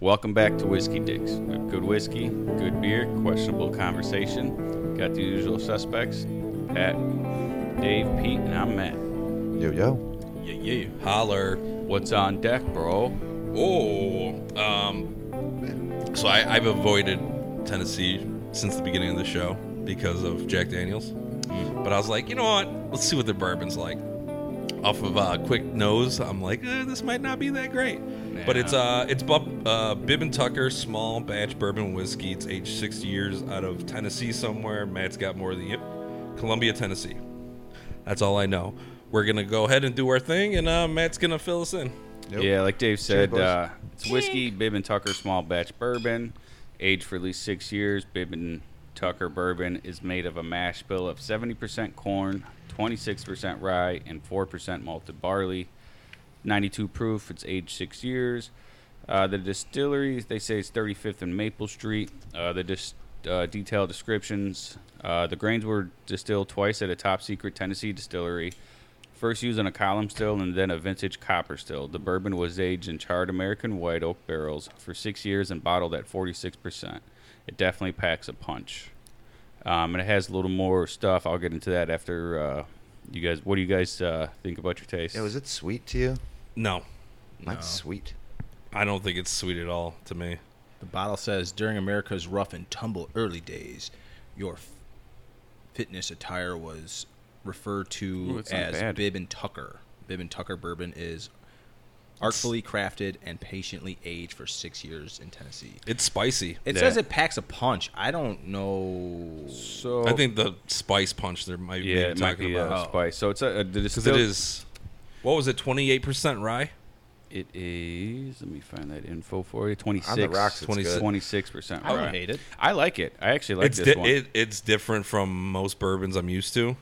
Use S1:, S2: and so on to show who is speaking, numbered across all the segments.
S1: Welcome back to Whiskey Dicks. With good whiskey, good beer, questionable conversation. Got the usual suspects Pat, Dave, Pete, and I'm Matt.
S2: Yo, yo.
S3: Yeah, yeah. Holler.
S1: What's on deck, bro?
S3: Oh. Um, so I, I've avoided Tennessee since the beginning of the show because of Jack Daniels. But I was like, you know what? Let's see what their bourbon's like. Off of uh, quick nose, I'm like, eh, this might not be that great. But it's uh, it's Bub, uh, Bibb and Tucker small batch bourbon whiskey. It's aged 60 years out of Tennessee somewhere. Matt's got more of the yep, Columbia, Tennessee. That's all I know. We're gonna go ahead and do our thing, and uh, Matt's gonna fill us in.
S2: Yep.
S1: Yeah, like Dave said,
S2: boys.
S1: uh, it's whiskey, Bib and Tucker small batch bourbon, aged for at least six years. Bib and Tucker bourbon is made of a mash bill of 70% corn, 26% rye, and 4% malted barley. 92 proof. It's aged six years. Uh, the distillery, they say it's 35th and Maple Street. Uh, the dis- uh, detailed descriptions. Uh, the grains were distilled twice at a top secret Tennessee distillery. First used on a column still and then a vintage copper still. The bourbon was aged in charred American white oak barrels for six years and bottled at 46%. It definitely packs a punch. Um, and it has a little more stuff. I'll get into that after uh, you guys. What do you guys uh, think about your taste?
S2: Yeah, was it sweet to you?
S3: No,
S2: Mine's sweet.
S3: I don't think it's sweet at all to me.
S4: The bottle says during America's rough and tumble early days, your f- fitness attire was referred
S1: Ooh,
S4: to
S1: that's not
S4: as
S1: bad.
S4: bib and tucker. Bib and tucker bourbon is artfully crafted and patiently aged for six years in Tennessee.
S3: It's spicy.
S4: It
S1: Yeah.
S4: says it packs a punch. I don't know.
S1: So
S3: I think the spice punch there might
S1: yeah,
S3: be
S1: it might
S3: talking
S1: be uh,
S3: about
S1: spice. So it's a, a
S3: because it is. What was it? Twenty eight percent rye.
S1: It is. Let me find that info for you. Twenty
S2: On the rocks,
S1: six.
S2: it's
S3: good.
S1: Twenty six percent.
S4: I don't hate it.
S1: I like it. I actually like
S3: it's
S1: this
S3: di-
S1: one. It,
S3: it, it's different from most bourbons I'm used to.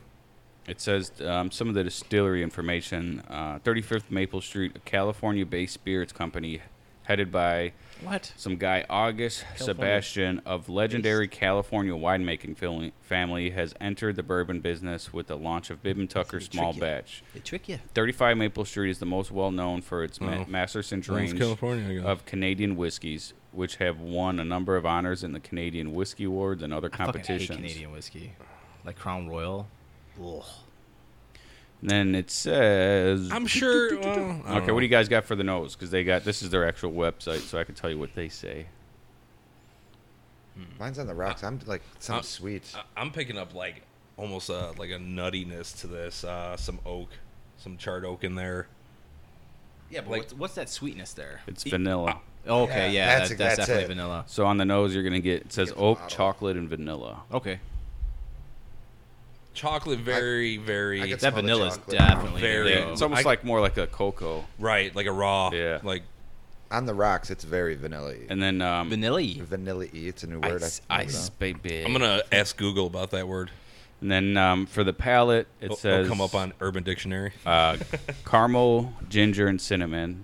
S1: says um, some of the distillery information. Uh, 35th Maple Street, a California-based spirits company, headed by
S4: What?
S1: some guy August Sebastian of legendary California winemaking fil- family has entered the bourbon business with the launch of Bibb and Tucker
S4: It's
S1: Small
S4: tricky.
S1: Batch.
S4: They trick you.
S1: 35 Maple Street is the most well known for its ma-
S3: Oh.
S1: master cinch
S3: Well, it's
S1: range
S3: California, I guess.
S1: of Canadian whiskeys, which have won a number of honors in the Canadian Whiskey Awards and other
S4: Competition.
S1: competitions.
S4: Fucking hate Canadian whiskey, like Crown Royal. Ugh.
S1: And then it says.
S3: I'm sure. Well, I don't
S1: okay, what
S3: know.
S1: do you guys got for the nose? Because they got this is their actual website, so I can tell you what they say.
S2: Mine's on the rocks. I'm like some
S3: uh,
S2: sweet.
S3: I- I'm picking up like almost uh like a nuttiness to this. Uh, some oak, some charred oak in there.
S4: Yeah, but
S3: Like-
S4: what's, what's that sweetness there? E
S1: It's vanilla.
S4: ah.
S2: Yeah,
S4: Okay, yeah,
S2: that's-
S4: that's, that's,
S2: that's
S4: definitely
S2: it.
S4: vanilla.
S1: So on the nose, you're gonna get it says
S2: It's
S1: oak,
S2: bottle.
S1: chocolate, and vanilla.
S4: Okay,
S3: Chocolate, very, very
S2: I could
S4: that
S2: smell the
S4: vanilla is
S2: chocolate.
S4: definitely
S3: Very.
S4: vanilla.
S1: Yeah, it's almost
S3: I-
S1: like more like a cocoa.
S3: right, like a raw.
S1: Yeah.
S3: Like
S2: On the rocks, it's very vanilla y.
S1: And then um,
S4: vanilla.
S2: Vanilla y. It's a new word.
S1: ice,
S2: I,
S1: ice, baby.
S3: I'm gonna ask Google about that word.
S1: And then um, for the palate, it
S3: It'll,
S1: says
S3: it'll come up on Urban Dictionary.
S1: uh, caramel, ginger, and cinnamon,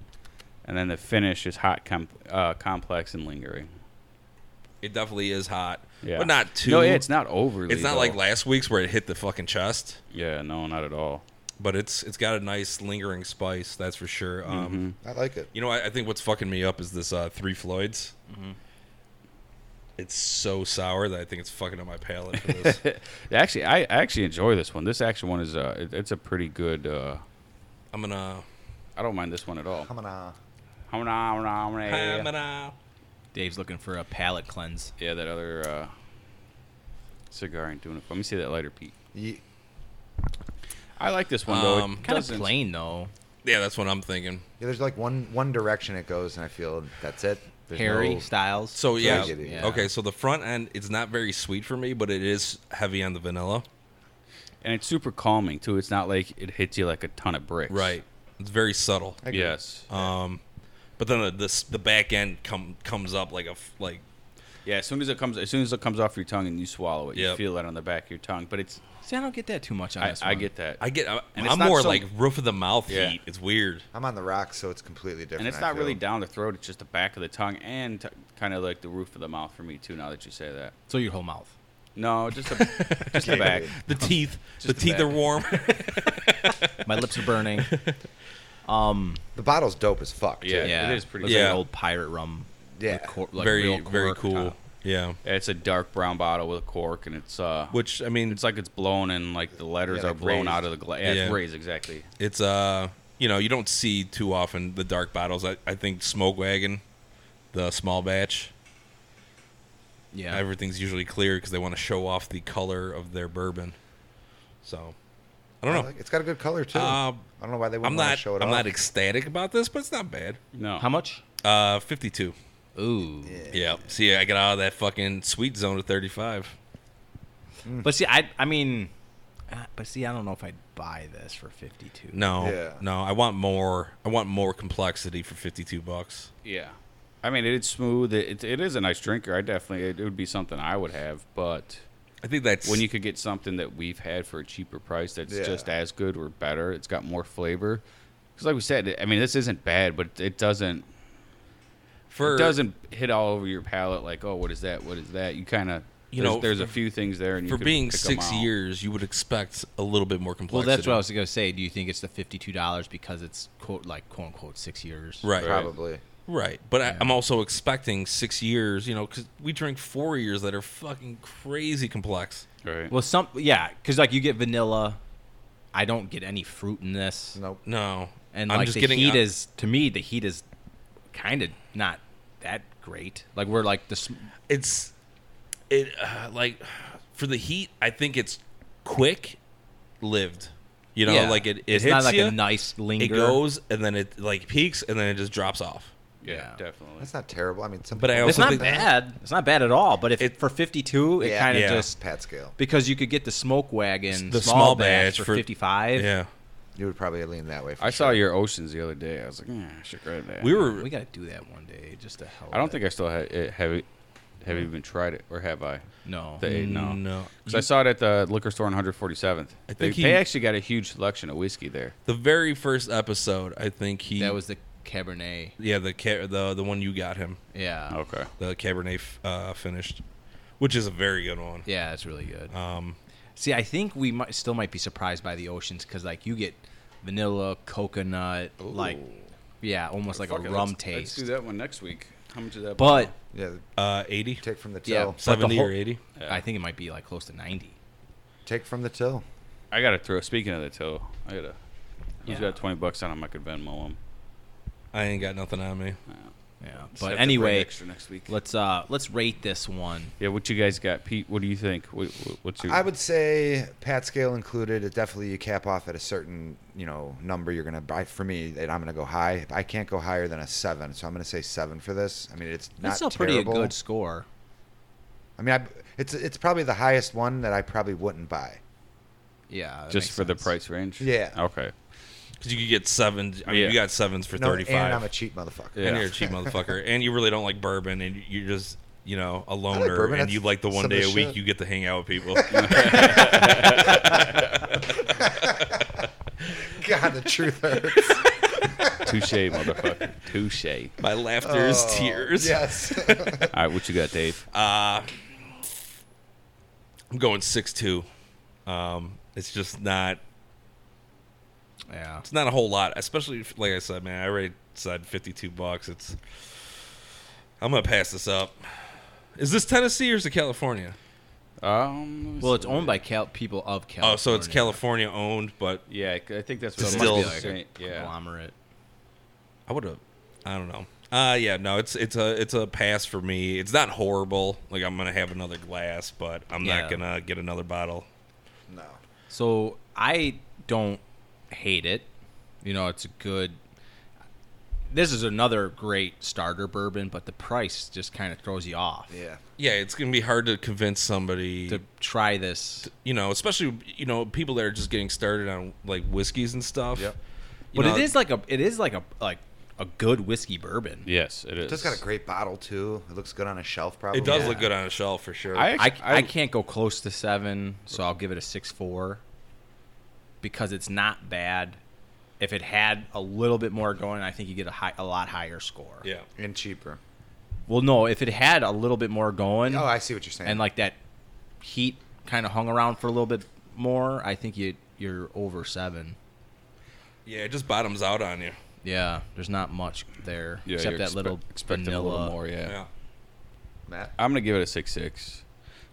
S1: and then the finish is hot, com- uh, complex, and lingering.
S3: It definitely is hot,
S1: Yeah,
S3: but not too.
S1: No, yeah, it's not overly.
S3: It's not
S1: though.
S3: like last week's where it hit the fucking chest,
S1: Yeah, no, not at all.
S3: but it's it's got a nice lingering spice, that's for sure. Um,
S1: Mm-hmm.
S2: I like it.
S3: You know, I, I think what's fucking me up is this uh, Three Floyds.
S1: Mm-hmm.
S3: It's so sour that I think it's fucking up my palate for this.
S1: Actually, I I actually enjoy this one. This actual one is uh, it, it's a pretty good. Uh,
S3: I'm gonna.
S1: I don't mind this one at all.
S2: Come on. uh,
S3: I'm
S1: Yeah,
S3: gonna-
S4: Dave's looking for a palate cleanse.
S1: that other uh, cigar ain't doing it. Let me see that lighter, Pete.
S2: ye-
S1: I like this one though. It
S3: Um,
S4: Kind of
S1: doesn't-
S4: plain though.
S3: Yeah, that's what I'm thinking.
S2: Yeah, there's like one one direction it goes, and I feel that's it. There's
S4: Harry
S2: no-
S4: Styles.
S3: So yeah,
S2: I get it.
S3: Okay, so the front end it's not very sweet for me, but it is heavy on the vanilla.
S1: and it's super calming too. It's not like it hits you like a ton of bricks.
S3: Right. It's very subtle.
S2: I agree.
S1: Yes.
S3: Um, but then the this, the back end come comes up like a f- like
S1: Yeah, as soon as it comes, as soon as it comes off your tongue and you swallow it, you
S3: Yep.
S1: feel that on the back of your tongue. But it's,
S4: See, I don't get that too much on
S1: I,
S4: this one.
S1: I get that,
S3: I get I,
S1: And it's
S3: am
S1: not
S3: more
S1: so-
S3: like roof of the mouth
S1: Yeah.
S3: heat. It's weird.
S2: I'm on the rocks, so it's completely different.
S1: and it's
S2: I
S1: not
S2: feel.
S1: really down the throat; it's just the back of the tongue and t- kind of like the roof of the mouth for me too. Now that you say that,
S4: So your whole mouth.
S1: no, just the, just the back.
S3: The teeth,
S1: Just
S3: the
S1: the
S3: teeth
S1: back.
S3: are warm.
S4: My lips are burning. Um,
S2: The bottle's dope as fuck. too.
S1: Yeah,
S4: yeah,
S1: it is pretty
S4: Looks
S3: Yeah.
S4: Like an old pirate rum
S2: Yeah.
S4: cor- like
S3: very
S4: real cork
S3: very cool.
S4: top.
S3: Yeah.
S1: It's a dark brown bottle with a cork, and it's uh,
S3: Which I mean,
S1: it's like it's blown and like the letters
S2: Yeah,
S1: are
S2: like
S1: blown out of
S2: raised.
S1: the glass. Yeah, it's
S3: Yeah.
S1: raised exactly.
S3: it's uh you know you don't see too often the dark bottles. I, I think Smoke Wagon, the small batch,
S4: Yeah.
S3: everything's usually clear because they want to show off the color of their bourbon. So I don't
S2: I
S3: know.
S2: like- it's got a good color too.
S3: Uh,
S2: I don't know why they
S3: I'm
S2: wouldn't want to
S3: not
S2: show it
S3: I'm
S2: off.
S3: not ecstatic about this, but it's not bad.
S1: No,
S4: How much?
S3: Uh, 52.
S4: Ooh.
S3: Yeah. See, I got out of that fucking sweet zone at 35.
S4: But see, I I mean, uh, but see, I don't know if I'd buy this for fifty two.
S3: No,
S2: Yeah.
S3: no, I want more. I want more complexity for 52 bucks.
S1: Yeah, I mean it's smooth. It, it, it is a nice drinker. I definitely it, it would be something I would have, but
S3: I think that's
S1: when you could get something that we've had for a cheaper price that's
S2: Yeah.
S1: just as good or better. It's got more flavor. Because like we said, I mean this isn't bad, but it doesn't
S3: for
S1: it doesn't hit all over your palate like oh what is that what is that you kind of
S3: You
S1: you know
S3: know,
S1: there's a
S3: for-
S1: few things there and you
S3: for
S1: could
S3: being
S1: pick 'em
S3: six
S1: out.
S3: years, you would expect a little bit more
S4: Well,
S3: complexity.
S4: that's what I was gonna say. Do you think it's the fifty two dollars because it's quote like quote unquote six years?
S3: Right, right,
S2: Probably.
S3: right. But I, I'm also expecting six years. You know, because we drink four years that are fucking crazy complex.
S1: right
S4: Well, some yeah, because like you get vanilla. I don't get any fruit in this,
S2: Nope.
S3: No,
S4: and
S3: I'm
S4: like
S3: just
S4: the
S3: getting
S4: heat
S3: I-
S4: is to me the heat is kind of not that great. Like we're like the sm-
S3: it's it uh, like for the heat. I think it's quick lived. You know,
S4: yeah.
S3: like it, it
S4: it's
S3: hits
S4: not like
S3: you.
S4: a nice linger.
S3: it goes and then it like peaks and then it just drops off.
S1: yeah,
S4: yeah.
S1: definitely
S2: That's not terrible. I mean, some
S3: But I
S2: people-
S4: It's
S3: also
S4: not
S3: think-
S4: bad. It's not bad at all. But if
S3: It-
S4: for fifty two, it
S2: Yeah.
S4: kind of
S3: Yeah.
S4: just
S2: Pat scale.
S4: because you could get the smoke wagon,
S3: The
S4: small,
S3: small
S4: batch,
S3: batch
S4: for,
S3: for-
S4: fifty five.
S3: Yeah,
S2: You would probably lean that way. For
S1: i saw
S2: sure.
S1: your oceans the other day i was like yeah i should grab that
S3: we were.
S4: We gotta do that one day, just to help.
S1: i don't think i still ha- it- have it have even tried it or have i
S4: no.
S1: the eight no
S3: no.
S1: because i saw it at the liquor store on 147th
S3: I
S1: they,
S3: think he-
S1: they actually got a huge selection of whiskey there
S3: The very first episode, I think he
S4: that was the Cabernet.
S3: yeah the ca- the the one you got him
S4: Yeah,
S1: okay
S3: the Cabernet f- uh, finished, which is a very good one.
S4: yeah, it's really good.
S3: Um,
S4: See, I think we might still might be surprised by the oceans because like you get vanilla, coconut, like yeah, almost like a
S1: Fuck it,
S4: rum
S1: let's- let's
S4: taste.
S1: do that one next week how much is that
S4: But
S2: Yeah,
S3: uh, eighty.
S2: take from the
S4: Yeah.
S2: till.
S4: But the
S3: Seventy
S4: whole-
S3: or eighty?
S1: Yeah.
S4: I think it might be like close to ninety.
S2: Take from the till.
S1: i gotta throw speaking of the till i gotta who's
S4: Yeah.
S1: got 20 bucks on him i could venmo him
S3: I ain't got nothing on me.
S4: Yeah,
S1: Just have to
S4: but
S1: bring
S4: anyway,
S1: extra next week
S4: let's uh let's rate this one.
S1: Yeah, what you guys got, Pete? What do you think? What, what- what's your?
S2: I would say Pat scale included. It definitely you cap off at a certain you know number you're gonna buy. For me, that I'm gonna go high. I can't go higher than a seven, so I'm gonna say seven for this. I mean, it's not
S4: That's still pretty a
S2: terrible.
S4: good score.
S2: I mean, I, it's it's probably the highest one that I probably wouldn't buy.
S4: Yeah, that
S1: just
S4: makes
S1: for the
S4: sense.
S1: price range.
S2: Yeah.
S1: Okay.
S3: Because you could get seven. I mean,
S1: Yeah.
S3: you got sevens for
S2: No,
S3: thirty-five.
S2: and I'm a cheap motherfucker.
S1: Yeah.
S3: And you're a cheap motherfucker, and you really don't like bourbon, and you're just you know a loner,
S2: bourbon,
S3: and
S2: that's
S3: you like the one
S2: some of
S3: day a
S2: the
S3: week
S2: shit.
S3: you get to hang out with people.
S2: God, the truth hurts.
S1: Touche, motherfucker. Touche.
S3: My laughter is
S2: Oh,
S3: tears.
S2: Yes.
S1: All right, what you got, Dave?
S3: Uh, I'm going six two. Um, it's just not.
S4: Yeah,
S3: It's not a whole lot, especially if, like I said, man. I already said fifty two bucks. It's. I'm gonna pass this up. Is this Tennessee or is it California?
S1: Um.
S4: Well, it's owned by Cal- people of California.
S3: Oh, so it's California owned, but
S1: Yeah, I I think that's
S4: So
S1: what
S4: it
S1: it must
S4: must be
S1: be
S4: like a
S1: saying. Yeah.
S4: conglomerate.
S3: I would have. I don't know. Uh yeah, no, it's it's a it's a pass for me. It's not horrible. Like I'm gonna have another glass, but I'm
S4: Yeah.
S3: not gonna get another bottle.
S2: no.
S4: So I don't hate it. You know, it's a good. This is another great starter bourbon, but the price just kind of throws you off.
S2: Yeah.
S3: Yeah, it's gonna be hard to convince somebody
S4: To try this,
S3: you know, especially you know people that are just getting started on like whiskeys and stuff.
S2: Yep.
S3: You
S4: but
S3: know,
S4: it is like a it is like a like a good whiskey bourbon.
S1: Yes, it is.
S2: Just got a great bottle too. It looks good on a shelf, probably.
S3: It does
S4: Yeah.
S3: look good on a shelf for sure.
S1: I,
S4: I,
S1: act-
S4: I can't go close to seven, so I'll give it a six four because it's not bad. If it had a little bit more going, I think you get a high, a lot higher score.
S3: yeah.
S2: And cheaper.
S4: Well, no, if it had a little bit more going,
S2: Oh, I see what you're saying.
S4: and like that heat kind of hung around for a little bit more, I think you you're over seven.
S3: Yeah, it just bottoms out on you.
S4: Yeah, there's not much there
S1: Yeah,
S4: except
S1: you're
S4: that little
S1: expe- expecting
S4: vanilla.
S1: a little more. Yeah.
S3: Yeah.
S2: Matt.
S1: I'm gonna give it a six six,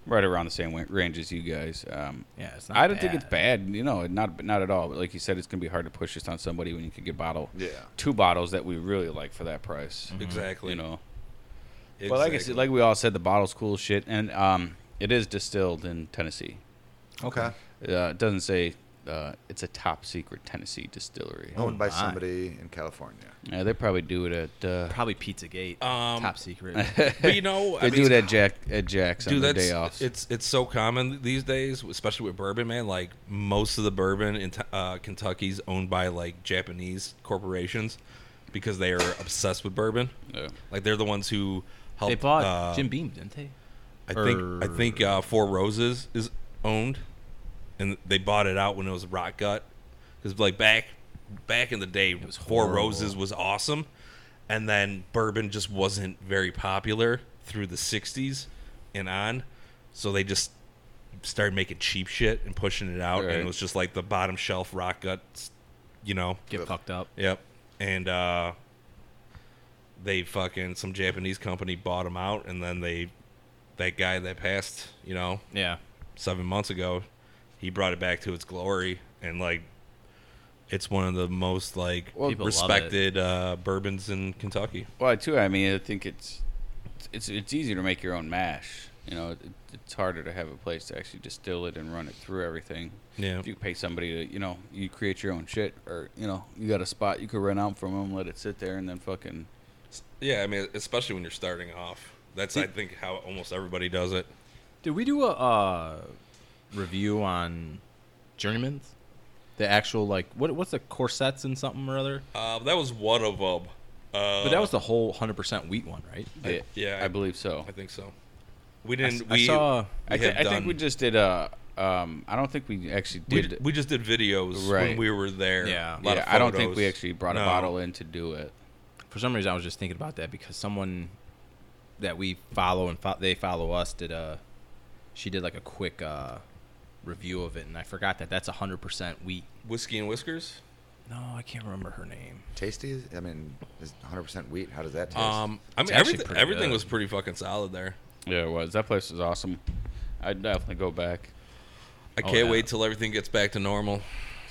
S1: right around the same wa- range as you guys. Um,
S4: Yeah, it's not.
S1: I don't think it's bad, you know, not not at all. But like you said, it's gonna be hard to push this on somebody when you could get bottle
S2: Yeah.
S1: two bottles that we really like for that price.
S3: Exactly.
S1: Mm-hmm. You know,
S3: Mm-hmm. Exactly.
S1: but like I said, like we all said, the bottle's cool as shit, and um, it is distilled in Tennessee.
S2: Okay.
S1: Uh, it doesn't say uh, it's a top secret Tennessee distillery.
S3: Oh,
S2: Owned by
S4: my.
S2: somebody in California.
S1: Yeah, they probably do it at. Uh,
S4: Probably Pizzagate.
S3: Um,
S4: top secret.
S3: but you know,
S1: they
S3: I mean,
S1: do it at Jack at Jack's
S3: Dude,
S1: on their
S3: that's
S1: day off.
S3: it's it's so common these days, especially with bourbon, man. Like most of the bourbon in T- uh, Kentucky's owned by like Japanese corporations because they are obsessed with bourbon.
S1: Yeah.
S3: Like they're the ones who helped.
S4: they bought
S3: uh,
S4: Jim Beam, didn't they?
S3: I think I think uh, Four Roses is owned, and they bought it out when it was Rot Gut, because like back back in the day,
S4: was
S3: Four
S4: horrible.
S3: Roses was awesome, and then bourbon just wasn't very popular through the '60s and on, so they just started making cheap shit and pushing it out, and
S1: Right.
S3: it was just like the bottom shelf Rot Guts, you know.
S4: Get fucked up.
S3: Yep. And uh, they fucking some Japanese company bought them out, and then they that guy that passed, you know,
S4: Yeah.
S3: seven months ago, he brought it back to its glory, and like it's one of the most like
S4: Well, People love it.
S3: respected uh, bourbons in Kentucky.
S1: Well, too. I mean, I think it's it's it's easier to make your own mash. You know, it, it's harder to have a place to actually distill it and run it through everything.
S3: Yeah.
S1: If you pay somebody to, you know, you create your own shit, or you know, you got a spot you could rent out from them, let it sit there, and then fucking.
S3: Yeah, I mean, especially when you're starting off. That's I think how almost everybody does it.
S4: Did we do a uh, review on Journeyman's? The actual like what what's the corsets and something or other?
S3: Uh, that was one of them. Uh,
S4: but that was the whole hundred percent wheat one, right?
S1: I,
S3: yeah,
S1: I believe so.
S3: I think so. We didn't.
S4: I
S3: we
S4: saw-
S1: I,
S3: we
S1: thi-
S3: have
S1: I think
S3: done-
S1: we just did a. Um, I don't think we actually
S3: we,
S1: did.
S3: d- we just did videos when
S1: Right.
S3: we were there.
S4: Yeah.
S3: A lot
S1: yeah,
S3: of
S1: I don't think
S3: photos.
S1: we actually brought a
S3: No.
S1: bottle in to do it.
S4: For some reason, I was just thinking about that because someone that we follow and fo- they follow us did a she did like a quick uh, review of it, and I forgot that that's hundred percent wheat.
S3: Whiskey and Whiskers.
S4: No, I can't remember her name.
S2: Tasty? is- I mean, is 100% wheat. How does that taste?
S3: Um, I mean,
S4: actually
S3: everything,
S4: pretty
S3: everything
S4: good.
S3: was pretty fucking solid there.
S1: Yeah, it was. That place was awesome. I'd definitely go back.
S3: I
S4: Oh,
S3: can't
S4: yeah.
S3: wait till everything gets back to normal.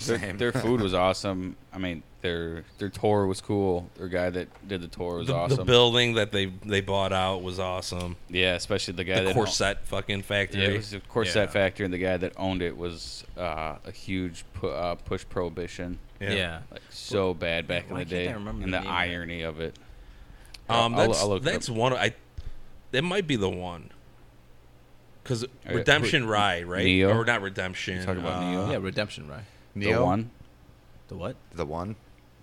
S1: Their, their food was awesome. I mean, their their tour was cool. Their guy that did the tour was
S3: The,
S1: awesome.
S3: the building that they they bought out was awesome.
S1: yeah, especially the guy
S3: the
S1: that
S3: corset fucking
S1: Owned, yeah,
S3: factory.
S1: it was the corset
S4: Yeah.
S1: factory, and the guy that owned it was uh, a huge pu- uh, push prohibition,
S4: Yeah,
S1: like so bad back
S4: why
S1: in the
S4: can't I
S1: day,
S4: remember
S1: and
S4: the
S1: the,
S4: name of it?
S1: irony of it.
S3: Um,
S1: I'll- I'll-
S3: that's
S1: I'll look it
S3: that's
S1: up.
S3: one. I that might be the one. Because
S1: yeah,
S3: Redemption
S1: Uh, wait,
S3: Rye, right?
S1: Neo?
S3: Or not Redemption.
S1: You talking about
S3: uh,
S1: Neo?
S4: yeah, Redemption, right?
S1: The one
S4: The what?
S2: The one?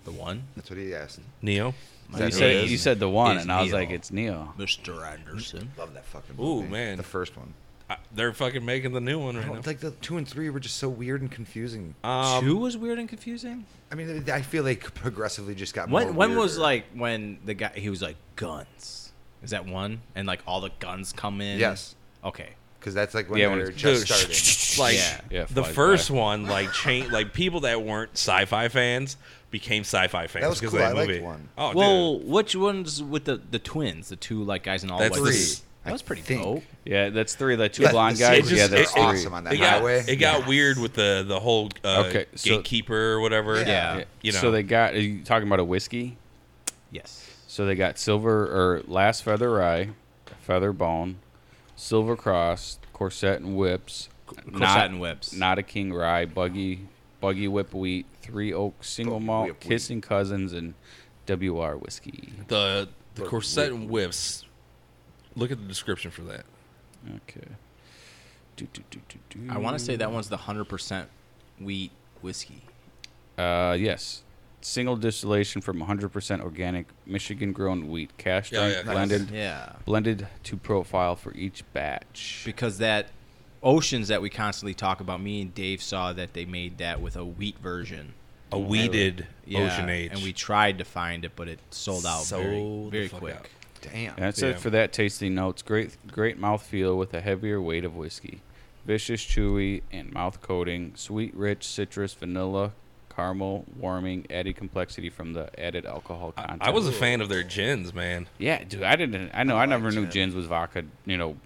S4: The one?
S2: That's what he asked.
S3: Neo.
S1: you
S2: Is that who
S1: said
S2: it is?
S1: you said the one,
S4: Is
S1: and I was
S4: Neo.
S1: like, it's Neo.
S4: Mr. Anderson.
S2: Love that fucking
S3: Ooh,
S2: movie.
S3: man.
S2: The first one.
S3: I, they're fucking making the new one
S2: I
S3: right
S2: don't,
S3: now.
S2: like the two and three were just so weird and confusing.
S3: Um,
S4: Two was weird and confusing.
S2: I mean, I feel they progressively just got more
S4: When when was
S2: weirder.
S4: like when the guy he was like guns? Is that one? And like all the guns come in.
S2: Yes.
S4: Okay.
S2: Because that's like when
S1: Yeah,
S2: they
S1: when
S2: were
S1: it's-
S2: just
S3: Dude,
S2: starting.
S3: like
S4: Yeah.
S1: Yeah,
S3: the
S1: flies by.
S3: first one like chain like people that weren't sci-fi fans became sci-fi fans
S2: was
S3: 'cause
S2: cool.
S3: of that
S2: I liked
S3: movie.
S2: one.
S3: Oh,
S4: well,
S3: dude.
S4: which ones with the the twins, the two like guys in all
S3: That's
S4: white?
S3: three,
S4: suits? That was
S2: I
S4: pretty
S2: think.
S4: dope.
S1: Yeah, that's three. The two
S2: Yeah,
S1: blonde
S2: the
S1: guys.
S2: sequels
S1: yeah,
S2: are
S1: that's three.
S2: awesome on that
S3: it got,
S2: highway.
S3: It got weird with the the whole uh,
S1: Okay, so-
S3: gatekeeper or whatever.
S2: Yeah.
S1: Yeah.
S3: You know.
S1: So they got. Are you talking about a whiskey?
S4: Yes.
S1: So they got silver or last feather rye, feather bone, silver cross, corset and whips,
S4: Corset and whips.
S1: not a king rye, buggy, buggy whip wheat, three oak single
S2: Buggy
S1: malt,
S2: whip wheat.
S1: kissing cousins, and WR whiskey.
S3: the the corset and whiffs. Look at the description for that.
S1: Okay. Do, do, do, do, do.
S4: I want to say that one's the hundred percent wheat whiskey.
S1: Uh, yes. Single distillation from 100% organic Michigan grown wheat, cash
S3: Yeah,
S1: strength
S3: yeah, nice.
S1: blended,
S4: Yeah.
S1: blended to profile for each batch.
S4: Because that oceans that we constantly talk about, me and Dave saw that they made that with a wheat version.
S3: A weeded
S4: Yeah,
S3: ocean age.
S4: And we tried to find it, but it sold out very,
S3: Sold the
S4: very
S3: fuck
S4: quick.
S3: out.
S2: Damn.
S1: And it said
S3: Yeah.
S1: for that tasty notes, great great mouthfeel with a heavier weight of whiskey. Vicious, chewy, and mouth coating, sweet, rich, citrus, vanilla, caramel, warming, added complexity from the added alcohol
S3: I-
S1: content.
S3: I was a fan of their gins, man.
S1: yeah, dude. I didn't. I know. I,
S2: like
S1: never knew
S2: gin.
S1: gins was vodka. You know,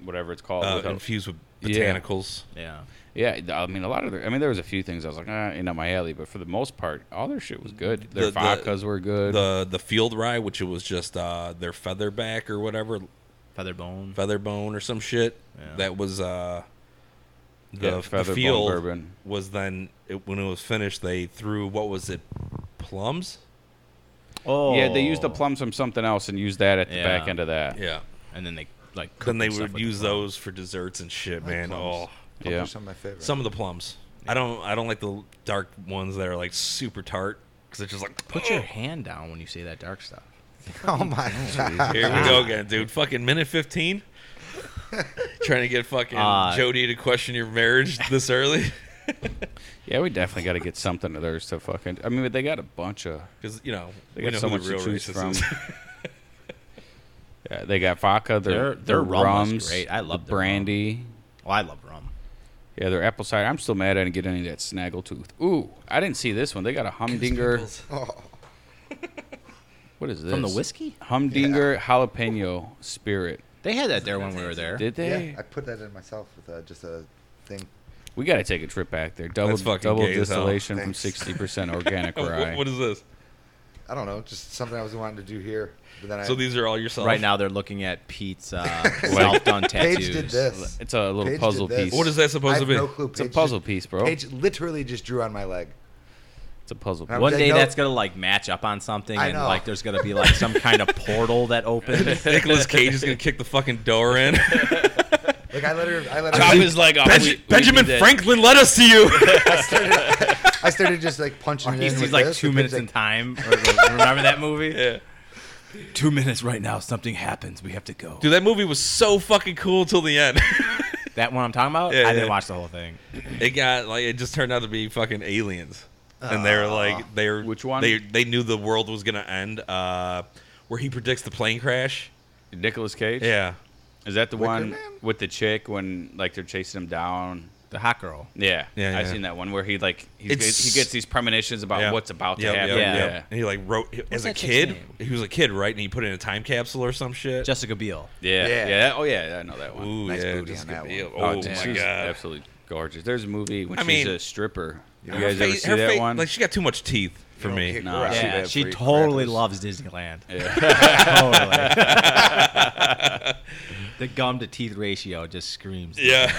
S1: whatever it's
S2: Oh,
S1: called.
S3: Uh,
S1: without-
S3: infused with
S1: Yeah.
S3: botanicals.
S4: Yeah.
S1: yeah, th- I mean a lot of. Their, I mean there was a few things I was like, ah, ain't up my alley. But for the most part, all their shit was good. Their
S3: The- the-
S1: vodkas were good.
S3: The the field rye, which it was just uh, their featherback or whatever,
S4: Featherbone.
S3: featherbone or some shit.
S4: Yeah.
S3: That was uh, the,
S1: Yeah,
S3: the
S1: Featherbone
S3: field
S1: bourbon.
S3: was then it, when it was finished. They threw what was it, plums?
S4: Oh.
S1: Yeah, they used the plums from something else and used that at the back
S4: Yeah.
S1: end of that.
S3: Yeah.
S4: And then they like. cooked
S3: Then they
S4: and stuff
S3: would
S4: with
S3: use
S4: the plum.
S3: those for desserts and shit,
S2: Like
S3: man.
S2: plums.
S3: Oh.
S2: Plums
S1: Yeah.
S2: are some of my favorite.
S3: Some of the plums. I don't. I don't like the dark ones that are like super tart because it's just like
S4: Put your hand down when you say that dark stuff.
S2: oh my god!
S3: Here we go again, dude. Fucking minute fifteen. Trying to get fucking
S4: Uh,
S3: Jody to question your marriage this early
S1: Yeah, we definitely got to get something of theirs to fucking. I mean, but they got a bunch of.
S3: because you know
S1: They
S3: we
S1: got
S3: know
S1: so
S3: who
S1: much
S3: the
S1: to
S3: real
S1: choose
S3: racist
S1: from.
S3: is.
S1: Yeah, they got vodka. Their
S4: Their-
S1: their,
S4: their rum was
S1: rums.
S4: great. I love
S1: the
S4: their rum.
S1: brandy.
S4: Oh, I love rum.
S1: Yeah, their apple cider. I'm still mad I didn't get any of that snaggletooth. Ooh, I didn't see this one. They got a humdinger. What is this?
S4: From the whiskey?
S1: Humdinger jalapeno spirit.
S4: They had that there when we were there.
S1: Did they?
S2: Yeah, I put that in myself with uh, just a thing.
S1: we got to take a trip back there. Double
S3: That's fucking
S1: double
S3: gay as hell.
S1: distillation from
S2: Thanks.
S1: 60% organic
S3: What-
S1: rye.
S3: what is this?
S2: I don't know, just something I was wanting to do here. But then
S3: So
S2: I,
S3: these are all yourself
S4: Right now, they're looking at Pete's uh, self-done tattoos.
S2: Paige did this.
S1: it's a little
S2: Paige did
S1: puzzle
S2: this.
S1: piece.
S3: What is that supposed
S2: I
S3: to
S2: have
S3: be?
S2: no clue.
S1: It's a
S2: Paige
S1: puzzle
S2: just-
S1: piece, bro.
S2: Paige literally just drew on my leg.
S1: It's a puzzle
S2: Now,
S1: piece.
S2: What-
S4: One
S2: They
S4: day
S2: know-
S4: that's gonna like match up on something,
S2: I
S4: and
S2: know.
S4: like there's gonna be like some kind of portal that opens.
S3: Nicholas Cage is gonna kick the fucking door in.
S2: Like I let her. I let her.
S1: I was like, oh,
S3: Benj-
S1: we- we
S3: Benjamin
S1: did that.
S3: Franklin, let us see you.
S2: I started just like punching. it in
S4: Oh, He's,
S2: with
S4: he's like
S2: this,
S4: two
S2: and
S4: minutes
S2: Paige's like,
S4: in time. Or, like, remember that movie?
S3: yeah.
S4: Two minutes right now. Something happens. We have to go.
S3: Dude, that movie was so fucking cool till the end.
S4: That one I'm talking about.
S3: Yeah,
S4: I
S3: yeah.
S4: didn't watch the whole thing.
S3: it got like it just turned out to be fucking aliens, and they were like they were
S1: Which one?
S3: They they knew the world was gonna end. Uh, where he predicts the plane crash.
S1: Nicholas Cage?
S3: Yeah.
S1: Is that the
S2: Wicker
S1: one
S2: Man?
S1: with the chick when like they're chasing him down?
S4: The hot girl.
S1: Yeah,
S3: Yeah,
S1: I've
S3: yeah.
S1: seen that one where he like he gets,
S3: It's-
S1: he gets these premonitions about
S3: Yeah.
S1: Uh, what's about to
S3: Yep,
S1: happen.
S3: yep,
S1: yeah.
S3: yep. And he like wrote as a
S4: that chick's
S3: kid.
S4: name?
S3: He was a kid, right? And he put it in a time capsule or some shit.
S4: Jessica Biel.
S1: yeah, yeah,
S2: Yeah.
S1: that- Oh yeah, I know that one.
S3: Ooh,
S2: Nice
S3: yeah,
S2: booty
S3: just
S2: on that
S3: could be-
S2: one.
S3: Oh,
S1: dude,
S3: my
S1: she's
S3: god.
S1: absolutely gorgeous. There's a movie when
S3: I
S1: she's
S3: mean-
S1: a stripper. You
S2: Her
S1: guys
S3: Her
S1: ever
S3: face-
S1: see
S3: her
S1: that
S3: face-
S1: one?
S3: Like she got too much teeth for
S2: "You don't
S3: me.
S2: kick
S1: Nah,
S2: her out,
S1: she-
S2: you
S4: Yeah,
S2: have
S4: she
S2: freak
S4: totally
S2: crackers."
S4: loves Disneyland.
S1: yeah.
S4: Totally. the gum to teeth ratio just screams.
S3: Yeah.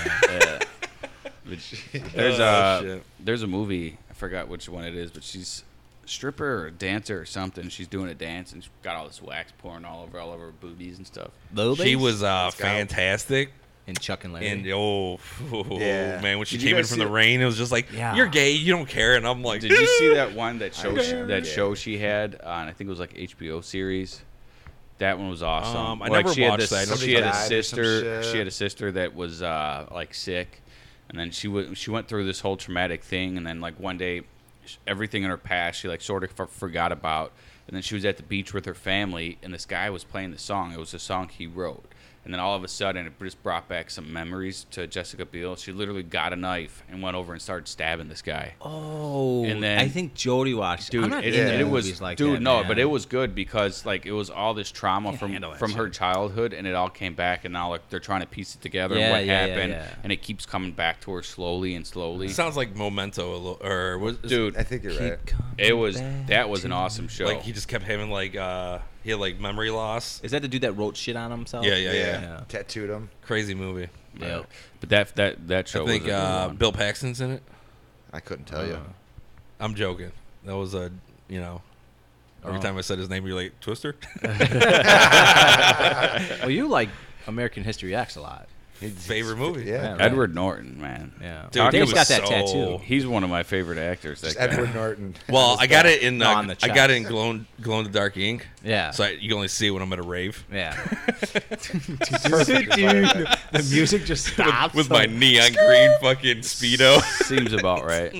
S1: there's
S3: Oh,
S1: a
S3: shit.
S1: there's a movie I forgot which one it is, but she's a stripper or a dancer or something. She's doing a dance and she's got all this wax pouring all over all over her boobies and stuff.
S4: Lobates
S3: she was uh,
S2: go.
S3: fantastic.
S4: in Chuck and Larry.
S3: And oh,
S2: Yeah.
S3: man, when she
S1: Did you
S3: came in
S1: guys
S3: from
S1: see
S3: the
S1: that-
S3: rain, it was just like,
S4: Yeah.
S3: "You're gay, you don't care," and I'm like,
S1: Did you see that one that show
S2: I
S1: she,
S2: did.
S1: that show she had on? I think it was like HBO series. That one was awesome.
S3: Um, I
S1: like
S3: never
S1: she
S3: watched
S1: had this,
S3: that. I know
S1: She
S2: she
S1: had a
S2: died or some
S1: sister.
S2: shit.
S1: She had a sister that was uh, like sick, and then she w- she went through this whole traumatic thing, and then like one day, sh- everything in her past she like sort of f- forgot about, and then she was at the beach with her family, and this guy was playing the song. It was a song he wrote. And then all of a sudden, it just brought back some memories to Jessica Biel. She literally got a knife and went over and started stabbing this guy.
S4: oh,
S1: And then-
S4: I think Jody watched.
S1: Dude,
S4: I'm not
S1: it,
S4: into
S1: it was
S4: movies like
S1: dude.
S4: that,
S1: no,
S4: man.
S1: but it was good because like it was all this trauma
S4: Can't
S1: from
S4: handle that
S1: from her
S4: shit.
S1: childhood, and it all came back, and now like they're trying to piece it together and
S4: Yeah,
S1: what
S4: yeah, yeah,
S1: happened,
S4: yeah.
S1: and it keeps coming back to her slowly and slowly.
S3: It sounds like Memento, a little, or was
S1: Dude,
S2: I think you're right.
S1: it was that was an awesome show.
S3: like he just kept having like uh, he had like memory loss.
S4: Is that the dude that wrote shit on himself?
S3: Yeah, yeah, yeah.
S4: Yeah.
S2: Tattooed him.
S3: Crazy movie.
S1: Uh,
S4: Yeah.
S1: But that that that show
S3: I think
S1: was a good
S3: uh,
S1: one.
S3: Bill Paxton's in it.
S2: I couldn't tell you.
S3: I'm joking. That was a you know. Every
S4: Oh.
S3: time I said his name, you're like Twister.
S4: Well, you like American History X a lot.
S2: He's-
S3: Favorite movie.
S2: Yeah.
S4: Yeah.
S1: Edward Norton, man.
S4: Yeah.
S3: Dude,
S1: Dave's
S3: it
S4: got
S3: was
S4: that
S3: so-
S4: tattoo.
S1: He's one of my favorite actors. That
S2: Just
S1: guy.
S2: Edward Norton.
S3: Well, I got it in
S4: No,
S3: uh,
S4: on the
S3: I got it in
S4: chest.
S3: glow in, glow in the dark ink.
S4: Yeah.
S3: So I, you can only see it when I'm at a rave
S4: yeah.
S2: Perfect environment.
S4: the music just stops
S3: with my neon green fucking speedo.
S1: Seems about right.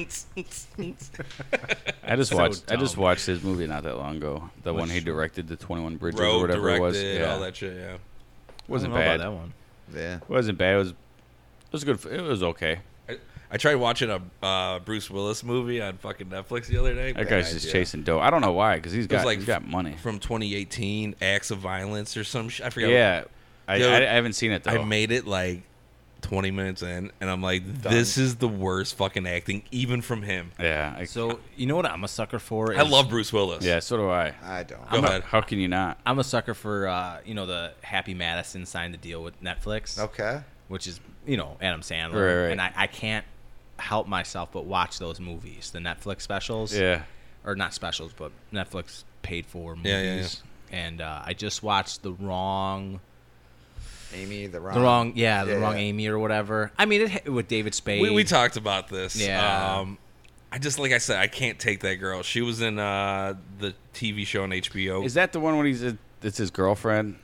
S1: I just
S4: So
S1: watched. I just
S4: dumb.
S1: watched his movie not that long ago. The one he directed, the Twenty One Bridges or
S3: Road
S1: whatever
S3: directed,
S1: it was. Yeah,
S3: all that shit. Yeah.
S1: wasn't
S4: I don't know
S1: bad.
S4: about that one.
S2: Yeah.
S1: wasn't bad. It was. It was good. f- It was okay.
S3: I, I tried watching a uh, Bruce Willis movie on fucking Netflix the other day.
S1: That guy's just
S2: idea.
S1: chasing dough. I don't know why, because he's
S3: It was
S1: got
S3: like
S1: he's got money.
S3: from 2018, Acts of Violence or some shit. I forgot.
S1: Yeah, I,
S3: Dude,
S1: I, I haven't seen it though.
S3: I made it like 20 minutes in, and I'm like, this is the worst fucking acting, even from him.
S1: yeah, I,
S4: So you know what I'm a sucker for?
S3: I
S4: is-
S3: love Bruce Willis.
S1: yeah, so do I.
S2: I don't.
S3: Go
S1: How-
S3: ahead.
S1: How can you not?
S4: I'm a sucker for uh, you know the Happy Madison signed the deal with Netflix,
S2: Okay.
S4: which is you know Adam Sandler,
S1: Right, right.
S4: and I, I can't help myself but watch those movies, the Netflix specials,
S1: Yeah,
S4: or not specials, but Netflix paid for movies.
S3: Yeah, yeah,
S4: And uh, I just watched the wrong,
S2: Amy, the wrong.
S4: the wrong, yeah, the
S2: yeah,
S4: wrong
S2: yeah.
S4: Amy or whatever. I mean, it with David Spade.
S3: We, we talked about this.
S4: Yeah.
S3: Um, I just, like I said, I can't take that girl. She was in uh, the TV show on HBO.
S1: is that the one when he's uh, it's his girlfriend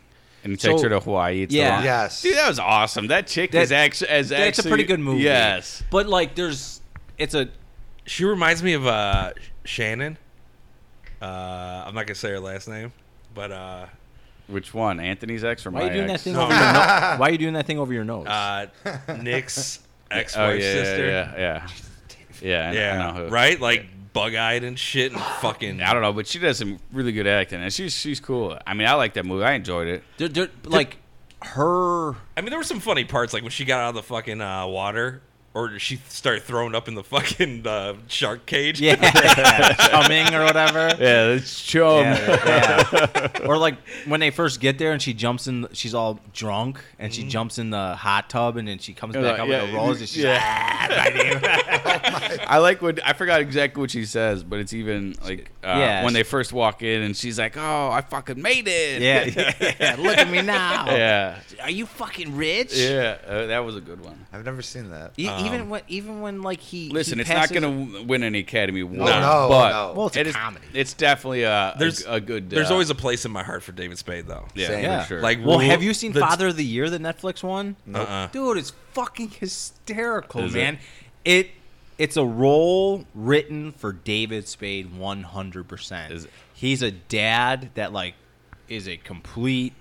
S1: and he takes
S4: So-
S1: her to Hawaii? It's the
S4: yeah.
S1: one-
S2: Yes.
S1: dude, that was awesome. That chick
S4: That-
S1: is actu- is actually
S4: That's a pretty good movie.
S1: Yes,
S4: but like, there's, it's a
S3: she reminds me of uh, Shannon. Uh, I'm not going to say her last name, but uh,
S1: which one? Anthony's ex or
S4: why
S1: my
S4: are you doing that
S1: ex?
S4: thing
S3: No.
S4: over your nose? Why are you doing that thing over your nose?
S3: uh, Nick's ex
S1: Oh
S3: wife
S1: yeah,
S3: sister.
S1: yeah, yeah, yeah, yeah. I- I know who.
S3: right? Like bug eyed and shit and fucking.
S1: I don't know, but she does some really good acting, and she's she's cool. I mean, I like that movie. I enjoyed it.
S4: They're- they're- like her
S3: I mean, there were some funny parts, like when she got out of the fucking uh, water, or she started throwing up in the fucking uh, shark cage.
S4: yeah chumming or whatever Oh,
S1: Yeah, that's chum.
S4: Yeah, yeah. or like when they first get there and she jumps in she's all drunk and she jumps in the hot tub and then she comes back up with the rolls and she's like,
S1: "Ah, I like what I forgot exactly what she says, but it's even like uh,
S4: Yeah.
S1: when they first walk in and she's like, "Oh, I fucking made it."
S4: yeah, yeah, look at me now
S1: yeah,
S4: are you fucking rich
S1: yeah. Uh, that was a good one.
S2: I've never seen that.
S4: E- even
S3: Um,
S4: when even when like he
S1: Listen,
S4: he
S1: it's not
S4: passes-
S1: going to win any Academy Award,
S2: Oh, no,
S1: but
S2: no.
S4: well it's
S1: it
S4: a
S1: is-
S4: comedy
S1: It's definitely a
S3: There's-
S1: there's a, good.
S3: There's
S1: uh,
S3: always a place in my heart for David Spade, though.
S1: yeah,
S2: Same.
S4: Yeah.
S1: for sure.
S3: Like,
S4: well,
S3: rule-
S4: have you seen
S3: the-
S4: Father of the Year, the Netflix one?
S3: Uh-uh.
S4: Dude, it's fucking hysterical,
S1: Is it?
S4: man. It? it's a role written for David Spade 100%.
S1: Is it?
S4: He's a dad that like is a complete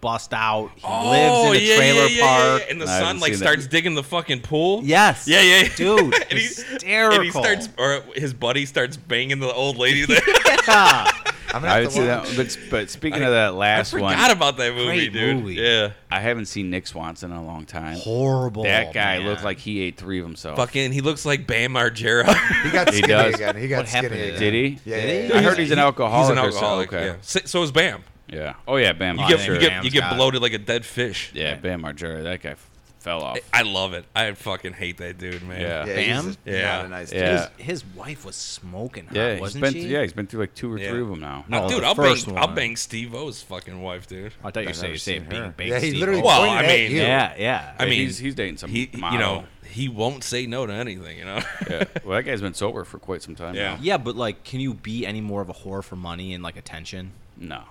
S4: bust out. He
S3: Oh,
S4: lives in a
S3: yeah,
S4: trailer
S3: yeah, yeah, yeah,
S4: park.
S3: yeah. and the
S1: No, I
S3: son
S1: haven't
S3: like
S1: seen that.
S3: starts digging the fucking pool.
S4: Yes.
S3: Yeah, yeah, yeah.
S4: Dude,
S3: and he-
S4: hysterical.
S3: And he starts, or his buddy starts banging the old lady there.
S4: Yeah.
S2: I'm gonna
S1: I
S2: have
S1: would
S2: to
S1: see that,
S2: watch.
S1: but but speaking of that
S3: I
S1: last one,
S3: forgot about that movie,
S4: Great
S3: dude.
S4: movie.
S3: Yeah.
S1: I haven't seen Nick Swanson in a long time.
S4: Horrible.
S1: that guy
S4: man.
S1: looked like he ate three of himself.
S3: Fucking, he looks like Bam Margera.
S2: He got
S1: He
S2: skinny
S1: does.
S2: again. He got
S4: What happened
S2: skinny
S4: to
S2: again.
S1: Did he?
S2: Yeah,
S4: Did
S2: yeah,
S4: he?
S2: yeah.
S1: I heard he's an alcoholic.
S3: He's an
S1: or so-
S3: alcoholic.
S1: okay.
S3: yeah. So, so is Bam.
S1: Yeah. Oh yeah, Bam.
S3: You get,
S1: Margera.
S3: you get, you get
S4: Bam's got-
S3: bloated like a dead fish.
S1: yeah, Bam Margera. That guy f- fell off.
S3: Eh, I love it. I fucking hate that dude, man.
S1: Yeah.
S2: Yeah, he's
S4: Bam?
S2: just
S3: Yeah.
S2: Not a nice
S1: Yeah.
S2: dude.
S4: his, his wife was smoking hot,
S1: Yeah, he's
S4: wasn't
S1: been
S4: she?
S1: yeah he's been through like two or
S3: Yeah.
S1: three of them now.
S4: No,
S3: dude,
S4: the
S3: I'll
S4: first
S3: bang,
S4: one.
S3: I'll bang Steve O's fucking wife, dude.
S4: I thought you
S2: I've
S4: say
S2: never
S4: you say
S2: seen
S4: being
S2: her.
S4: big.
S2: Yeah, he
S4: Steve
S2: literally
S4: O.
S3: Well,
S2: pointed
S3: I
S2: at
S3: mean-
S2: you.
S4: Yeah, yeah.
S3: I mean,
S1: he's- he's dating some
S3: He, you
S1: model.
S3: know, he won't say no to anything. You know,
S1: yeah. Well, that guy's been sober for quite some time.
S3: Yeah.
S1: Now.
S4: Yeah, but like, can you be any more of a whore for money and like attention?
S1: No,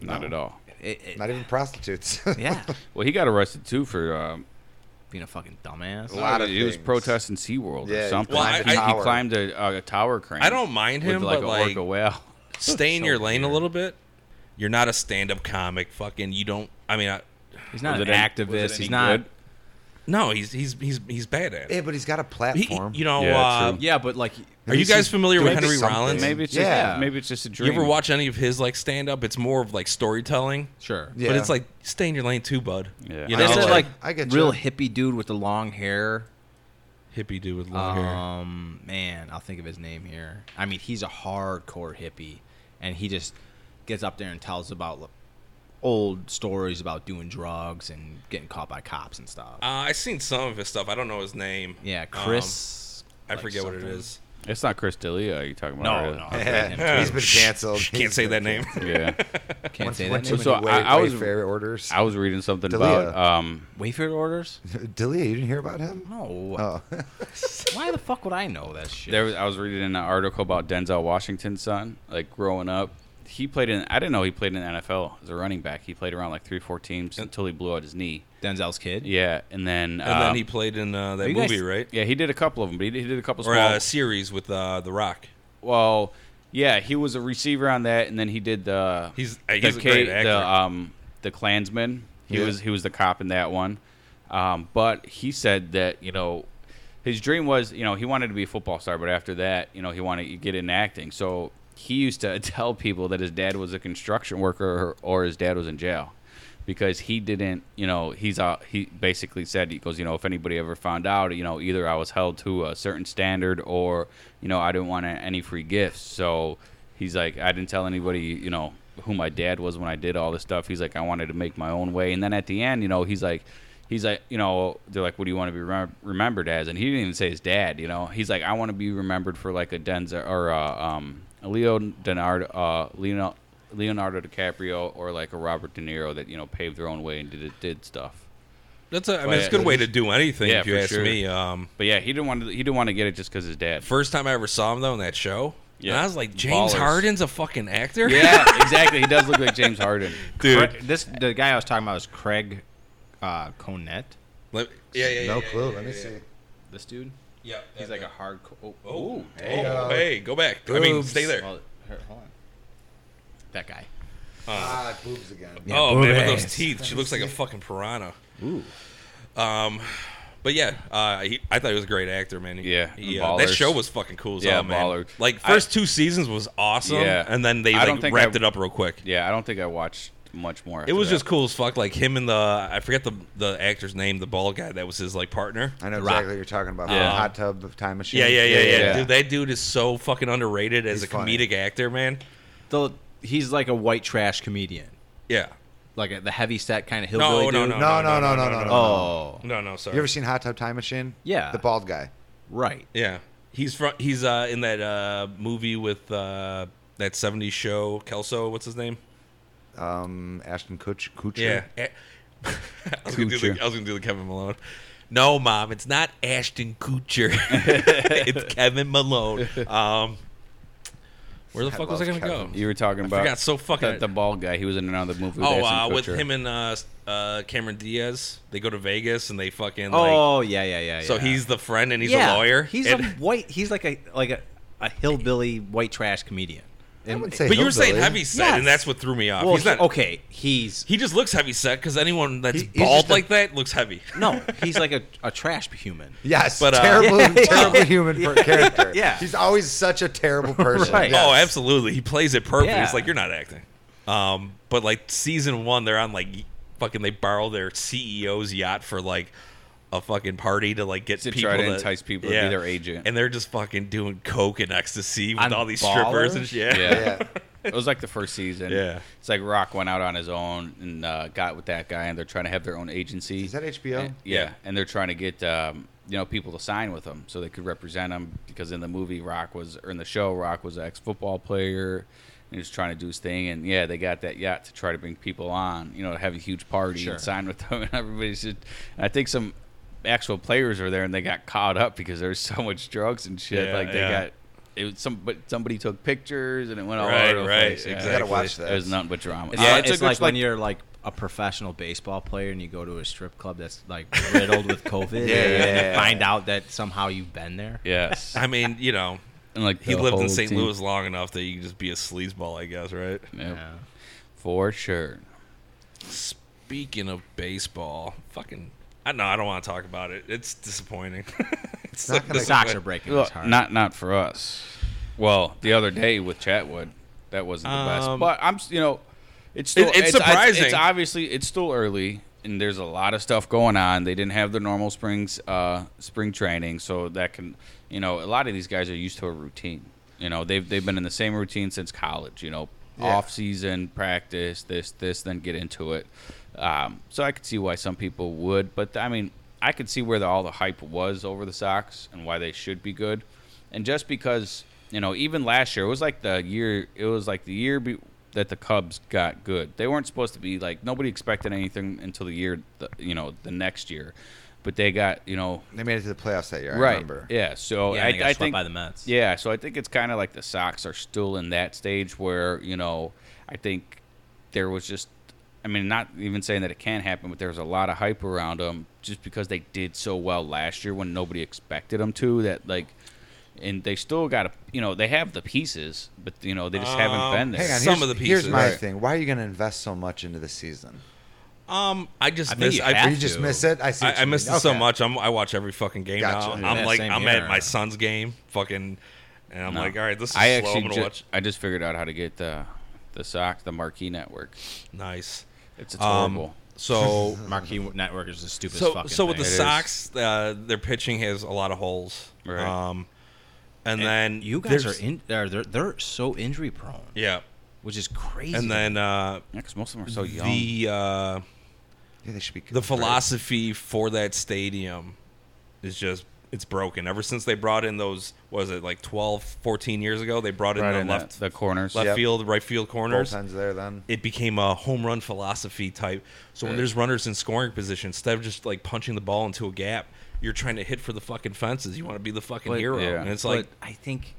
S1: not
S2: No.
S1: at all.
S4: It, it-
S2: Not even prostitutes.
S4: yeah,
S1: Well, he got arrested too for um,
S4: being a fucking dumbass.
S2: A lot of
S1: he was
S2: things.
S1: protesting SeaWorld
S2: Yeah,
S1: or
S2: he
S1: something.
S3: climbed
S1: he,
S3: a
S1: he
S2: tower.
S1: climbed a, a, tower crane.
S3: I don't mind
S1: with
S3: him,
S1: like
S3: but
S1: a
S3: like,
S1: orca whale.
S3: stay in
S1: So
S3: your lane a
S1: weird.
S3: little bit. You're not a stand-up comic. Fucking, you don't. I mean, I,
S4: He's not
S1: Was
S4: an
S1: it any- was
S4: activist.
S1: it
S4: He's
S1: any
S4: not.
S1: good?
S3: no, he's he's he's he's bad at
S2: Yeah,
S3: it.
S2: but he's got a
S3: He-
S2: platform.
S3: you know,
S1: Yeah,
S3: uh,
S1: true.
S4: Yeah, but like,
S3: are you guys familiar with
S2: doing
S3: Henry
S2: something.
S3: Rollins?
S1: Maybe it's just
S2: Yeah.
S1: maybe it's just a
S3: You
S1: dream.
S3: ever watch any of his like stand-up? It's more of like storytelling,
S4: sure.
S2: Yeah.
S3: but it's like stay in your lane too, bud.
S1: Yeah.
S3: You
S1: I
S3: know,
S4: This
S2: get
S4: is
S2: you.
S4: like
S2: I get
S4: real
S2: you.
S4: hippie dude with the long hair.
S3: hippie dude with long hair.
S4: Um, man, I'll think of his name here. I mean, he's a hardcore hippie, and he just gets up there and tells about like, old stories about doing drugs and getting caught by cops and stuff.
S3: Uh, I seen some of his stuff. I don't know his name.
S4: yeah,
S3: Um,
S4: Chris.
S3: I
S4: like
S3: forget what it
S4: something.
S3: is.
S1: It's not Chris D'Elia you talking about?
S4: No,
S1: really.
S4: no,
S2: Yeah. He's been canceled.
S3: Shh, can't
S2: He's
S3: say that
S2: been
S3: name.
S1: Yeah.
S4: Can't
S2: Once-
S4: say
S2: once too
S4: that name.
S1: So
S2: many
S1: I-
S2: Way-
S1: I was-
S2: Wayfair orders.
S1: I was reading something
S2: D'Elia.
S1: about um,
S4: Wayfair orders?
S2: Delia, you didn't hear about him?
S4: No.
S2: Oh,
S4: Why the fuck would I know that shit?
S1: There, was, I was reading an article about Denzel Washington's son. Like growing up, he played in. I didn't know he played in the NFL as a running back. He played around like three, four teams until he blew out his knee.
S4: Denzel's kid.
S1: Yeah, and then
S3: And
S1: um,
S3: then he played in uh, that
S4: you
S3: movie,
S4: guys-
S3: right?
S1: yeah he did a couple of them, but he did, he did a couple
S3: Or
S1: small.
S3: a series with uh, The Rock.
S1: well, yeah, he was a receiver on that, and then he did the
S3: He's- uh,
S1: the,
S3: he's a great actor.
S1: the um the Klansman. He
S2: Yeah.
S1: was he was the cop in that one, um, but he said that you know his dream was, you know, he wanted to be a football star, but after that, you know, he wanted to get into acting. So he used to tell people that his dad was a construction worker or, or his dad was in jail because he didn't, you know, he's uh, he basically said he goes, you know, if anybody ever found out, you know, either I was held to a certain standard or, you know, I didn't want any free gifts. So he's like, I didn't tell anybody, you know, who my dad was when I did all this stuff. He's like, I wanted to make my own way. And then at the end, you know, he's like, he's like, you know, they're like, what do you want to be remem- remembered as? And he didn't even say his dad, you know. He's like, I want to be remembered for like a Denzel or a, um, a Leo Denard, uh, Leonardo, Leonardo DiCaprio or like a Robert De Niro that you know paved their own way and did did stuff.
S3: That's a, I mean,
S1: But-
S3: it's a good way to do anything
S1: Yeah,
S3: if you
S1: for
S3: ask
S1: sure.
S3: me. Um,
S1: But yeah, he didn't want to. He didn't want to get it just because his dad.
S3: first time I ever saw him though in that show,
S1: Yeah.
S3: and I was like, James
S1: Ballers.
S3: Harden's a fucking actor.
S1: Yeah, exactly. He does look like James Harden,
S3: dude.
S4: Craig- this the guy I was talking about was Craig uh, Connet.
S3: Let- yeah, yeah, yeah,
S2: No
S3: yeah,
S2: clue.
S3: yeah,
S2: Let me
S3: yeah,
S2: see.
S4: This dude,
S3: Yeah,
S4: he's
S3: that-
S4: like a hardcore. Oh,
S3: Oh,
S4: ooh,
S3: oh,
S4: hey.
S3: hey,
S2: uh,
S3: go back. I mean,
S2: boobs.
S3: stay there.
S4: Well, here, hold on. That guy.
S2: Ah, boobs again.
S3: oh man, with
S4: boobies.
S3: those teeth, she looks like a fucking piranha.
S4: Ooh,
S3: Um, but yeah, uh, he, I thought he was a great actor, man. He-
S1: Yeah,
S3: he,
S1: and
S3: uh, that
S1: ballers.
S3: show was fucking cool. As
S1: Yeah,
S3: hell, man.
S1: baller.
S3: Like first two seasons was awesome,
S1: Yeah.
S3: and then they
S1: I don't
S3: like
S1: think
S3: wrapped
S1: I-
S3: it up real quick.
S1: Yeah, I don't think I watched much more.
S3: It
S1: after
S3: was
S1: that.
S3: just cool as fuck. Like him and the I forget the the actor's name, the bald guy that was his like partner.
S2: I know
S4: Rock.
S2: exactly what you're talking about.
S1: Yeah.
S2: The hot tub of time machine.
S3: Yeah, yeah, yeah, yeah.
S1: yeah.
S3: Dude, that dude is so fucking underrated
S2: He's
S3: as a
S2: funny.
S3: comedic actor, man.
S4: the he's like a white trash comedian,
S3: Yeah.
S4: like a, the heavy set kind of
S3: No, no,
S4: hillbilly dude.
S3: no,
S2: No, no, no, no, no, no.
S4: Oh,
S3: No, no, sorry.
S2: You ever seen Hot Tub Time Machine?
S4: Yeah.
S2: The bald guy.
S4: right.
S3: yeah. He's from he's uh in that uh movie with uh that 70s show Kelso, what's his name?
S2: Um, Ashton Kutch- Kutcher.
S3: Yeah. A- I was, gonna do the,
S1: Kutcher.
S3: I was gonna do the Kevin Malone. No, mom, it's not Ashton Kutcher. it's Kevin Malone. Um, where the
S2: I
S3: fuck was I
S2: love
S3: gonna
S2: Kevin.
S3: go?
S1: You were talking about
S3: forgot so fucking-
S1: that the bald guy. He was in another movie. With
S3: Oh,
S1: Ashton
S3: uh, with
S1: Kutcher.
S3: him and uh, s- uh, Cameron Diaz, they go to Vegas and they fucking like.
S4: oh, yeah, yeah, yeah.
S3: So
S4: yeah.
S3: he's the friend and he's
S4: Yeah,
S3: a lawyer.
S4: He's
S3: And-
S4: a white. He's like a like a, a hillbilly white trash comedian.
S2: I wouldn't say
S3: but you were saying
S2: hillbilly.
S3: heavy set, and
S4: Yes.
S3: that's what threw me off.
S4: Well,
S3: Uh, he's not.
S4: he- okay, he's
S3: He just looks heavy set because anyone that's
S2: He- he's
S3: bald
S2: just a-
S3: like that looks heavy.
S4: no, he's like a, a trash human.
S2: Yes,
S3: But, uh,
S2: terrible,
S4: Yeah, yeah,
S2: terrible
S4: yeah,
S2: human per- character.
S4: yeah.
S2: he's always such a terrible person.
S4: Right.
S2: Yes.
S3: Oh, absolutely. He plays it perfect.
S4: Yeah.
S3: It's like you're not acting. Um, but like season one, they're on like y- fucking. They borrow their CEO's yacht for like a fucking party to like get
S1: To
S3: people
S1: try to entice people to be their agent.
S3: and they're just fucking doing coke and ecstasy with
S4: On
S3: all these
S4: Baller?
S3: strippers and shit.
S1: Yeah.
S2: Yeah.
S1: It was like the first season.
S3: Yeah.
S1: It's like Rock went out on his own and uh, got with that guy, and they're trying to have their own agency.
S2: Is that HBO?
S1: And- yeah. And they're trying to get um, you know people to sign with them so they could represent them because in the movie Rock was or in the show Rock was an ex football player and he was trying to do his thing and yeah they got that yacht to try to bring people on you know to have a huge party
S4: Sure.
S1: and sign with them and everybody's just and I think some actual players were there and they got caught up because there was so much drugs and shit
S3: Yeah,
S1: like they
S3: yeah.
S1: got. It was some, but somebody took pictures and it went all
S3: Right,
S1: over the
S3: right,
S1: place. Yeah.
S2: I gotta
S3: exactly.
S2: watch that.
S1: It was nothing but drama.
S4: It's,
S1: Uh,
S4: like, it's
S1: a good,
S4: like when you're like a professional baseball player and you go to a strip club that's like riddled with COVID.
S2: Yeah,
S4: and
S2: yeah,
S4: you
S2: yeah.
S4: Find out that somehow you've been there.
S1: yes,
S3: I mean, you know,
S1: and like
S3: he
S1: the
S3: lived in
S1: whole
S3: St.
S1: team-
S3: Louis long enough that you can just be a sleazeball, I guess, right?
S1: Yep.
S4: Yeah.
S1: For sure.
S3: Speaking of baseball, fucking, I know I don't want to talk about it. It's disappointing. it's
S2: not
S4: The
S2: Like,
S4: socks
S3: disappointing.
S4: are breaking his
S1: Look,
S4: heart.
S1: not not for us. Well, the other day with Chatwood, that wasn't the best.
S3: Um,
S1: But I'm, s- you know, it's still
S3: It- it's
S1: I-
S3: surprising.
S1: It's obviously it's still early, and there's a lot of stuff going on. They didn't have their normal springs uh, spring training, so that can, you know, a lot of these guys are used to a routine. You know, they've they've been in the same routine since college. You know,
S2: Yeah.
S1: off season practice, this this, then get into it. Um, so I could see why some people would, but I mean, I could see where the, all the hype was over the Sox and why they should be good, and just because you know, even last year it was like the year it was like the year be, that the Cubs got good. They weren't supposed to be like nobody expected anything until the year, the, you know, the next year, but they got you know
S2: They made it to the playoffs that year. I
S1: right,
S2: remember.
S1: yeah. So
S4: yeah,
S1: I,
S4: and they got
S1: I
S4: swept
S1: think
S4: by the Mets.
S1: yeah, so I think it's kind of like the Sox are still in that stage where you know I think there was just, I mean, not even saying that it can happen, but there was a lot of hype around them just because they did so well last year when nobody expected them to. That like, and they still got to, you know, they have the pieces, but you know they just haven't
S3: Um,
S1: been there.
S2: Hang on.
S3: Some
S2: here's-
S3: of the
S2: Here's
S3: pieces.
S2: my
S1: Right.
S2: thing. Why are you going to invest so much into the season?
S3: Um, I just
S4: I think
S3: miss.
S4: you
S3: I,
S4: have
S2: you just
S4: to.
S2: miss it. I see. what
S3: I, I
S2: you
S3: missed
S2: mean.
S3: it so
S2: Okay.
S3: much. I'm, I watch every fucking game
S2: Gotcha.
S3: now. I'm
S4: Yeah,
S3: like,
S4: same
S3: I'm
S4: here.
S3: at my son's game, fucking, and I'm
S1: No.
S3: like, all right, this is
S1: I
S3: slow.
S1: actually
S3: I'm gonna
S1: ju-
S3: watch.
S1: I just figured out how to get the the sock, the marquee network.
S3: Nice.
S1: It's, it's
S3: Um,
S1: horrible.
S3: So
S4: Marquee network is the stupidest
S3: so
S4: fucking
S3: so with the
S4: thing.
S1: It is.
S3: Sox, uh, their pitching has a lot of holes.
S1: Right.
S3: Um, and,
S4: And
S3: then
S4: you guys
S3: there's-
S4: are in they're, they're they're so injury prone,
S3: Yeah.
S4: which is crazy.
S3: And then uh,
S1: Yeah, because most of them are so young.
S3: the uh,
S2: Yeah, they should be
S3: the
S2: good for it.
S3: philosophy for that stadium is just it's broken. Ever since they brought in those, what was it like 12, 14 years ago? They brought in
S1: right
S3: the
S1: in
S3: left
S1: the, the corners.
S3: left
S2: Yep.
S3: field, right field corners.
S2: Bullpen's there then.
S3: It became a home run philosophy type. So when
S1: Right.
S3: there's runners in scoring position, instead of just like punching the ball into a gap, you're trying to hit for the fucking fences. You want to be the fucking
S4: But-
S3: hero,
S1: yeah.
S3: and it's like,
S4: but I think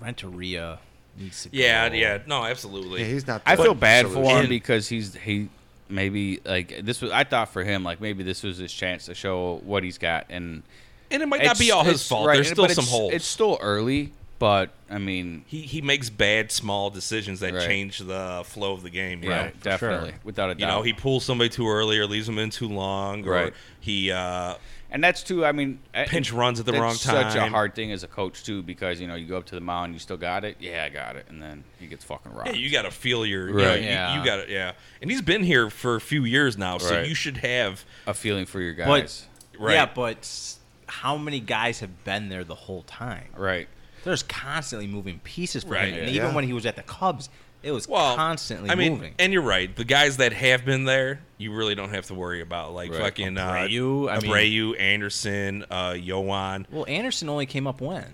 S4: Renteria needs to.
S3: yeah,
S4: go.
S3: yeah, no, absolutely.
S2: Yeah, he's not.
S1: I
S2: the
S1: feel bad
S2: solution.
S1: for him
S3: And-
S1: because he's he maybe like this was I thought for him like maybe this was his chance to show what he's got and
S3: and it might not be
S1: it's-
S3: all his
S1: it's-
S3: fault.
S1: right,
S3: There's
S1: and-
S3: still
S1: but
S3: some
S1: it's-
S3: holes.
S1: It's still early, but I mean,
S3: he he makes bad small decisions that
S1: Right.
S3: change the flow of the game. you
S1: yeah,
S3: know?
S4: for sure.
S1: definitely without a doubt.
S3: You know, he pulls somebody too early or leaves them in too long, or
S1: Right.
S3: he uh,
S1: and that's too. I mean, I-
S3: pinch runs at the
S1: that's
S3: wrong time.
S1: Such a hard thing as a coach too, because you know you go up to the mound, you still got it. Yeah, I got it, and then he gets fucking robbed.
S3: Yeah, you got to feel your You, know,
S1: Right.
S3: you-
S4: Yeah.
S3: you, got to yeah. And he's been here for a few years now, so
S1: Right.
S3: you should have
S1: a feeling for your guys,
S4: But
S3: Right.
S4: yeah, but s- how many guys have been there the whole time?
S1: right?
S4: There's constantly moving pieces for
S3: Right,
S4: him. And
S3: yeah.
S4: even
S2: Yeah.
S4: when he was at the Cubs, it was
S3: well
S4: constantly
S3: I mean,
S4: moving.
S3: and you're right. The guys that have been there, you really don't have to worry about like
S1: Right.
S3: fucking uh,
S4: Abreu, I mean-
S3: Abreu, Anderson, uh, Yoan.
S4: well, Anderson only came up when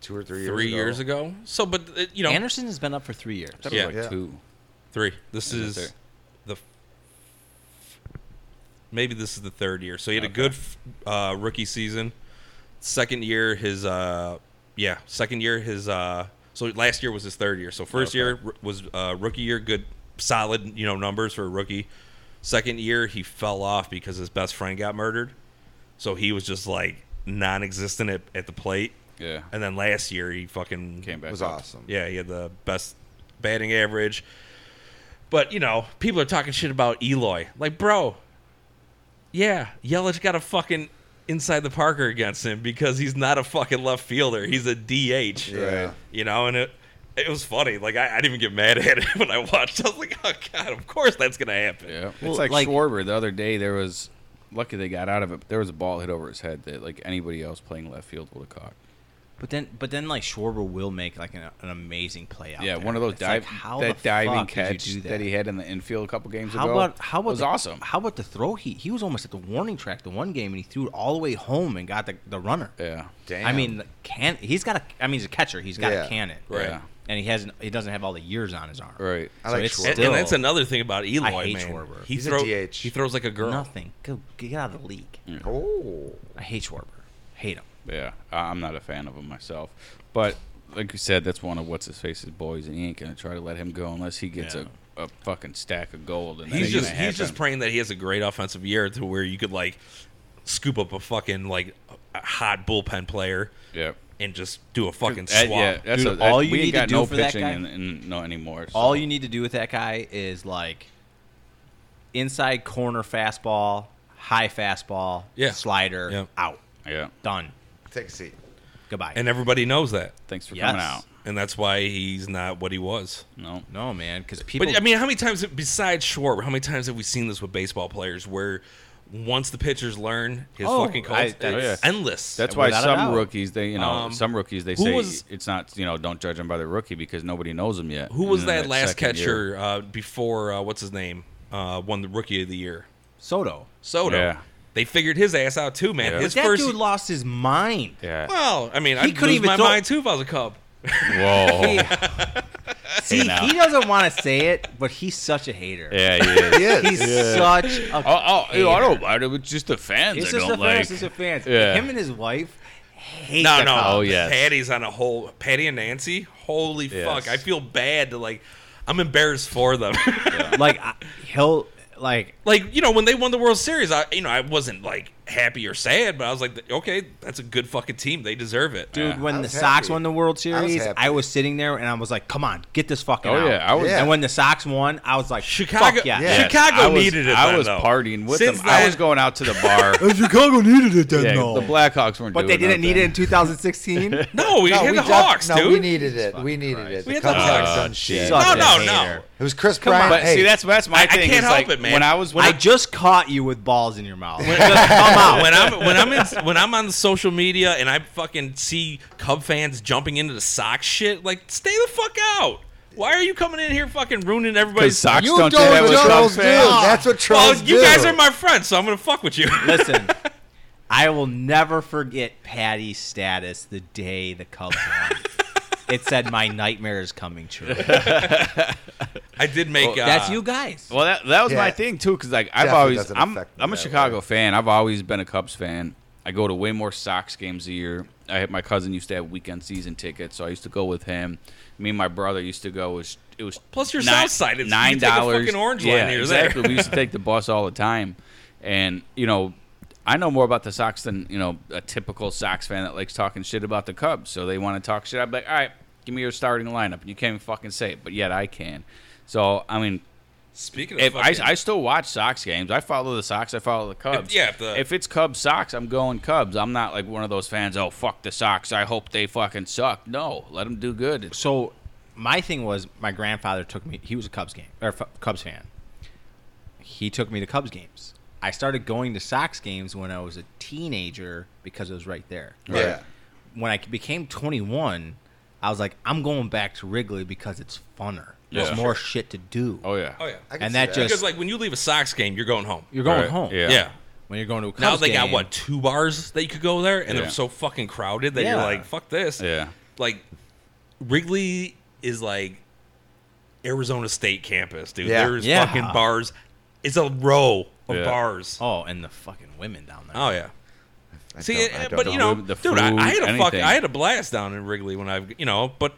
S2: Two or three years.
S3: Three years
S2: ago.
S3: ago. So, but uh, you know,
S4: Anderson has been up for three years.
S1: That was
S3: Yeah.
S1: like
S2: Yeah.
S1: two.
S3: Three. This
S1: And the
S3: is
S1: third.
S3: the maybe this is the third year. So he had a good f- uh, rookie season. Second year, his uh, yeah, second year his uh, so last year was his third year. So first
S1: Okay.
S3: year r- was uh, rookie year, good solid you know numbers for a rookie. Second year he fell off because his best friend got murdered, so he was just like non-existent at, at the plate.
S1: Yeah,
S3: And then last year he fucking
S1: came back.
S2: It was
S1: up.
S2: awesome.
S3: yeah, he had the best batting average. But, you know, people are talking shit about Eloy. Like, bro, yeah, Yelich got a fucking inside the Parker against him because he's not a fucking left fielder. He's a DH.
S2: Yeah. Right.
S3: You know, and it it was funny. Like I, I didn't even get mad at it when I watched. I was like, oh god, of course that's gonna happen.
S1: Yeah,
S4: Well,
S1: it's like,
S4: like-
S1: Schwarber. The other day, there was lucky they got out of it. But there was a ball hit over his head that like anybody else playing left field would have caught.
S4: But then, but then, like Schwarber will make like an, an amazing play out.
S1: yeah,
S4: there.
S1: one of those
S4: It's Oh, like,
S1: dive
S4: how
S1: that
S4: the
S1: diving
S4: fuck did you
S1: catch
S4: do
S1: that? he had in the infield a couple games
S4: How
S1: ago.
S4: about how about
S1: was
S4: the,
S1: awesome?
S4: How about the throw? He he was almost at the warning track the one game, and he threw it all the way home and got the, the runner.
S1: yeah,
S2: Damn.
S4: I mean, can he's got a? I mean, he's a catcher. He's got
S2: Yeah.
S4: a cannon,
S3: Right.
S1: Yeah.
S4: And he hasn't. He doesn't have all the years on his arm.
S1: right.
S2: I like
S4: it's
S2: Schwarber.
S3: And,
S4: still
S3: and that's another thing about Eloy,
S4: I hate
S3: man.
S4: Schwarber.
S3: He
S2: He's a
S3: throw-
S2: DH.
S3: He throws like a girl.
S4: nothing. Go get out of the league.
S2: Oh.
S4: I hate Schwarber. Hate him.
S1: Yeah, I- I'm not a fan of him myself, but like you said, that's one of what's his face's boys, and he ain't gonna try to let him go unless he gets
S4: Yeah.
S1: a, a fucking stack of gold. And that
S3: He's
S1: ain't
S3: just
S1: gonna
S3: he's just
S1: happen.
S3: praying that he has a great offensive year to where you could like scoop up a fucking like a hot bullpen player
S1: Yeah.
S3: and just do a fucking
S1: That-
S3: swap.
S1: yeah, that's
S4: Dude,
S1: a, that,
S4: all you
S1: we ain't
S4: need to
S1: got
S4: do
S1: no
S4: for that
S1: pitching
S4: guy-
S1: and, and no anymore. so-
S4: All you need to do with that guy is like inside corner fastball, high fastball,
S3: Yeah.
S4: slider,
S3: Yeah.
S4: out,
S1: yeah.
S4: done,
S2: Take a seat.
S4: goodbye.
S3: And everybody knows that.
S1: Thanks for
S4: Yes.
S1: coming out.
S3: And that's why he's not what he was.
S1: No,
S4: no man, because people.
S3: But I mean, how many times besides Schwarber, how many times have we seen this with baseball players where once the pitchers learn his
S4: Oh,
S3: fucking
S4: I-
S3: calls,
S1: that's-
S3: it's endless.
S1: That's why
S4: Without a
S1: some
S4: doubt.
S1: rookies they you know
S3: Um,
S1: some rookies they
S3: who
S1: say
S3: was-
S1: it's not you know don't judge them by their rookie because nobody knows them yet.
S3: Who
S1: And
S3: was
S1: then
S3: that last
S1: second year-
S3: catcher uh, before uh, what's his name uh, won the Rookie of the Year?
S4: Soto.
S3: Soto.
S1: Yeah.
S3: They figured his ass out too, man.
S1: Yeah.
S3: His
S4: that
S3: first
S4: dude lost his mind.
S1: Yeah.
S3: Well, I mean,
S4: He
S3: I'd
S4: couldn't
S3: lose
S4: even
S3: my
S4: throw-
S3: mind too if I was a cub.
S1: Whoa.
S4: See,
S1: now.
S4: he doesn't want to say it, but he's such a hater.
S1: yeah, he is.
S2: He is.
S4: He's such a
S1: Oh, oh you know, I
S4: hater.
S1: don't mind. It was just the fans
S4: It's
S1: I
S4: just
S1: don't
S4: the
S1: like.
S4: fans. It's the fans.
S1: Yeah.
S4: Him and his wife hate
S3: No,
S4: the
S3: no.
S4: Cubs.
S1: Oh, yes.
S3: Patty's on a whole. Patty and Nancy. Holy
S1: Yes.
S3: fuck! I feel bad to like. I'm embarrassed for them.
S4: Like I- he'll like
S3: like you know when they won the World Series, I you know I wasn't like happy or sad, but I was like, okay, that's a good fucking team. They deserve it.
S4: Dude,
S1: Yeah.
S4: when
S2: I
S4: the
S2: was
S4: Sox
S2: happy.
S4: won the World
S2: was
S4: Series, I was,
S2: happy.
S4: sitting there and I was like, "Come on, get this fucking
S1: Oh,
S4: out."
S1: yeah, I was-
S2: Yeah.
S4: And when the Sox won, I was like,
S3: Chicago-
S4: "Fuck yeah!"
S2: Yeah.
S1: Yes,
S3: Chicago
S1: I was-
S3: needed it
S1: I
S3: then,
S1: was
S3: though.
S1: partying with
S3: Since
S1: them. I
S3: then-
S1: was going out to the bar.
S4: Chicago needed it then,
S1: Yeah, The Blackhawks weren't.
S4: but they
S1: doing
S4: didn't need it
S1: nothing.
S4: in 2016.
S3: No, we
S2: No,
S3: had
S2: we
S3: the
S2: def-
S3: Hawks,
S2: no,
S3: dude.
S2: we needed it. We needed it.
S3: We
S2: The
S3: had the
S2: Cubs haven't
S3: Hawks.
S2: done shit.
S4: Suck
S3: No,
S4: a
S3: no,
S4: hater.
S3: no.
S2: It was Chris
S4: on.
S2: Bryant.
S1: But
S2: Hey,
S1: see, that's that's my
S3: I- I
S1: thing.
S3: can't
S1: is, like,
S3: help it, man.
S1: When I was, when
S4: I
S1: I-
S4: just caught you with balls in your mouth.
S3: When- when I'm when I'm in, when I'm on the social media and I fucking see Cub fans jumping into the Sox shit, like stay the fuck out. Why are you coming in here fucking ruining everybody's?
S1: Sox
S2: you
S1: don't
S2: don't
S1: do that with
S2: what
S1: Cubs
S2: trolls do.
S1: fans.
S2: That's what
S3: Well,
S2: trolls do.
S3: you guys are my friends, so I'm gonna fuck with you.
S4: Listen, I will never forget Patty's status the day the Cubs won. it said, "My nightmare is coming true."
S3: I did make. uh,
S4: That's you guys.
S1: Well, that that was my
S2: Yeah.
S1: thing too, because like I've
S2: Definitely
S1: always
S2: doesn't
S1: I'm
S2: affect me
S1: I'm a
S2: that
S1: Chicago
S2: way.
S1: fan. I've always been a Cubs fan. I go to way more Sox games a year. I had my cousin used to have weekend season tickets, so I used to go with him. Me and my brother used to go. It was it was
S3: Plus you're
S1: nine-
S3: south side, it's- you
S1: nine
S3: take a
S1: dollars.
S3: fucking orange
S1: yeah,
S3: line here or there.
S1: exactly. we used to take the bus all the time, and you know. I know more about the Sox than you know a typical Sox fan that likes talking shit about the Cubs. So they want to talk shit. I'm like, all right, give me your starting lineup, and you can't even fucking say it, but yet I can. So I mean,
S3: Speaking of,
S1: if I,
S3: fucking-
S1: I still watch Sox games. I follow the Sox. I follow the Cubs.
S3: If- yeah, if the-
S1: it's Cubs Sox, I'm going Cubs. I'm not like one of those fans. Oh fuck the Sox. I hope they fucking suck. No, let them do good. It's-
S4: So my thing was, my grandfather took me. He was a Cubs game or F- Cubs fan. He took me to Cubs games. I started going to Sox games when I was a teenager because it was right there.
S2: Yeah.
S4: When I became 21, I was like, I'm going back to Wrigley because it's funner. There's
S1: Yeah.
S4: more shit to do.
S1: oh yeah.
S3: oh yeah,
S2: I can
S4: and
S2: see
S4: that
S2: that.
S4: just
S3: because like when you leave a Sox game, you're going home.
S4: you're going
S1: Right,
S4: home.
S1: yeah.
S3: yeah.
S4: When you're going to a Cubs
S3: Now they got
S4: game.
S3: what two bars that you could go there, and
S1: Yeah.
S3: they're so fucking crowded that
S4: Yeah.
S3: you're like, fuck this.
S1: Yeah.
S3: Like Wrigley is like Arizona State campus, dude.
S2: Yeah.
S3: There's
S4: Yeah.
S3: fucking bars. It's a row of
S1: Yeah.
S3: bars. Oh,
S4: Oh, and the fucking women down
S1: Oh,
S4: there.
S3: yeah.
S2: I
S3: See,
S2: don't- I
S3: eh,
S2: don't
S3: but you know,
S1: The food- the
S3: dude, I, I
S1: food,
S3: had a fuck,
S1: anything.
S3: I had a blast down in Wrigley when I, you know, but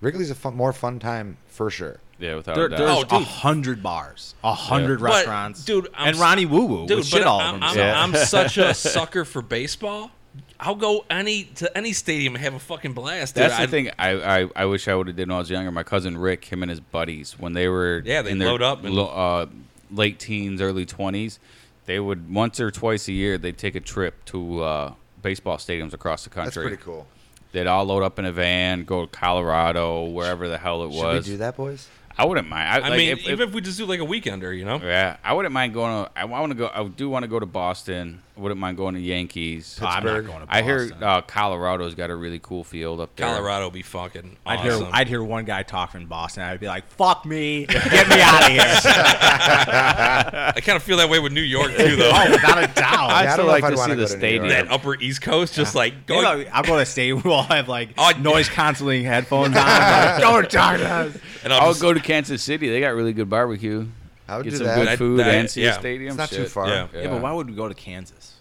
S2: Wrigley's a fun, more fun time for sure.
S1: Yeah. Without
S4: There,
S1: a doubt.
S4: there's
S3: Oh,
S4: a
S3: dude.
S4: hundred bars, a hundred
S3: But,
S4: restaurants,
S3: dude, I'm
S4: and
S3: s-
S4: Ronnie Woo Woo,
S3: dude,
S4: would shit
S3: but
S4: all
S3: I'm,
S4: of them.
S3: I'm,
S1: Yeah.
S3: I'm such a sucker for baseball. I'll go any to any stadium and have a fucking blast. Dude.
S1: That's
S3: I-
S1: the thing. I, I, I wish I would have did when I was younger. My cousin Rick, him and his buddies, when they were
S3: Yeah, they
S1: in their
S3: load up and-
S1: lo- uh, late teens, early twenties, they would once or twice a year they'd take a trip to uh, baseball stadiums across the country.
S2: That's pretty cool.
S1: They'd all load up in a van, go to Colorado, wherever the hell it
S2: Should
S1: was.
S2: we do that, boys?
S1: I wouldn't mind. I,
S3: I
S1: like,
S3: mean,
S1: if,
S3: even
S1: if-
S3: if, we just do like a weekender, you know,
S1: yeah, I wouldn't mind going. To, I want to go. I do want to go to Boston. I wouldn't mind going to Yankees.
S4: Oh, I'm not
S2: Pittsburgh.
S4: going to
S1: I
S4: Boston.
S1: hear uh, Colorado's got a really cool field up there.
S3: Colorado be fucking
S4: I'd
S3: awesome.
S4: hear I'd hear one guy talk from Boston. I'd be like, "Fuck me, get me out of here."
S3: I kind of feel that way with New York too, though.
S4: oh, without a doubt.
S1: I'd
S2: Yeah, I
S1: still
S2: don't know
S1: like
S2: if I'd
S1: to see
S2: wanna
S1: the
S2: go to New York.
S1: stadium.
S3: that oh, Upper East Coast, just like
S4: Maybe
S3: going,
S4: I'll, I'll go to state where I'll have like
S3: Oh,
S4: noise canceling headphones on. I'm like, Don't talk to us.
S3: and
S1: I'll
S3: I'll just,
S1: go to Kansas City. They got really good barbecue.
S2: I would
S1: Get
S2: do
S1: some
S2: that.
S1: good
S3: That-
S1: food
S3: that-
S1: and see
S3: yeah.
S1: the stadium.
S2: It's not too
S1: Shit.
S2: far.
S3: Yeah.
S4: Yeah, but why would we go to Kansas?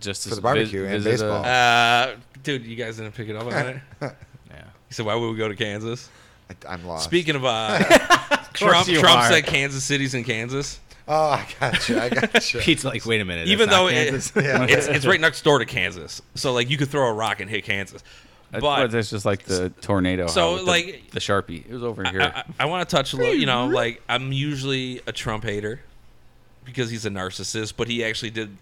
S1: Just to
S2: For the barbecue
S1: vis-
S2: and
S1: visit a-
S2: baseball.
S3: uh, dude, you guys didn't pick it up on it. He
S4: Yeah.
S3: said, "Why would we go to Kansas?"
S2: I, I'm lost.
S3: Speaking of uh, Trump,
S4: you
S3: Trump
S4: are.
S3: said Kansas City's in Kansas.
S2: Oh, I got you. I got you.
S4: Pete's like, wait a minute.
S3: Even
S4: that's not
S3: though it-
S4: Kansas.
S2: Yeah.
S3: It's it's right next door to Kansas, so like you could throw a rock and hit Kansas.
S1: I-
S3: But
S1: that's just like the tornado.
S3: So,
S1: how with the-
S3: like-
S1: the Sharpie. It was over here.
S3: I, I, I want to touch a little. You know, like I'm usually a Trump hater because he's a narcissist, but he actually did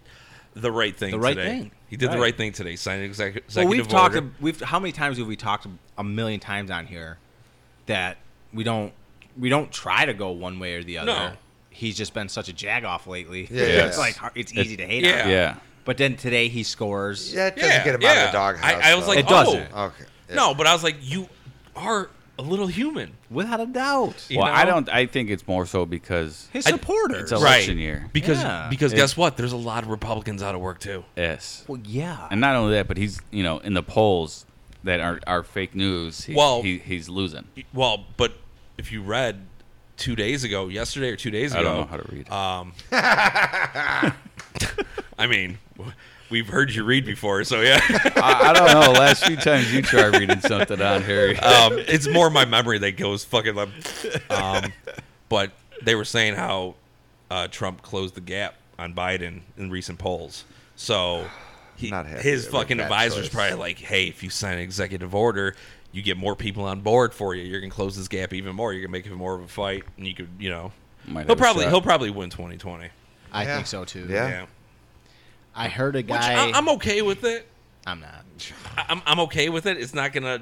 S3: the right thing.
S4: The right
S3: today.
S4: thing.
S3: He did the
S4: Right.
S3: right thing today. Signed an exec-
S4: Well,
S3: executive
S4: we've
S3: order.
S4: talked. We've how many times have we talked a million times on here that we don't we don't try to go one way or the other.
S3: No.
S4: He's just been such a jag off lately.
S2: Yeah.
S4: it's
S1: Yes.
S4: like hard- it's easy to hate
S3: Yeah.
S4: on.
S1: yeah.
S4: But then today he scores.
S2: Yeah, it doesn't
S3: yeah,
S2: get him
S3: yeah.
S2: out of the doghouse.
S3: I, I was
S2: though.
S3: like,
S4: It doesn't.
S3: Oh.
S2: okay. yeah.
S3: No, but I was like, you are a little human.
S4: Without a doubt.
S3: You
S1: well, I
S3: know?
S1: don't. I think it's more so because
S4: His
S3: I-
S4: supporters.
S1: it's a- election year.
S3: Because
S4: Yeah.
S3: because guess what? There's a lot of Republicans out of work too.
S1: S.
S4: well, yeah.
S1: And not only that, but he's you know in the polls that are are fake news. He,
S3: Well-
S1: he, he's losing.
S3: Well, but if you read two days ago, yesterday or two days ago,
S1: I don't know how to read.
S3: Um, I mean, we've heard you read before, so yeah.
S1: I, I don't know. Last few times you tried reading something on here,
S3: Um, it's more my memory that goes fucking. Like, um, but they were saying how uh, Trump closed the gap on Biden in recent polls. So he,
S2: Not happy
S3: his
S2: with
S3: fucking
S2: that
S3: advisor's
S2: choice.
S3: probably like, hey, if you sign an executive order, you get more people on board for you. You're gonna close this gap even more. You're gonna make it more of a fight, and you could, you know,
S1: Might have
S3: he'll
S1: a
S3: probably
S1: shot.
S3: he'll probably win 2020.
S4: I
S2: Yeah.
S4: think so too.
S2: Yeah.
S4: I heard a
S3: which
S4: guy.
S3: I, I'm okay with it.
S4: I'm not.
S3: I- I'm, I'm okay with it. It's not gonna.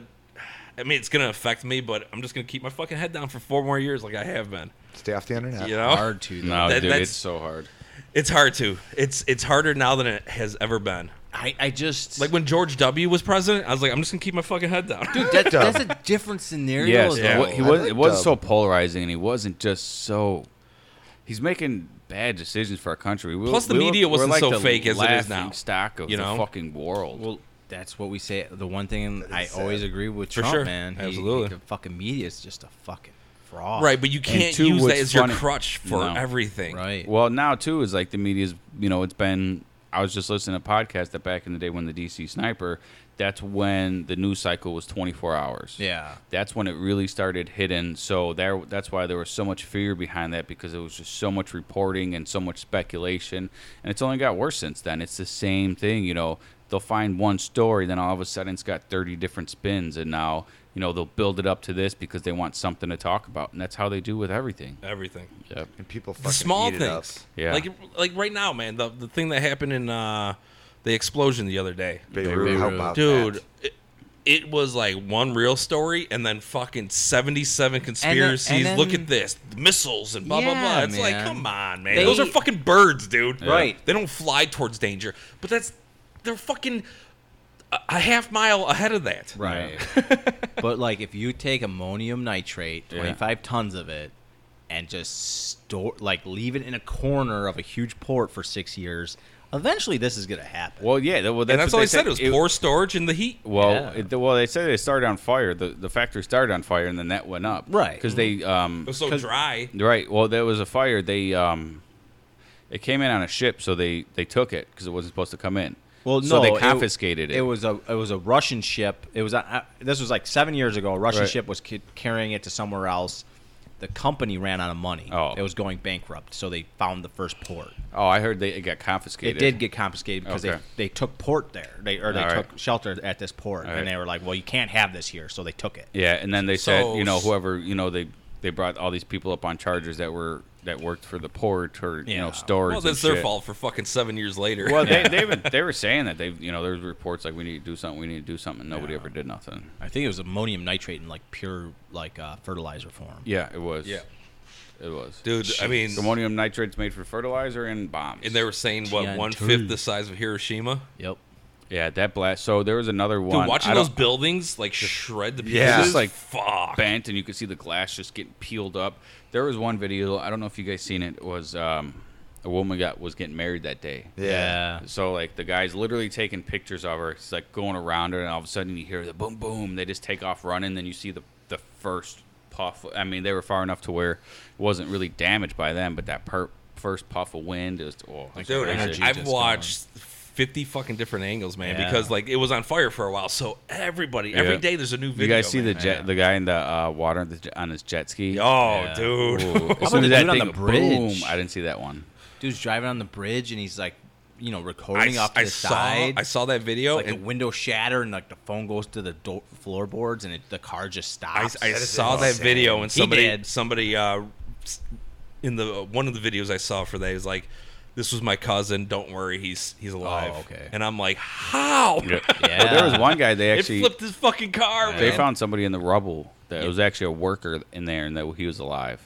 S3: I mean, it's gonna affect me, but I'm just gonna keep my fucking head down for four more years, like I have been.
S2: Stay off the internet.
S3: You know,
S4: Hard to. though.
S1: No,
S3: That-
S1: dude,
S3: that's-
S1: it's so hard.
S3: it's hard to. It's it's harder now than it has ever been.
S4: I, I just
S3: Like when George W. was president, I was like, I'm just gonna keep my fucking head down.
S4: Dude, that, that's a different scenario.
S1: Yes,
S4: though.
S3: Yeah.
S1: what- he
S2: I
S1: was.
S2: like
S1: It wasn't
S2: Dub.
S1: so polarizing, and he wasn't just so. He's making bad decisions for our country. We,
S3: Plus the
S1: we
S3: media
S1: we're
S3: wasn't
S1: like
S3: so
S1: the
S3: fake as it is
S1: laughing
S3: now,
S1: Stock of
S3: you know?
S1: the fucking world.
S4: Well, that's what we say. The one thing I
S2: is
S4: always
S2: sad.
S4: agree with Trump,
S3: sure.
S4: man, he-
S3: Absolutely.
S4: the fucking media is just a fucking fraud.
S3: right, but you can't
S1: two,
S3: use that
S1: what's
S3: as
S1: funny-
S3: your crutch for
S1: No.
S3: everything.
S4: Right.
S1: Well, now too is like the media's. You know, it's been. I was just listening to a podcast that back in the day when the DC sniper. That's when the news cycle was 24 hours.
S4: yeah.
S1: That's when it really started hitting. So there, that's why there was so much fear behind that because it was just so much reporting and so much speculation, and it's only got worse since then. It's the same thing, you know. They'll find one story, then all of a sudden it's got 30 different spins, and now you know they'll build it up to this because they want something to talk about, and that's how they do with everything.
S3: Everything.
S1: Yep.
S2: And people fucking
S3: The small
S2: eat it up.
S3: things.
S1: Yeah.
S3: Like like right now, man. The the thing that happened in uh, the explosion the other day.
S2: Beirut,
S4: Beirut.
S2: how about
S3: dude
S2: that?
S3: it, it was like one real story and then fucking 77 conspiracies
S4: then-
S3: look at this missiles and blah blah
S4: Yeah,
S3: blah it's like
S4: man.
S3: come on man
S4: They-
S3: those are fucking birds dude
S4: Right.
S3: they don't fly towards danger but that's they're fucking a, a half mile ahead of that
S4: Right. but like, if you take ammonium nitrate,
S1: Yeah.
S4: 25 tons of it, and just store, like, leave it in a corner of a huge port for six years, eventually this is gonna happen.
S1: Well, yeah. that- Well, that's,
S3: and that's
S1: what
S3: all
S1: they
S3: i said it was poor storage and the heat
S1: Well,
S4: Yeah.
S1: it, well, they said it started on fire. The the factory started on fire, and then that went up.
S4: Right.
S1: Because they um
S3: it was so
S1: 'cause-
S3: dry
S1: Right. Well, there was a fire. They um, it came in on a ship, so they they took it because it wasn't supposed to come in.
S4: Well,
S1: so
S4: no,
S1: they
S4: it-
S1: confiscated it.
S4: It was a it was a Russian ship. It was a, uh, this was like seven years ago. A Russian
S1: Right.
S4: ship was ca- carrying it to somewhere else. The company ran out of money.
S1: Oh.
S4: it was going bankrupt, so they found the first port.
S1: oh, I heard they it got
S4: It
S1: confiscated.
S4: did get confiscated because
S1: Okay.
S4: they they took port there. They or they
S1: All right.
S4: took shelter at this port,
S1: All
S4: and
S1: right.
S4: they were like, "Well, you can't have this here," so they took it.
S1: Yeah, and then they said,
S3: So-
S1: you know, whoever, you know, they they brought all these people up on charges that were that worked for the port or you know
S4: Yeah.
S1: storage.
S3: well
S1: and
S3: that's their
S1: shit.
S3: fault for fucking seven years later
S1: Well, they they, even, they were saying that they you know there's reports like we need to do something, we need to do something. and Nobody ever did nothing.
S4: I think it was ammonium nitrate in like pure like uh, fertilizer form.
S1: Yeah, it was.
S3: Yeah.
S1: it was.
S3: dude i mean
S1: ammonium nitrate's made for fertilizer and bombs.
S3: and they were saying
S4: TNT.
S3: what one fifth the size of hiroshima
S4: Yep.
S1: yeah, that blast. So there was another
S3: Dude,
S1: one.
S3: watching
S1: I
S3: those
S1: don't-
S3: buildings like shred to pieces,
S2: Yeah.
S1: Just like
S3: fuck.
S1: bent and you could see the glass just getting peeled up. There was one video, I don't know if you guys seen it, it was um, a woman got was getting married that day.
S4: Yeah.
S1: So like the guy's literally taking pictures of her. He's like going around her and all of a sudden you hear the boom boom. They just take off running, then you see the the first puff. I mean, they were far enough to where it wasn't really damaged by them, but that per- first puff of wind is oh, it's
S3: Dude,
S1: crazy.
S4: energy
S3: I've
S4: just
S3: watched 50 fucking different angles, man,
S4: Yeah.
S3: because like it was on fire for a while. So everybody, every
S1: Yeah.
S3: day there's a new video.
S1: you guys see the
S3: man.
S1: jet,
S4: yeah.
S1: the guy in the uh, water the, j- on his jet ski.
S3: Oh,
S4: Yeah.
S3: dude.
S1: Ooh.
S4: about
S1: As soon
S4: the
S1: as that
S4: dude on
S1: thing,
S4: the bridge?
S1: boom! I didn't see that one.
S4: Dude's driving on the bridge and he's like, you know, recording
S3: I,
S4: off to
S3: I
S4: the
S3: saw
S4: side.
S3: I saw that video
S4: like the
S3: and
S4: window shatter and like the phone goes to the door floorboards and it, the car just
S3: I,
S4: stops.
S3: I
S2: is
S3: saw that
S2: insane.
S3: video and
S4: He
S3: somebody
S4: did.
S3: somebody uh, s- in the one of the videos I saw for that is like this was my cousin. Don't worry, he's he's alive.
S4: Oh, okay.
S3: And I'm like, how?
S4: yeah,
S1: Well, there was one guy. They
S3: it
S1: actually
S3: flipped his fucking car.
S1: they
S3: man.
S1: found somebody in the rubble that it was actually a worker in there, and that he was alive.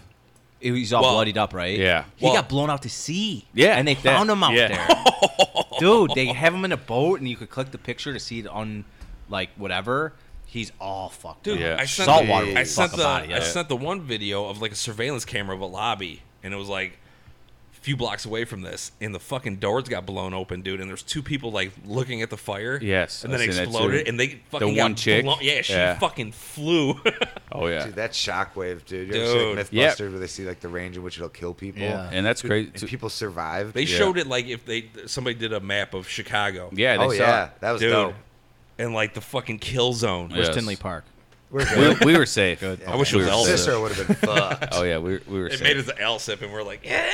S4: It was all
S3: Well,
S4: bloodied up, right?
S1: yeah.
S4: he
S3: Well-
S4: got blown out to sea.
S1: Yeah,
S4: and they
S1: that-
S4: found him out
S1: yeah.
S4: there, dude. They have him in a boat, and you could click the picture to see it on like whatever. He's all fucked
S3: Dude,
S4: up.
S1: Yeah.
S3: I sent
S4: Saltwater
S3: The,
S4: will
S3: I
S4: fuck
S3: sent
S4: a
S3: the
S4: body
S3: I
S4: up.
S3: sent the one video of like a surveillance camera of a lobby, and it was like a few blocks away from this, and the fucking doors got blown open, dude. And there's two people like looking at the fire.
S1: Yes,
S3: and
S1: I
S3: then it
S1: seen that
S3: exploded,
S1: too.
S3: and they fucking
S1: The
S3: got
S1: one chick?
S3: blown- Yeah, she
S1: Yeah.
S3: fucking flew.
S1: Oh yeah,
S2: Dude, that shockwave, dude. You ever see like,
S3: Dude.
S1: Yeah.
S2: MythBusters where they see like the range in which it'll kill people,
S4: Yeah.
S1: and that's
S2: Dude,
S1: crazy.
S2: and people survive.
S3: they
S1: Yeah.
S3: showed it like if they somebody did a map of Chicago.
S1: yeah, they
S2: oh
S1: saw.
S2: yeah, that was
S3: dude.
S2: dope.
S3: And like the fucking kill zone.
S1: Yeah.
S4: Where's
S1: Yes.
S4: Tinley Park?
S2: We're good.
S1: We, we were safe.
S4: Good.
S3: I wish it
S1: We
S3: was
S1: were
S3: Elvis.
S1: safe.
S2: Cicero would have been fucked.
S1: Oh yeah, we, we were
S3: It
S1: safe.
S3: made it to LSIP, and we're like, yeah.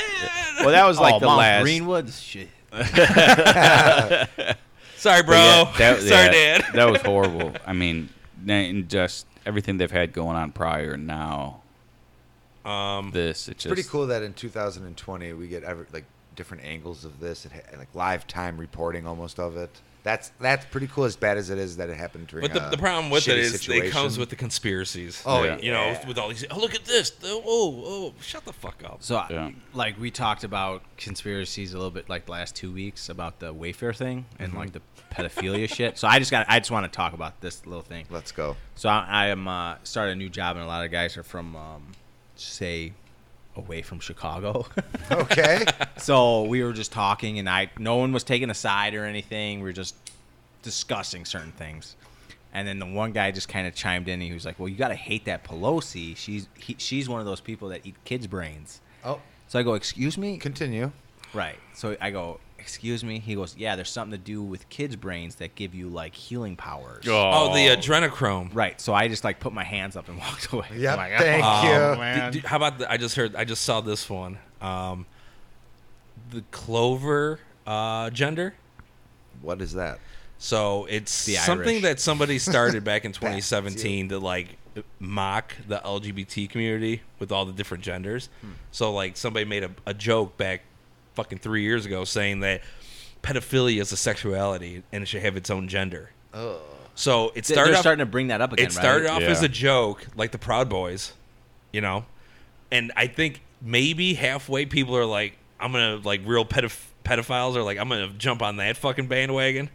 S4: Well, that was like
S1: Oh,
S4: the
S1: Mount
S4: last
S1: Greenwood?
S4: Shit.
S3: Sorry, bro.
S1: But yeah, that-
S3: Sorry,
S1: yeah,
S3: Dad.
S1: that was horrible. I mean, and just everything they've had going on prior and now
S3: Um,
S1: this. It's just
S2: pretty cool that in 2020 we get every, like different angles of this, it ha- like live time reporting almost of it. That's that's pretty cool. As bad as it is that it happened during.
S3: but the,
S2: a
S3: the problem with it
S2: shitty
S3: is it comes
S2: situation.
S3: with the conspiracies.
S2: Oh,
S1: Yeah.
S3: you know,
S2: yeah.
S3: with all these. Oh, look at this. Oh, oh, oh, shut the fuck up.
S4: So, I-
S1: Yeah.
S4: like, we talked about conspiracies a little bit, like the last two weeks about the Wayfair thing and like the pedophilia shit. So I just got, I just want to talk about this little thing.
S2: Let's go.
S4: So I, I am uh, started a new job, and a lot of guys are from, um, say, away from Chicago.
S2: Okay.
S4: so we were just talking, and I no one was taking a side or anything. We were just discussing certain things, and then the one guy just kind of chimed in. And he was like, "Well, you gotta hate that Pelosi. She's he, she's one of those people that eat kids' brains."
S2: oh,
S4: So I go, "Excuse me."
S2: continue.
S4: Right. So I go, "Excuse me." He goes, "Yeah, there's something to do with kids' brains that give you like healing powers."
S3: Oh, the adrenochrome.
S4: Right. So I just like put my hands up and walked away.
S2: Yep,
S4: I'm like,
S2: thank
S4: "Oh,
S2: you.
S4: man."
S3: D- d- how about the, I just heard I just saw this one. Um, the clover uh, gender.
S2: What is that?
S3: So it's
S4: The
S3: something
S4: Irish.
S3: that somebody started back in 2017 to like mock the LGBT community with all the different genders.
S4: Hmm.
S3: So like somebody made a, a joke back fucking three years ago saying that pedophilia is a sexuality and it should have its own gender. So it
S4: Oh. They-
S3: started
S4: They're
S3: off,
S4: starting to bring that up again.
S3: it started
S4: right?
S3: off
S1: Yeah.
S3: as a joke, like the Proud Boys, you know, and I think maybe halfway people are like, "I'm gonna like real pedoph- pedophiles are like, I'm gonna jump on that fucking bandwagon,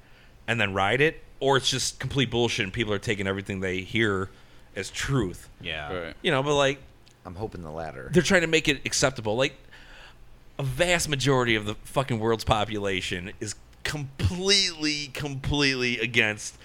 S3: and then ride it," or it's just complete bullshit, and people are taking everything they hear as truth,
S4: Yeah.
S1: Right.
S3: you know. But like,
S2: I'm hoping the latter.
S3: they're trying to make it acceptable. Like, a vast majority of the fucking world's population is completely, completely against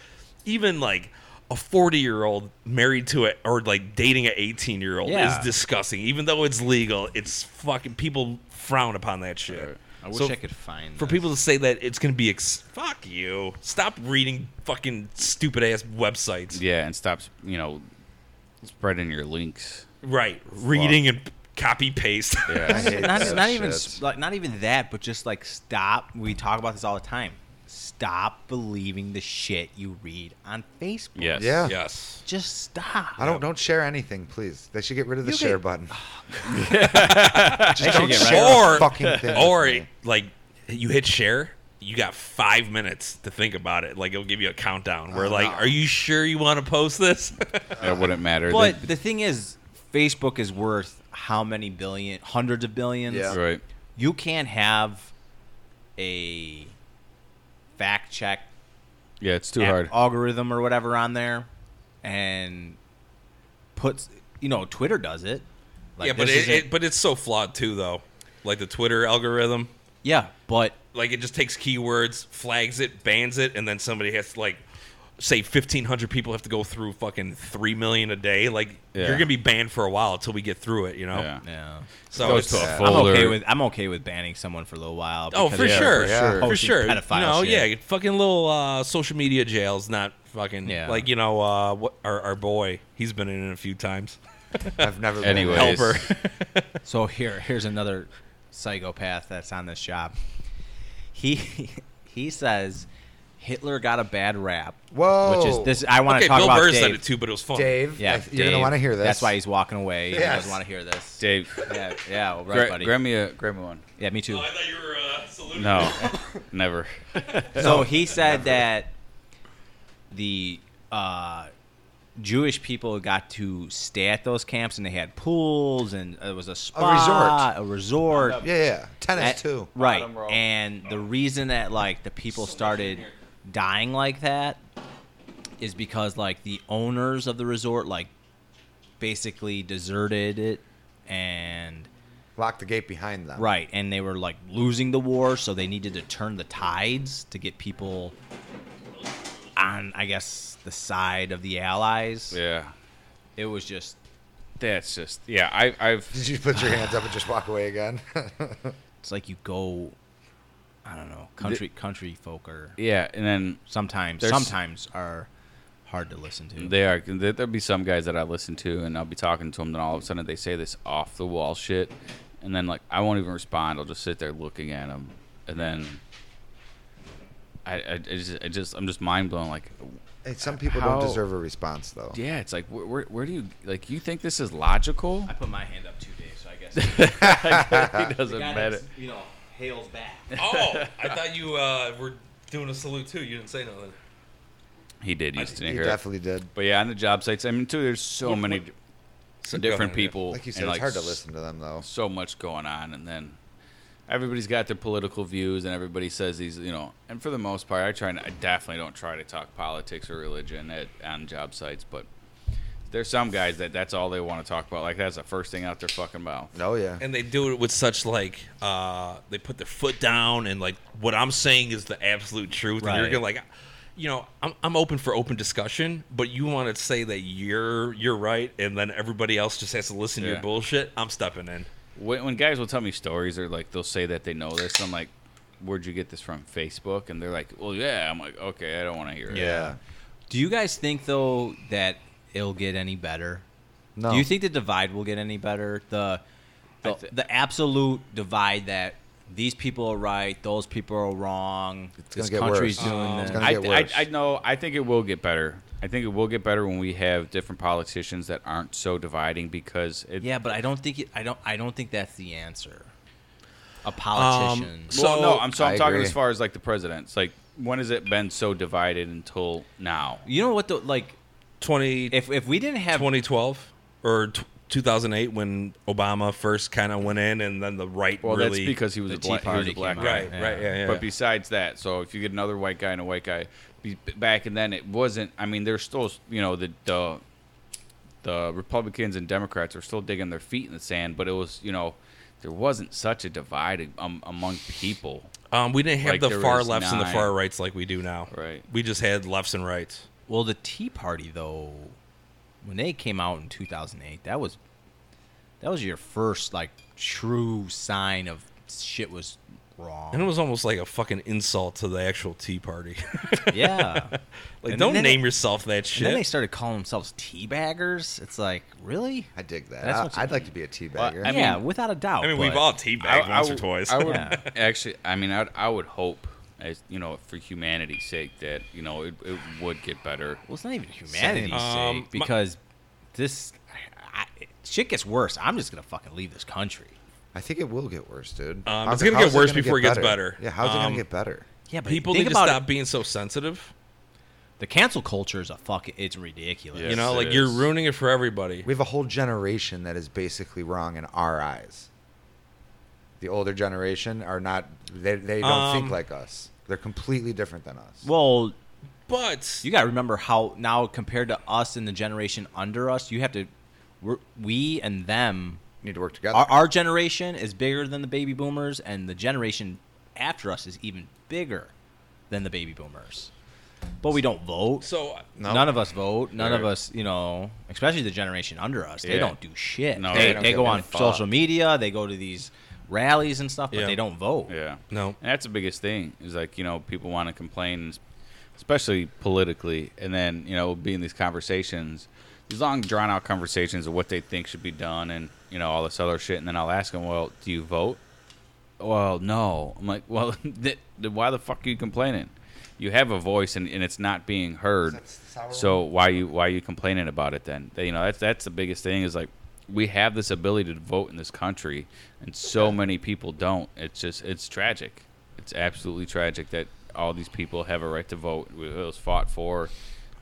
S3: even like a 40 year old married to it or like dating an 18 year old
S4: Yeah.
S3: is disgusting. Even though it's legal, it's fucking people frown upon that shit.
S1: Right.
S4: I wish
S3: So,
S4: I could find
S3: For
S4: this.
S3: people to say that it's going to be ex- fuck you. Stop reading fucking stupid ass websites.
S1: Yeah, and stops, you know, spreading your links.
S3: Right. Reading and copy paste.
S2: I hate
S4: Not,
S2: that
S4: not even
S2: shit.
S4: s- like not even that, but just like stop. We talk about this all the time. Stop believing the shit you read on Facebook.
S1: Yes.
S2: Yeah.
S3: yes.
S4: Just stop.
S2: I don't don't share anything, please. They should get rid of the
S4: You
S2: share
S4: get-
S2: button.
S1: They should
S2: don't
S1: get
S2: share
S1: rid
S2: a
S3: or
S2: fucking thing
S3: or
S2: with me.
S3: like you hit share you got five minutes to think about it like it'll give you a countdown where
S2: Oh,
S3: like
S2: no.
S3: are you sure you want to post this
S1: of- It wouldn't matter.
S4: But the thing is, Facebook is worth how many billion, hundreds of billions.
S2: Yeah.
S1: They- right.
S4: You can't have a fact check
S1: Yeah, Oh, it's too
S4: app-
S1: hard.
S4: algorithm or whatever on there and puts you know twitter does it like
S3: yeah but
S4: this
S3: it,
S4: isn't-
S3: it, but it's so flawed too though like the twitter algorithm
S4: yeah but
S3: like it just takes keywords flags it bans it and then somebody has to like say 1500 people have to go through fucking 3 million a day like
S1: Yeah.
S3: you're gonna be banned for a while until we get through it you know
S1: Yeah.
S4: yeah
S3: so
S1: Goes
S3: it's-
S1: to a
S4: i'm
S1: folder.
S4: okay with i'm okay with banning someone for a little while
S3: Oh,
S4: because
S3: for
S4: they're-
S3: sure,
S2: yeah.
S3: for sure,
S4: Posting pedophile
S3: You know,
S4: shit.
S3: yeah, fucking little uh, social media jail's not fucking
S4: Yeah.
S3: like you know uh, what our, our boy. He's been in it a few times.
S2: I've never. been-
S1: Anyways.
S2: Hell,
S3: Helper.
S4: so here here's another psychopath that's on this job he he says hitler got a bad rap which is
S2: Whoa.
S4: this i want to
S3: okay,
S4: talk
S3: Bill
S4: about
S3: Burr
S4: Dave.
S3: said it too, but it was fun.
S2: Dave.
S4: yeah
S2: I- you're
S4: Dave.
S2: gonna want to hear this.
S4: that's why he's walking away he
S2: Yes.
S4: doesn't want to hear this
S1: Dave,
S4: yeah yeah well, right
S1: gra-
S4: buddy
S1: grab me a grab me one.
S4: yeah me too
S3: thought you were uh, saluting.
S1: No, never.
S4: So he said that the uh, Jewish people got to stay at those camps, and they had pools, and it was a spa, a resort, a resort,
S2: Yeah, yeah. Tennis
S4: At-
S2: too.
S4: right?
S1: Bottom row.
S4: And the reason that like the people started dying like that is because like the owners of the resort like basically deserted it and
S2: Lock the gate behind them.
S4: Right, and they were like losing the war, so they needed to turn the tides to get people on, I guess, the side of the Allies.
S1: Yeah,
S4: It was just
S1: that's just yeah. I, I've
S2: Did you put your hands up and just walk away again?
S4: it's like you go, I don't know, country country folk are
S1: yeah, and then
S4: sometimes
S1: There's-
S4: sometimes are hard to listen to.
S1: They are. there- There'll be some guys that I listen to, and I'll be talking to them, and all of a sudden they say this off the wall shit, and then like I won't even respond. I'll just sit there looking at him, and then I I, I just, I just I'm just mind blown. Like,
S2: And some people
S1: How-
S2: don't deserve a response though.
S1: yeah, it's like where, where where do you like you think this is logical?
S4: I put my hand up two days, so I guess
S1: he doesn't
S4: the guy
S1: bet it.
S4: that's, you know hails back.
S3: Oh, I thought you uh, were doing a salute too. You didn't say nothing.
S1: He did. You just didn't
S2: You
S1: hear. it.
S2: definitely did.
S1: But yeah, on the job sites, I mean, too, there's so many
S3: So go
S1: different
S3: ahead.
S1: people.
S2: Like you said,
S1: and,
S2: it's hard to
S1: s-
S2: listen to them though.
S1: so much going on and then everybody's got their political views and everybody says these you know and for the most part i try and i definitely don't try to talk politics or religion at on job sites but there's some guys that that's all they want to talk about like that's the first thing out their fucking mouth
S2: Oh yeah.
S3: And they do it with such like uh, they put their foot down and like what I'm saying is the absolute truth. And
S4: Right.
S3: you're gonna like, you know, I'm, I'm open for open discussion, but you want to say that you're you're right, and then everybody else just has to listen to
S1: Yeah.
S3: your bullshit. I'm stepping in.
S1: when, when guys will tell me stories or like they'll say that they know this i'm like where'd you get this from facebook and they're like well yeah i'm like okay i don't want to hear it
S2: yeah.
S4: Do you guys think though that it'll get any better?
S2: No.
S4: Do you think the divide will get any better? The
S1: I
S4: the,
S1: thi-
S4: the absolute divide that these people are right, those people are wrong.
S2: It's gonna
S4: this
S2: get
S4: country's
S2: worse.
S4: doing
S2: It's
S4: this.
S2: gonna
S1: I,
S2: get
S1: I,
S2: worse.
S1: I know. I think it will get better. I think it will get better when we have different politicians that aren't so dividing because it,
S4: yeah, but I don't think it, I don't I don't think that's the answer. A politician.
S3: so-
S1: Um, Well, no, I'm so I'm
S2: I
S1: talking
S2: agree.
S1: as far as like the presidents. Like, when has it been so divided until now?
S4: you know what the like
S3: 20,
S4: if if we didn't have
S3: 2012 or t- 2008 when Obama first kind of went in, and then the right
S1: Well, that's
S3: really
S1: because he was
S4: the
S1: a black,
S4: Tea
S1: he was
S4: Party
S1: a black
S4: came
S1: guy.
S3: right,
S4: out. Yeah.
S3: right, yeah, yeah.
S1: But besides that, so if you get another white guy and a white guy, be, back and then it wasn't. I mean, there's still you know the the the Republicans and Democrats are still digging their feet in the sand, but it was you know there wasn't such a divide um, among people.
S3: um, we didn't have
S1: like,
S3: the
S1: there
S3: far
S1: was
S3: lefts and the
S1: nine.
S3: far rights like we do now.
S1: Right.
S3: We just had lefts and rights.
S4: well the Tea Party though when they came out in 2008, that was that was your first like true sign of shit was wrong.
S3: And it was almost like a fucking insult to the actual Tea Party.
S4: yeah.
S3: like,
S4: And
S3: don't
S4: then-
S3: name yourself that
S4: And then they
S3: shit.
S4: started calling themselves tea baggers. It's like, really?
S2: I dig that.
S4: That's
S2: I,
S4: what
S2: would
S4: you
S2: like
S4: mean.
S2: to be a teabagger.
S1: Well, I mean-
S4: yeah, without a doubt.
S3: I mean, we've
S4: but-
S3: all teabagged
S1: I- I
S3: once or
S1: would-
S3: twice.
S1: I would
S4: Yeah.
S1: actually. I mean, I'd, I would hope, as you know, for humanity's sake, that you know it, it would get better.
S4: Well, it's not even humanity's
S3: Um, my-
S4: sake because this I, I- shit gets worse. I'm just gonna fucking leave this country.
S2: I think it will get worse, dude.
S3: Um,
S2: How's
S3: it's
S2: it-
S3: gonna get
S2: how's it
S3: worse before it gets better.
S2: Yeah, how's it
S3: Um,
S2: gonna get better?
S4: Yeah, but
S3: People
S4: think
S3: need to
S4: about
S3: stop
S4: it.
S3: being so sensitive.
S4: The cancel culture is a fucking. It's ridiculous.
S1: Yeah.
S3: you
S1: Yes,
S3: know,
S1: it
S3: like you're
S1: is.
S3: ruining it for everybody.
S2: We have a whole generation that is basically wrong in our eyes. The older generation are not. They, they don't
S3: Um,
S2: think like us. They're completely different than us.
S4: Well,
S3: But
S4: you gotta remember how now compared to us and the generation under us, you have to. We're, we and them.
S2: need to work together.
S4: Our, our generation is bigger than the baby boomers, and the generation after us is even bigger than the baby boomers. But we don't vote.
S3: so
S2: No.
S4: None of us vote. None of
S1: Right.
S4: us, you know, especially the generation under us, they
S1: Yeah.
S4: don't do shit.
S1: No,
S4: they,
S1: they
S4: they,
S1: don't
S2: get
S4: go on
S2: any fuck.
S4: social media. They go to these rallies and stuff, but
S3: Yeah.
S4: they don't vote.
S1: Yeah.
S3: no,
S1: And that's the biggest thing is like, you know, people want to complain, especially politically. And then, you know, be in these conversations, these long drawn out conversations of what they think should be done and, you know, all this other shit. And then I'll ask them, well, do you vote? Well, no. I'm like, well, th- th- why the fuck are you complaining? You have a voice and, and it's not being heard.
S2: That's sour.
S1: So why you why you complaining about it then? You know that's that's the biggest thing is like we have this ability to vote in this country, and so many people don't. It's just it's tragic. It's absolutely tragic that all these people have a right to vote. It was fought for.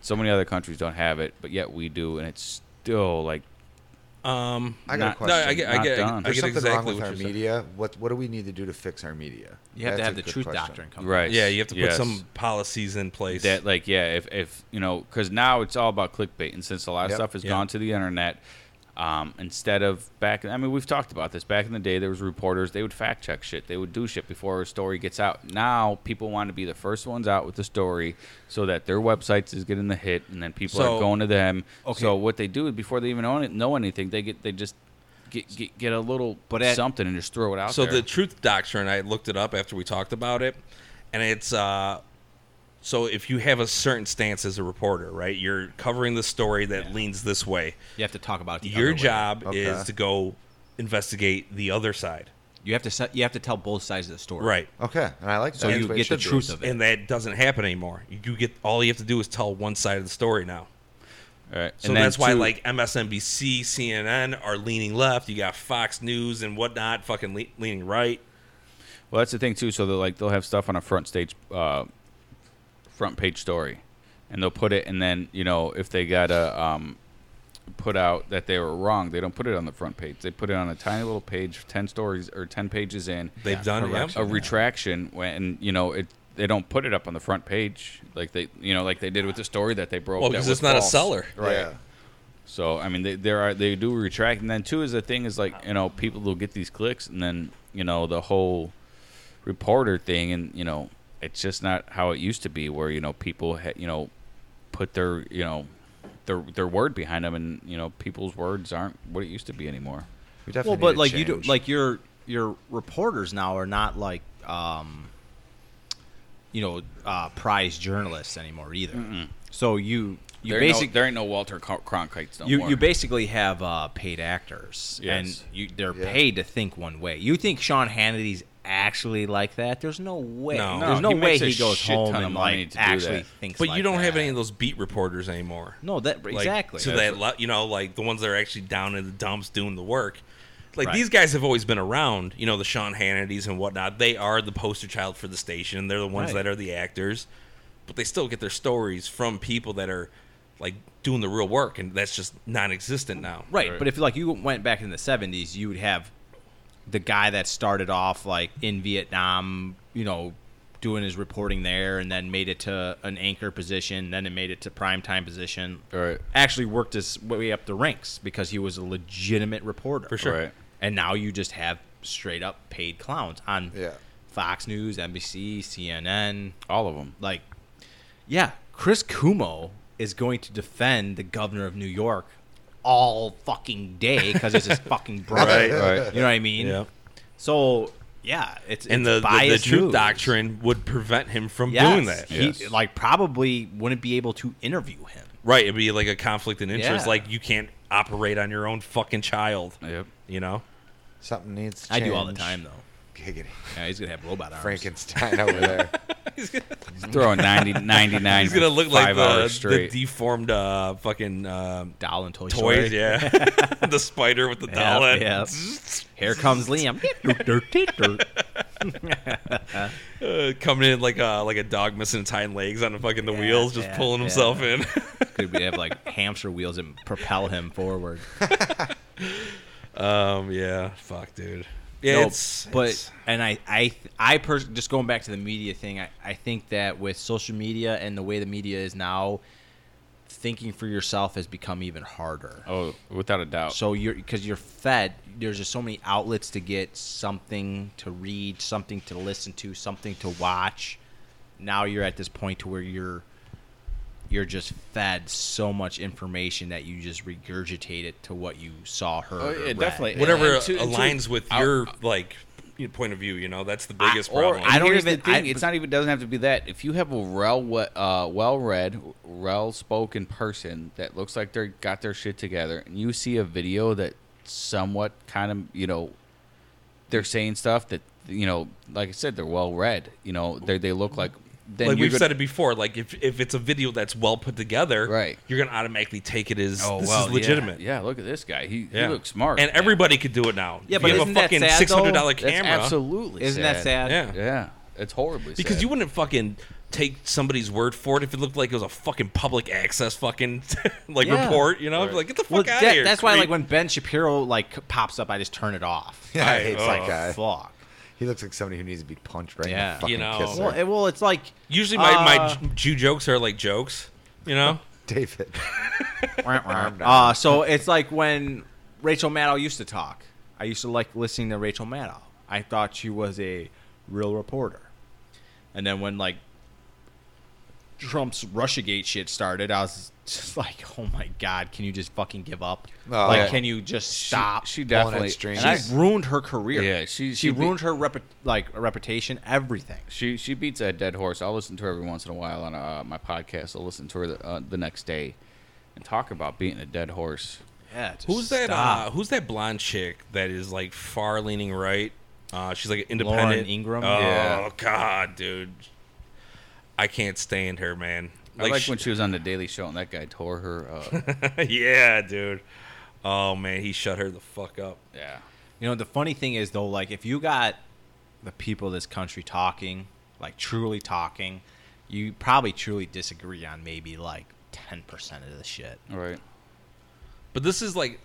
S1: So many other countries don't have it, but yet we do, and it's still like
S3: um,
S2: I got a
S1: not-
S3: no, I
S2: question.
S3: get,
S1: Not
S3: I get,
S1: done.
S3: I
S2: There's
S3: get
S2: something
S3: exactly
S2: wrong
S3: what
S2: with
S3: you're
S2: our
S3: saying.
S2: media. What What do we need to do to fix our media?
S4: You have
S2: That's
S4: to have
S2: a
S4: the
S2: good
S4: truth
S2: question.
S4: doctrine come.
S1: right.
S3: Um, Yeah, you have to put
S1: Yes.
S3: some policies in place.
S1: that like yeah if if you know because now it's all about clickbait and since a lot of
S2: Yep.
S1: stuff has
S3: Yeah.
S1: gone to the internet um, instead of back i mean we've talked about this back in the day there was reporters they would fact check shit they would do shit before a story gets out now people want to be the first ones out with the story so that their websites is getting the hit and then people
S3: So-
S1: are going to them
S4: Okay.
S1: so what they do is before they even own it, know anything they get they just get get, get a little
S4: But at-
S1: something and just throw it out
S3: so
S1: there.
S3: the truth doctrine i looked it up after we talked about it and it's uh so if you have a certain stance as a reporter right you're covering the story that leans this way
S4: You have to talk about it the
S3: your
S4: other way.
S3: job
S2: Okay.
S3: is to go investigate the other side.
S4: You have to set, you have to tell both sides of the story.
S3: Right.
S2: Okay, and I like that.
S4: So
S2: That's
S4: you
S2: what it
S4: get the
S2: should be.
S4: truth of it.
S3: And that doesn't happen anymore. You get all you have to do is tell one side of the story now.
S1: All right.
S3: So
S1: and then
S3: that's why
S1: two-
S3: like MSNBC, CNN are leaning left. You got Fox News and whatnot, fucking le- leaning right.
S1: Well, that's the thing too. So they'll like they'll have stuff on a front stage, uh, front page story, and they'll put it, and then you know if they gotta um, put out that they were wrong, they don't put it on the front page. They put it on a tiny little page, ten stories or ten pages in.
S3: They've done
S4: correct.
S3: it.
S1: a retraction when you know it. They don't put it up on the front page like they you know like they did with the story that they broke.
S3: Well,
S1: Oh, that
S3: because
S1: was
S3: it's not a
S1: false.
S3: seller.
S1: right?
S2: Yeah.
S1: So I mean, they there are they do retract, and then two is the thing is like you know people will get these clicks, and then you know the whole reporter thing, and you know it's just not how it used to be, where you know people ha- you know put their you know their their word behind them, and you know people's words aren't what it used to be anymore.
S2: We definitely
S4: Well, but
S2: need to
S4: like you do,
S2: change.
S4: like your your reporters now are not like, um, you know, uh, prize journalists anymore either. So you you
S1: there, ain't
S4: basically
S1: no, there ain't no Walter Cro- Cronkites no
S4: you,
S1: more.
S4: you basically have uh, paid actors,
S1: Yes.
S4: and you, they're
S2: Yeah.
S4: paid to think one way. You think Sean Hannity's actually like that? There's no way.
S3: No.
S4: There's
S1: No, he
S4: no way
S1: makes a
S4: he goes
S1: shit
S4: home
S1: ton of
S4: and
S1: money
S4: like
S1: to do
S4: actually
S1: that.
S4: thinks.
S3: But you
S4: like
S3: don't have
S4: that.
S3: any of those beat reporters anymore.
S4: No, that
S3: Like,
S4: exactly.
S3: So
S1: That's
S3: that lo- you know, like the ones that are actually down in the dumps doing the work. Like
S4: Right.
S3: these guys have always been around. You know, the Sean Hannitys and whatnot. They are the poster child for the station. They're the ones
S4: Right.
S3: that are the actors, but they still get their stories from people that are like doing the real work, and that's just non-existent now.
S4: Right,
S1: Right.
S4: but if like you went back in the seventies, you would have the guy that started off like in Vietnam, you know, doing his reporting there, and then made it to an anchor position, then it made it to primetime position.
S1: Right.
S4: Actually worked his way up the ranks because he was a legitimate reporter. For
S3: sure.
S1: Right.
S4: And now you just have straight up paid clowns on
S2: Yeah.
S4: Fox News, NBC, CNN,
S1: all of them.
S4: like yeah chris kumo is going to defend the governor of new york all fucking day because it's his fucking brother
S1: Right, right.
S4: you know what i mean
S3: Yeah.
S4: so yeah it's
S3: And
S4: it's
S3: the, the, the
S4: biased
S3: truth
S4: news.
S3: doctrine would prevent him from
S4: Yes,
S3: doing that.
S4: he
S1: Yes.
S4: like probably wouldn't be able to interview him
S3: Right. It'd be like a conflict in interest.
S4: Yeah.
S3: Like you can't operate on your own fucking child.
S1: Yep.
S3: You know?
S2: something needs. to
S4: i do all the
S2: change.
S4: time though
S2: Giggity.
S4: yeah he's gonna have robot arms
S2: Frankenstein over there.
S1: Throwing 90, 99
S3: He's gonna
S1: for
S3: look like
S1: five
S3: the,
S1: hours
S3: the
S1: straight.
S3: deformed uh, fucking uh,
S4: doll and toy
S3: toys.
S4: Story.
S3: Yeah, the spider with the doll. head.
S4: yeah. here comes liam
S3: Uh, coming in like a like a dog missing its hind legs on the fucking the wheels, just
S4: yeah,
S3: pulling
S4: yeah.
S3: himself in.
S4: could we have like hamster wheels and propel him forward
S3: um, yeah, fuck, dude. Yeah,
S4: No,
S3: it's
S4: but
S3: it's-
S4: and I I I pers- just going back to the media thing. I, I think that with social media and the way the media is now, thinking for yourself has become even harder.
S1: oh, without a doubt.
S4: So you're because you're fed. There's just so many outlets to get something to read, something to listen to, something to watch. Now you're at this point to where you're you're just fed so much information that you just regurgitate it to what you saw, heard,
S1: Oh,
S4: or
S1: yeah,
S4: read.
S1: definitely. And-
S3: whatever
S1: and to- and to-
S3: aligns with
S1: I'll-
S3: your like you know, point of view. You know, that's the
S1: I-
S3: biggest
S1: or-
S3: problem.
S1: I
S4: I don't
S1: don't
S4: even-
S1: the thing,
S4: I-
S1: it's not even doesn't have to be that. If you have a well we- uh, well read, well spoken person that looks like they're got their shit together, and you see a video that somewhat kind of you know they're saying stuff that you know, like I said, they're well read. You know, they they look like then
S3: like
S1: you're
S3: we've
S1: gonna-
S3: said it before, like if, if it's a video that's well put together,
S1: Right.
S3: you're gonna automatically take it as
S1: Oh,
S3: this
S1: well,
S3: is legitimate.
S1: Yeah, yeah, look at this guy. He,
S3: Yeah.
S1: he looks smart.
S3: and everybody could do it now.
S4: Yeah,
S3: If
S4: but
S3: you have
S4: isn't
S3: a
S4: that
S3: fucking
S4: sad,
S3: six hundred dollar
S4: though?
S1: That's
S3: camera.
S1: absolutely
S4: Isn't that sad?
S3: Yeah.
S1: Yeah, it's horribly
S3: Because
S1: sad.
S3: you wouldn't fucking take somebody's word for it if it looked like it was a fucking public access fucking like
S4: Yeah.
S3: report, you know? Like get the fuck out
S4: that-
S3: of here.
S4: That's why, like,
S3: creep.
S4: when Ben Shapiro like c- pops up, I just turn it off.
S2: Yeah, I hate
S3: Oh,
S2: that guy.
S4: Fuck.
S2: He looks like somebody who needs to be punched right
S4: Yeah.
S2: in the fucking
S3: You know.
S2: kisser.
S4: Well, it- well, it's like
S3: Oh, usually my, my
S4: uh,
S3: j- Jew jokes are like jokes, you know?
S2: David.
S4: uh, so it's like when Rachel Maddow used to talk. I used to like listening to Rachel Maddow. I thought she was a real reporter. And then when like Trump's Russiagate shit started, I was just like, "Oh my god, can you just fucking give up?
S2: Oh,
S4: like,
S2: yeah.
S4: can you just
S1: She-
S4: stop?"
S1: She,
S2: that
S1: definitely.
S2: string.
S1: and I-
S4: She's ruined her career.
S1: Yeah, she-
S4: she
S1: she be-
S4: ruined her repu- like reputation, everything.
S1: She she beats a dead horse. I'll listen to her every once in a while on uh, my podcast. I'll listen to her the, uh, the next day and talk about beating a dead horse.
S4: Yeah. just
S3: Who's that?
S4: stop.
S3: Uh, who's that blonde chick that is like far leaning right? Uh, she's like an
S4: Lauren
S3: independent.
S4: Ingram?
S3: Oh
S1: Yeah.
S3: God, dude, I can't stand her, man.
S1: I like
S3: she-
S1: when she was on the Daily Show and that guy tore her up.
S3: yeah, dude. Oh man, he shut her the fuck up.
S1: yeah.
S4: You know, the funny thing is though, like if you got the people of this country talking, like truly talking, you probably truly disagree on maybe like ten percent of the shit.
S1: All right.
S3: But this is like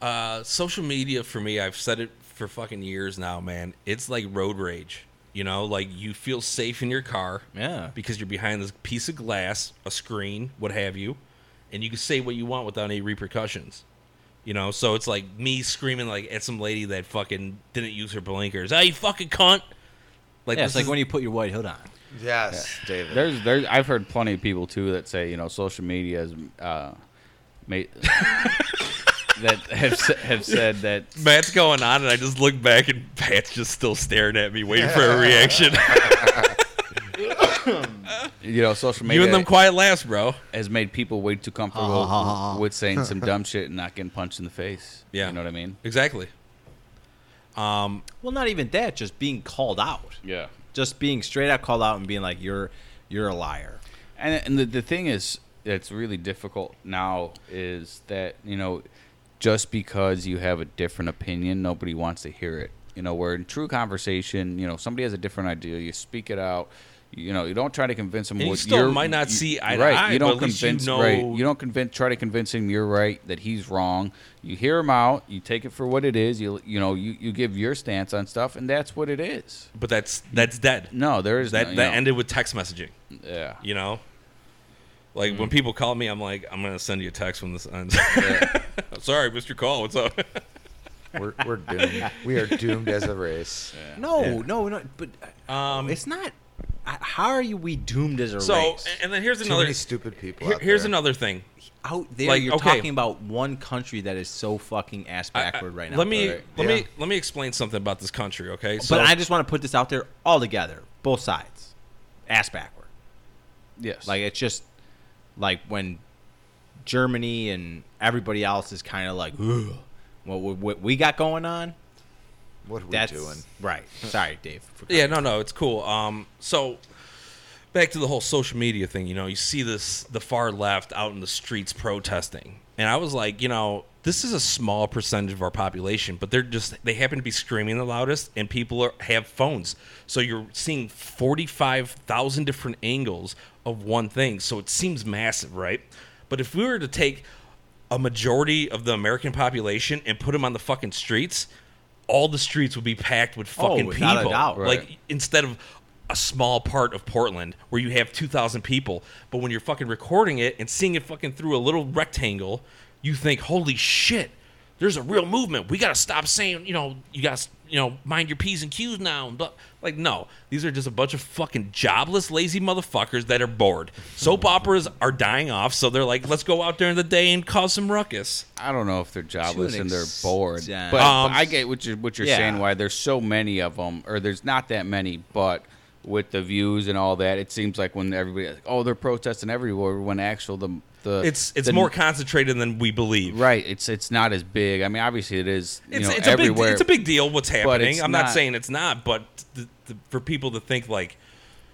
S3: uh, social media for me. I've said it for fucking years now, man. It's like road rage. You know, like you feel safe in your car.
S4: Yeah.
S3: Because you're behind this piece of glass, a screen, what have you, and you can say what you want without any repercussions. You know, so it's like me screaming like at some lady that fucking didn't use her blinkers. Hey, you fucking cunt! Like
S4: Yeah,
S3: this
S4: it's like
S3: is-
S4: when you put your white hood on.
S2: Yes, David.
S1: There's, there's. I've heard plenty of people too that say you know social media has, uh, made that have s- have said that
S3: Matt's going on, and I just look back, and Matt's just still staring at me, waiting for a reaction.
S1: you know social media
S3: you and them quiet laughs, bro.
S1: has made people way too comfortable with saying some dumb shit and not getting punched in the face.
S3: Yeah.
S1: You know what I mean?
S3: Exactly.
S4: Well, not even that, just being called out.
S1: Yeah.
S4: Just being straight out called out and being like, You're you're a liar.
S1: And and the, the thing is that's really difficult now is that, you know, just because you have a different opinion, nobody wants to hear it. You know, where in true conversation, you know, somebody has a different idea, you speak it out. You know, you don't try to convince them.
S3: And you
S1: what
S3: still
S1: you're-
S3: might not
S1: you-
S3: see eye to
S1: right.
S3: eye,
S1: you don't
S3: but at least you
S1: convince.
S3: know-
S1: Right. You don't convince. Try to convince him you're right that he's wrong. You hear him out. You take it for what it is. You you know you, you give your stance on stuff, and that's what it is.
S3: But that's that's dead.
S1: No, there is
S3: that
S1: no, you
S3: that
S1: know,
S3: ended with text messaging.
S1: Yeah.
S3: You know, like when people call me, I'm like, I'm gonna send you a text when this ends. Sorry, missed your call. What's up?
S2: we're, we're doomed. We are doomed as a race.
S4: No, no, no, but
S3: Um,
S4: it's not how are you we doomed as a
S3: so,
S4: race?
S3: and then here's
S2: Too
S3: another.
S2: many stupid people.
S3: here-
S2: out
S3: here's
S2: there.
S3: another thing.
S4: out there
S3: Like,
S4: you're
S3: okay.
S4: talking about one country that is so fucking ass
S3: I- I-
S4: backward right now.
S3: Let me let me
S2: Yeah.
S3: let me explain something about this country, okay? So,
S4: but I just want to put this out there all together, both sides, ass backward.
S1: Yes.
S4: Like it's just like when Germany and everybody else is kind of like, "Ugh, what, what, what we got going on?
S2: What are we
S4: That's
S2: doing?
S4: right. Sorry, Dave. for-
S3: Yeah, no, no, it's cool. Um, so back to the whole social media thing. You know, you see this the far left out in the streets protesting, and I was like, you know, this is a small percentage of our population, but they're just they happen to be screaming the loudest, and people are, have phones, so you're seeing forty five thousand different angles of one thing. So it seems massive, right? But if we were to take a majority of the American population and put them on the fucking streets, all the streets would be packed with
S4: Oh,
S3: fucking
S4: without a
S3: people.
S4: doubt.
S1: Right.
S3: Like instead of a small part of Portland where you have 2,000 people, but when you're fucking recording it and seeing it fucking through a little rectangle, you think, holy shit, there's a real movement. We got to stop saying, you know, you got to, you know, mind your P's and Q's now. And blah. Like, no, these are just a bunch of fucking jobless, lazy motherfuckers that are bored. Soap operas are dying off, so they're like, let's go out during the day and cause some ruckus.
S1: I don't know if they're jobless and they're bored,
S4: extent.
S1: but, but
S3: Um,
S1: I get what you're what you're
S4: yeah.
S1: saying. Why there's so many of them, or there's not that many, but with the views and all that, it seems like when everybody like, oh they're protesting everywhere when actual the the
S3: It's it's
S1: the-
S3: more concentrated than we believe.
S1: right. It's it's not as big. I mean, obviously it is. You
S3: it's,
S1: know,
S3: it's a big
S1: everywhere.
S3: it's a big deal what's happening.
S1: it's
S3: I'm not,
S1: not-
S3: saying it's not, but th- th- for people to think like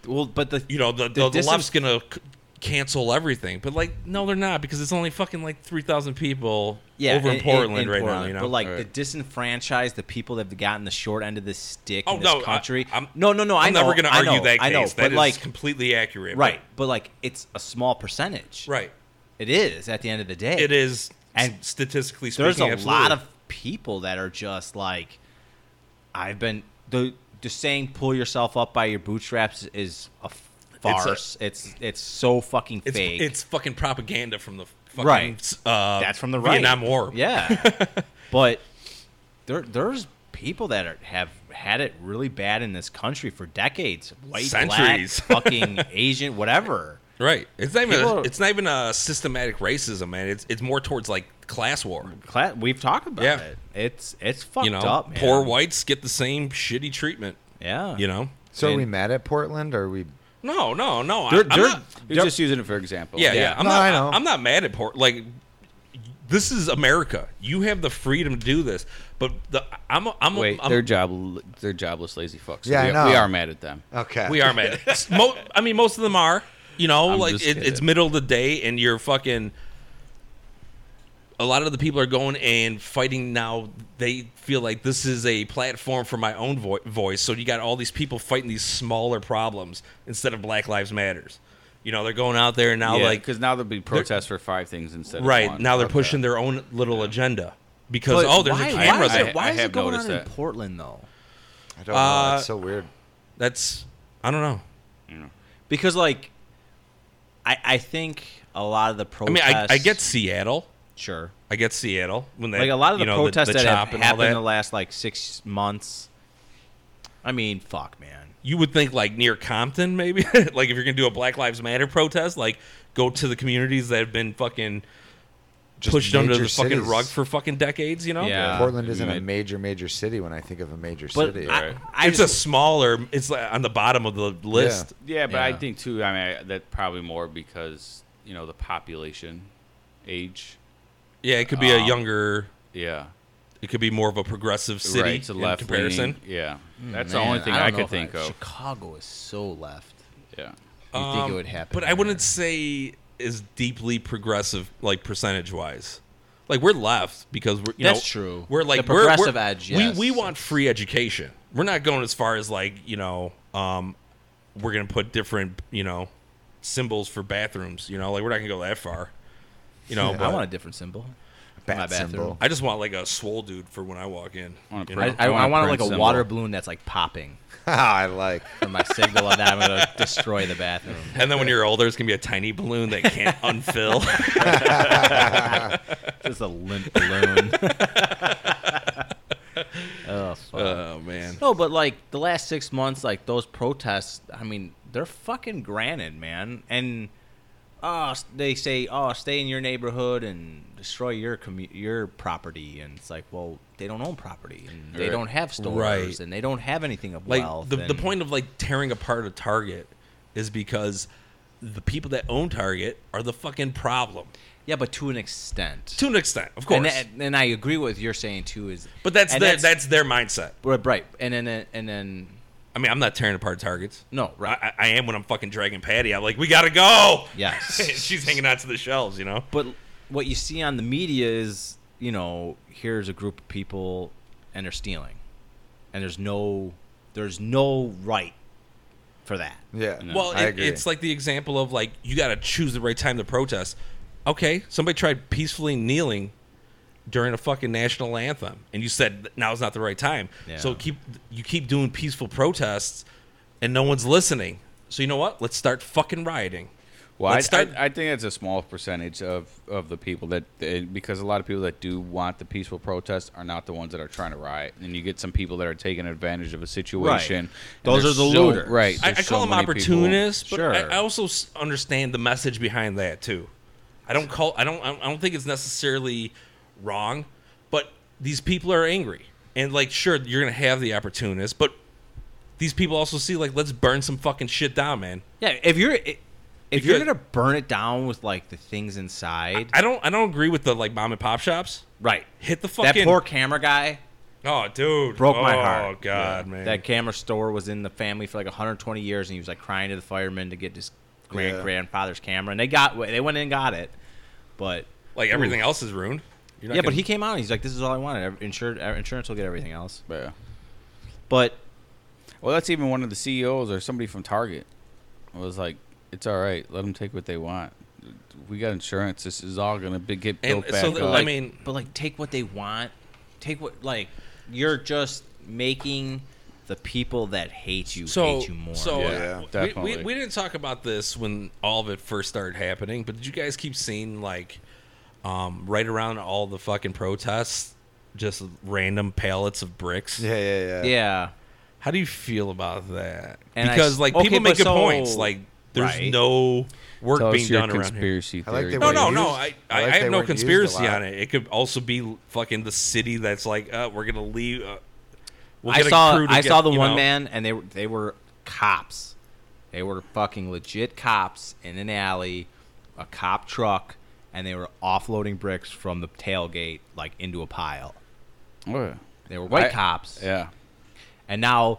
S4: Well, but the
S3: you know the the,
S4: The
S3: the,
S4: distance-
S3: left's gonna c- cancel everything, but like no, they're not because it's only fucking like three thousand people
S4: yeah,
S3: over in, Portland right now.
S4: Portland.
S3: You know,
S4: but like
S1: Right.
S4: the disenfranchised, the people that have gotten the short end of the stick
S3: oh
S4: in this
S3: no,
S4: country.
S3: I, am
S4: no, no, no. I
S3: I'm
S4: know,
S3: never gonna
S4: I
S3: argue
S4: know,
S3: that case.
S4: I know,
S3: That
S4: but
S3: is
S4: like,
S3: completely accurate. but-
S4: right, but like it's a small percentage.
S3: right.
S4: It is at the end of the day.
S3: It is
S4: And
S3: and statistically speaking,
S4: there's a
S3: absolutely.
S4: lot of people that are just like i've been the the saying pull yourself up by your bootstraps is a farce it's it's, so fucking
S3: it's,
S4: fake
S3: it's fucking propaganda from the fucking,
S4: Right.
S3: Uh,
S4: that's from the right
S3: Vietnam War.
S4: yeah but there there's people that are, have had it really bad in this country for decades white
S3: Centuries.
S4: black fucking asian whatever
S3: Right. It's not even.
S4: People
S3: A,
S4: are-
S3: it's not even a systematic racism, man. It's it's more towards like class war.
S4: Cla- we've talked about
S3: Yeah.
S4: it it's it's fucked
S3: you know,
S4: up man.
S3: poor whites get the same shitty treatment.
S4: yeah
S3: You know.
S2: So are we
S3: And-
S2: mad at Portland? Or are we?
S3: No, no, no. I-
S4: They're-
S3: I'm
S4: they're-
S3: not-
S1: You're just using it for example.
S3: yeah, yeah, I'm
S2: No,
S3: not.
S2: I know.
S3: I'm not mad at Port. Like This is America. You have the freedom to do this. But the I'm a, I'm, a,
S1: Wait,
S3: I'm
S1: they're job they're jobless lazy fucks. So
S2: Yeah, I
S1: we,
S2: know.
S1: we are mad at them.
S2: Okay.
S3: we are mad. It's Mo- I mean, most of them are. You know,
S1: I'm
S3: like
S1: just
S3: it, it's
S1: kidding.
S3: middle of the day, and you're fucking. A lot of the people are going and fighting now. They feel like this is a platform for my own vo- voice. So you got all these people fighting these smaller problems instead of Black Lives Matters. You know, they're going out there and now,
S1: yeah,
S3: like
S1: because now there'll be protests for five things instead. of
S3: right
S1: one.
S3: now, they're pushing their own little agenda because oh, there's
S4: why,
S3: a camera
S4: why is
S3: there.
S4: it, why
S1: I
S4: is it
S1: have
S4: going on
S1: noticed
S4: in
S1: that.
S4: Portland though?
S2: I don't
S3: Uh,
S2: know. That's so weird.
S3: That's I don't know.
S4: Because like, I I think a lot of the
S3: I mean,
S4: protests.
S3: I, I get Seattle.
S4: sure.
S3: I get Seattle when they
S4: like a lot of the
S3: you know,
S4: protests
S3: the,
S4: that have
S3: chop and all
S4: happened
S3: that.
S4: in the last like six months. I mean, fuck, man.
S3: you would think like near Compton, maybe. like if you're gonna do a Black Lives Matter protest, like go to the communities that have been fucking
S2: Just
S3: pushed under
S2: major
S3: the fucking
S2: cities.
S3: rug for fucking decades. You know,
S1: Yeah.
S2: Portland isn't a
S1: Mid-
S2: major, major city when I think of a major
S4: But
S2: city.
S4: I,
S1: Right.
S4: I
S3: it's
S4: just-
S3: a smaller. It's like on the bottom of the list.
S1: Yeah, but I
S4: Yeah.
S1: think too. I mean, I, that probably more because you know the population, age.
S3: Yeah, it could be a
S1: Um,
S3: younger.
S1: Yeah,
S3: It could be more of a progressive city
S1: right to
S3: in
S1: left
S3: comparison. Hmm,
S1: leaning. Yeah, that's
S4: Man,
S1: the only thing
S4: don't
S1: I,
S4: know
S1: could
S4: if
S1: think of.
S4: Chicago is so left.
S1: Yeah,
S4: You think
S3: Um,
S4: it would happen?
S3: But I
S4: here.
S3: wouldn't say is deeply progressive, like percentage wise. Like we're left because we're you
S4: That's
S3: know,
S4: true.
S3: We're like
S4: The
S3: we're- we're-
S4: progressive edge, yes.
S3: We we want free education. We're not going as far as like you know, um, we're gonna put different you know symbols for bathrooms. You know, like we're not gonna go that far. You know, but
S4: I want a different symbol. for
S2: Bat symbol.
S3: I just want like a swole dude for when I walk in.
S1: Want a
S3: you
S1: print-
S3: know?
S4: I, I,
S1: I want
S4: I
S1: a
S4: want like
S1: Prince
S4: a
S1: symbol.
S4: water balloon that's like popping.
S2: I like.
S4: For my signal of that, I'm gonna destroy the bathroom.
S3: And then when you're older, it's gonna be a tiny balloon that can't unfill.
S4: Just a limp balloon. oh fuck.
S3: oh man.
S4: No, but like the last six months, like those protests, I mean, they're fucking granted, man. And uh, they say, oh, stay in your neighborhood and destroy your commu- your property. And it's like, well, they don't own property, and they
S1: Right.
S4: don't have stores,
S3: Right.
S4: and they don't have anything of
S3: like
S4: wealth.
S3: the, the
S4: and-
S3: point of like tearing apart a target is because the people that own target are the fucking problem
S4: yeah, but to an extent,
S3: to an extent of course
S4: And, that, and I agree with what you're saying too. Is
S3: but that's
S4: and
S3: their, that's, their mindset
S4: right, right. And then and then
S3: i mean i'm not tearing apart targets
S4: no,
S3: I,
S4: right?
S3: I- I am when i'm fucking dragging patty i'm like we gotta go
S4: yes.
S3: she's hanging out to the shelves you know
S4: but what you see on the media is you know here's a group of people and they're stealing and there's no there's no right for that
S2: Yeah.
S1: No.
S3: well
S2: I
S3: it,
S2: agree.
S3: it's like the example of like you gotta choose the right time to protest okay somebody tried peacefully kneeling during a fucking national anthem and you said now is not the right time so
S4: Yeah.
S3: keep you keep doing peaceful protests and no one's listening so you know what let's start fucking rioting
S1: Well, I,
S3: Let's start-
S1: I, I think that's a small percentage of, of the people that eh, because a lot of people that do want the peaceful protest are not the ones that are trying to riot, and you get some people that are taking advantage of a situation. and
S4: Those
S1: there's
S4: are the
S1: so-
S4: looters.
S1: right?
S3: I, I
S1: there's
S3: call
S1: so
S3: them
S1: many people-
S3: opportunists but
S1: sure.
S3: I, I also s- understand the message behind that too i don't call i don't i don't think it's necessarily wrong but these people are angry and like sure you're gonna have the opportunists but these people also see like let's burn some fucking shit down man
S4: yeah if you're if, you're
S3: Because-
S4: gonna burn it down with like the things inside
S3: I don't I don't agree with the like mom and pop shops.
S4: right
S3: Hit the
S4: that
S3: fucking
S4: poor camera guy
S3: Oh dude.
S4: broke my
S3: Oh,
S4: heart
S3: Oh god,
S4: Yeah.
S3: man.
S4: that camera store was in the family for like 120 years and he was like crying to the firemen to get his grand
S2: Yeah.
S4: grandfather's camera and they got they went in and got it but
S3: like everything else is ruined. You're not
S4: yeah, but
S3: gonna-
S4: he came out. and He's like, "This is all I wanted. Ev- Insur- uh, insurance will get everything else."
S1: Yeah.
S4: But
S1: Well, that's even one of the CEOs or somebody from Target was like, "It's all right. Let them take what they want. We got insurance. This is all gonna be, get
S3: And
S1: built back
S3: so,
S1: up."
S3: I mean,
S4: but like, take what they want. Take what like you're just making the people that hate you
S3: so
S4: hate you more.
S3: so
S1: Yeah,
S3: uh, we, we,
S1: definitely.
S3: we didn't talk about this when all of it first started happening, but did you guys keep seeing like um, right around all the fucking protests, just random pallets of bricks?
S2: Yeah, yeah, yeah.
S4: yeah,
S3: How do you feel about that?
S4: And I
S3: because
S4: s-
S3: like
S4: okay,
S3: people make
S4: but
S3: good
S4: so-
S3: points. Like there's
S4: Right.
S3: no work
S1: Tell
S3: being
S1: us your
S3: done around here.
S1: conspiracy
S2: I like
S1: theory.
S2: they
S3: No,
S2: were
S1: buddy.
S3: no,
S2: used.
S3: no.
S2: I
S3: I, I,
S2: like
S3: I
S2: they
S3: have no
S2: weren't used a
S3: conspiracy
S2: lot.
S3: on it. It could also be fucking the city that's like, uh, we're gonna leave. Uh, we'll
S4: I
S3: get a
S4: saw
S3: crew to
S4: I
S3: get-
S4: saw the
S3: you
S4: one
S3: know.
S4: man, and they were they were cops. They were fucking legit cops in an alley, a cop truck, and they were offloading bricks from the tailgate like into a pile. They were white
S1: I-
S4: cops.
S1: Yeah.
S4: And now,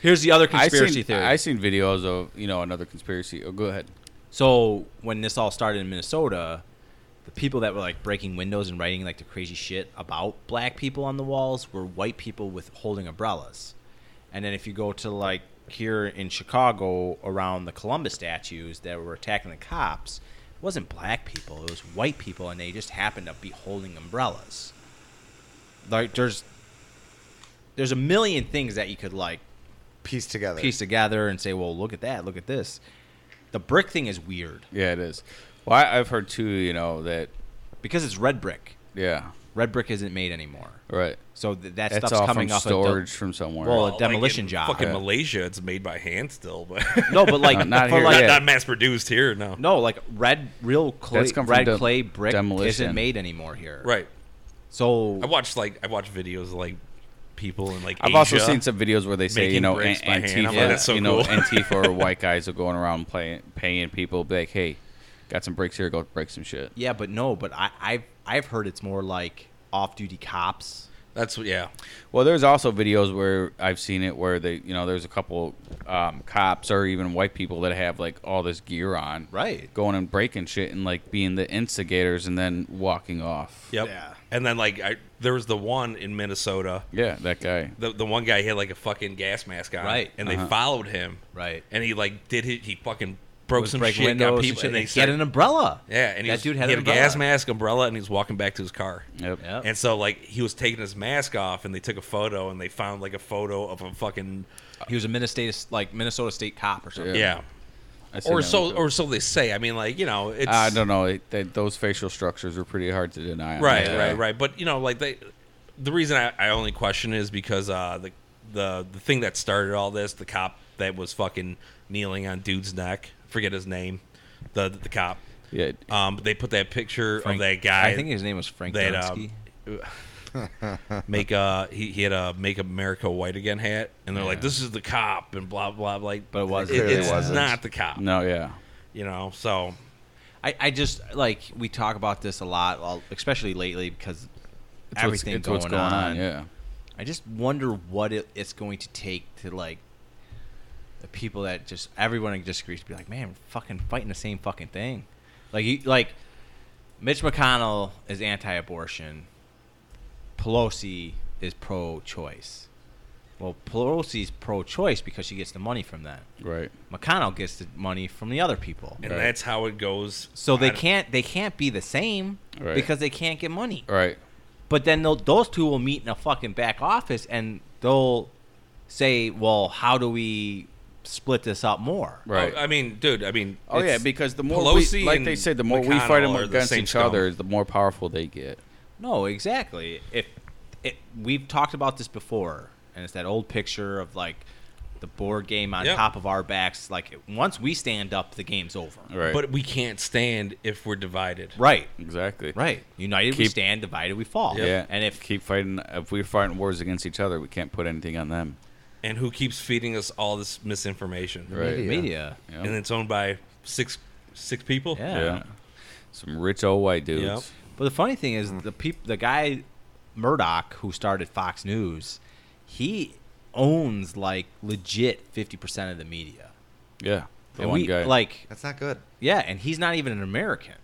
S4: here's the other conspiracy
S1: I seen,
S4: theory.
S1: I seen videos of you know another conspiracy. Oh, go ahead.
S4: So when this all started in Minnesota, the people that were like breaking windows and writing like the crazy shit about black people on the walls were white people with holding umbrellas. And then if you go to like here in Chicago around the Columbus statues that were attacking the cops, it wasn't black people, it was white people and they just happened to be holding umbrellas. Like there's there's a million things that you could like
S2: piece together.
S4: piece together and say, "Well, look at that, look at this." The brick thing is weird.
S1: Yeah, it is. Well, I, I've heard too. You know that.
S4: because it's red brick.
S1: Yeah.
S4: Red brick isn't made anymore,
S1: Right.
S4: so th- that
S1: That's
S4: stuff's
S1: all
S4: coming
S1: from
S4: off
S1: storage
S4: Of
S1: from somewhere.
S4: Well,
S1: Well,
S4: it- demolition
S3: like in
S4: job.
S3: Fucking
S1: Yeah.
S3: Malaysia, it's made by hand still, but
S4: del- no, but like
S1: Not- not
S4: for
S1: here
S4: like
S1: yet.
S3: not, not mass produced here. No,
S4: no, like red real clay,
S1: That's come from
S4: red
S1: de-
S4: clay brick
S1: demolition.
S4: isn't made anymore here.
S3: right.
S4: So
S3: I watched like I watched videos of, like people in like.
S1: I've also
S3: Asia.
S1: seen some videos where they say you
S3: making
S1: know an-
S3: bricks by hand. I'm
S1: Antifa,
S3: like, that's so
S1: you know
S3: cool.
S1: Antifa or white guys are going around playing, paying people be like, hey, got some bricks here, go break some shit.
S4: yeah, but no, but I, I've I've heard it's more like off-duty cops.
S3: That's yeah.
S1: Well, there's also videos where I've seen it where they, you know, there's a couple um, cops or even white people that have like all this gear on,
S4: Right.
S1: Going and breaking shit and like being the instigators and then walking off.
S3: Yep.
S4: Yeah.
S3: And then like I, there was the one in Minnesota.
S1: Yeah, that guy.
S3: The, the one guy had like a fucking gas mask on,
S4: Right. Uh-huh.
S3: And they followed him,
S4: Right.
S3: and he like did his, he fucking broke some
S4: break
S3: shit,
S4: windows
S3: got
S4: and
S3: people,
S4: shit.
S3: and they
S4: he had
S3: said,
S4: an umbrella.
S3: yeah, and he
S4: that
S3: was-
S4: dude had,
S3: he had a
S4: an umbrella.
S3: gas mask, umbrella, and he was walking back to his car.
S1: Yep.
S4: Yep.
S3: And so like he was taking his mask off, and they took a photo, and they found like a photo of a fucking
S4: He was a Minnesota like Minnesota state cop or something.
S1: Yeah.
S3: yeah,
S1: I seen
S3: or
S1: that
S3: so
S1: one, too.
S3: or so they say. I mean, like you know, it's
S1: I don't know. It, that those facial structures are pretty hard to deny. on
S3: right,
S1: that guy.
S3: right, right. But you know, like they, the reason I, I only question is because uh, the the the thing that started all this, the cop that was fucking kneeling on dude's neck, forget his name, the the cop.
S1: Yeah.
S3: Um, they put that picture
S4: Frank-
S3: of that guy.
S4: I think his name was Frank
S3: that
S4: Dunsky.
S3: um, make uh he, he had a make America white again hat, and they're like, this is the cop, and blah blah blah. Like,
S4: But it wasn't.
S3: It,
S2: Clearly
S3: it's
S2: wasn't.
S3: not the cop.
S1: No. Yeah.
S3: You know, so
S4: I, I just like we talk about this a lot, well, especially lately because
S1: It's what's-
S4: everything
S1: it's
S4: going,
S1: what's
S4: on.
S1: Yeah.
S4: I just wonder what it, it's going to take to like the people that just everyone that disagrees to be like, man, we're fucking fighting the same fucking thing. Like you like Mitch McConnell is anti-abortion. Pelosi is pro-choice. Well, Pelosi's pro-choice because she gets the money from that.
S1: Right.
S4: McConnell gets the money from the other people.
S3: and
S1: Right.
S3: that's how it goes.
S4: So
S3: I
S4: they
S3: don't-
S4: can't they can't be the same
S1: Right.
S4: because they can't get money.
S1: Right.
S4: But then they'll, those two will meet in a fucking back office and they'll say, "Well, how do we split this up more?"
S1: Right.
S3: Oh, I mean, dude. I mean,
S1: Oh yeah,
S3: it's-
S1: because the more
S3: Pelosi
S1: we, like
S3: and
S1: they said, the more we
S3: McConnell
S1: fight them
S3: are the
S1: against
S3: same
S1: each
S3: scum.
S1: other, the more powerful they get.
S4: No, exactly. If it, we've talked about this before, and it's that old picture of like the board game on
S3: Yep.
S4: top of our backs. Like once we stand up, the game's over.
S1: Right.
S3: but we can't stand if we're divided.
S4: Right.
S1: exactly.
S4: Right. United we
S1: Keep-
S4: stand, divided we fall.
S1: Yeah.
S4: And if
S1: keep fighting, if we're fighting wars against each other, we can't put anything on them.
S3: And who keeps feeding us all this misinformation?
S1: Right.
S4: media, media
S1: Yeah.
S3: And it's owned by six six people.
S4: Yeah.
S1: Yeah. Some rich old white dudes.
S3: Yep.
S4: But the funny thing
S1: Hmm.
S4: is, the peop- the guy Murdoch who started Fox News, he owns like legit fifty percent of the media.
S1: Yeah. The
S4: and
S1: one
S4: we
S1: guy.
S4: like
S2: That's not good.
S4: yeah, and he's not even an American.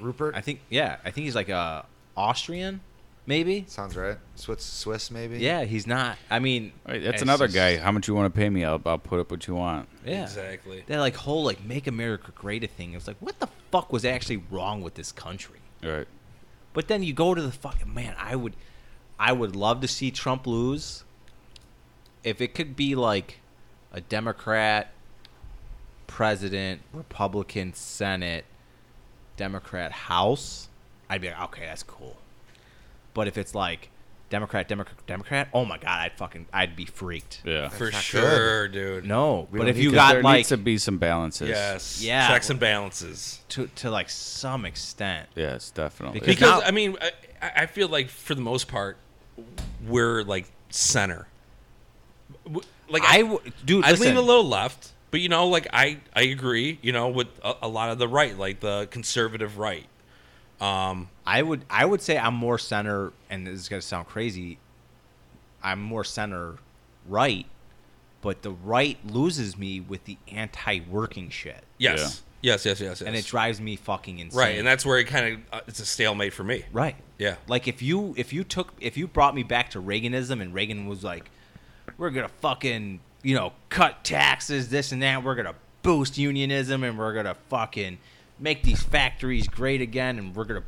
S2: Rupert
S4: I think yeah, I think he's like a Austrian, maybe.
S2: sounds right. Swiss, Swiss maybe.
S4: Yeah, he's not. I mean,
S1: Right, that's
S4: it's
S1: another
S4: just-
S1: guy. How much you want to pay me? I'll, I'll put up what you want.
S4: Yeah,
S3: Exactly.
S4: That like whole like "Make America Great" a thing. It was like, what the fuck was actually wrong with this country?
S1: Right.
S4: But then you go to the fucking man. I would, I would love to see Trump lose. If it could be like a Democrat president, Republican Senate, Democrat House, I'd be like, okay, that's cool. But if it's like Democrat, Democrat, Democrat, oh my god, I'd fucking, I'd be freaked.
S1: Yeah.
S3: For
S2: That's not
S3: sure, dude.
S4: No,
S2: We
S4: but
S2: don't
S4: if
S2: need
S4: you
S2: to-
S4: got
S1: there
S4: like
S1: needs to be some balances.
S3: Yes.
S4: Yeah.
S3: Checks and balances.
S4: to to like some extent,
S1: Yes, definitely.
S4: Because-
S3: Because
S4: now-
S3: I mean, I, I feel like for the most part, we're like center. W- Like
S4: I, would, dude,
S3: I
S4: listen,
S3: lean a little left, But you know, like I I agree. You know, with a, a lot of the right, like the conservative right.
S4: I would I would say I'm more center, and this is gonna sound crazy. I'm more center right, but the right loses me with the anti-working shit,
S3: Yes. Yes. Yes. Yes. Yes.
S4: and it drives me fucking insane.
S3: right, and that's where it kind of uh, it's a stalemate for me.
S4: right.
S3: Yeah.
S4: Like if you if you took if you brought me back to Reaganism and Reagan was like, we're gonna fucking you know cut taxes this and that, we're gonna boost unionism and we're gonna fucking make these factories great again and we're gonna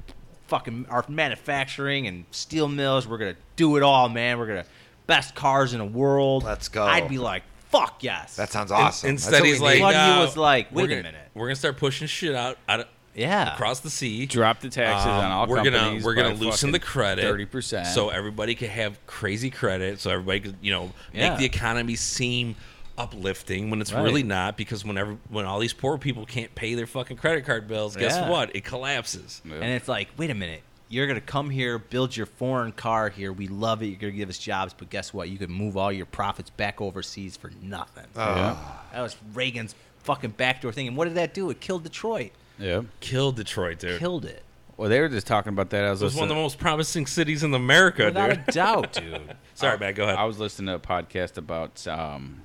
S4: fucking our manufacturing and steel mills, we're gonna do it all, man. We're gonna best cars in the world.
S2: Let's go.
S4: I'd be like, fuck yes.
S2: That sounds awesome. That's
S3: Instead,
S2: what
S3: he's
S2: we
S3: like,
S2: need.
S4: Bloody
S3: "No,
S4: was like,
S3: we're
S4: wait a
S3: gonna-
S4: minute."
S3: we're gonna start pushing shit out out of,
S4: yeah.
S3: across the sea.
S1: Drop the taxes
S3: Um,
S1: on all
S3: we're
S1: companies.
S3: gonna we're gonna loosen the credit
S1: thirty percent.
S3: so everybody can have crazy credit so everybody could you know
S4: Yeah.
S3: make the economy seem uplifting when it's
S4: Right.
S3: really not because whenever when all these poor people can't pay their fucking credit card bills guess
S4: Yeah.
S3: what it collapses
S1: Yeah.
S4: And it's like, wait a minute. You're going to come here, build your foreign car here. We love it. You're going to give us jobs. But guess what? You could move all your profits back overseas for nothing.
S3: Ah.
S1: Yeah.
S4: that was Reagan's fucking backdoor thing. And what did that do? It killed Detroit.
S1: yeah.
S3: killed Detroit dude
S4: Killed it.
S1: Well, they were just talking about that. I was
S3: it was one
S1: listening.
S3: of the most promising cities in America
S4: Without
S3: dude
S4: a doubt, dude.
S3: sorry man go ahead
S1: I was listening to a podcast about um,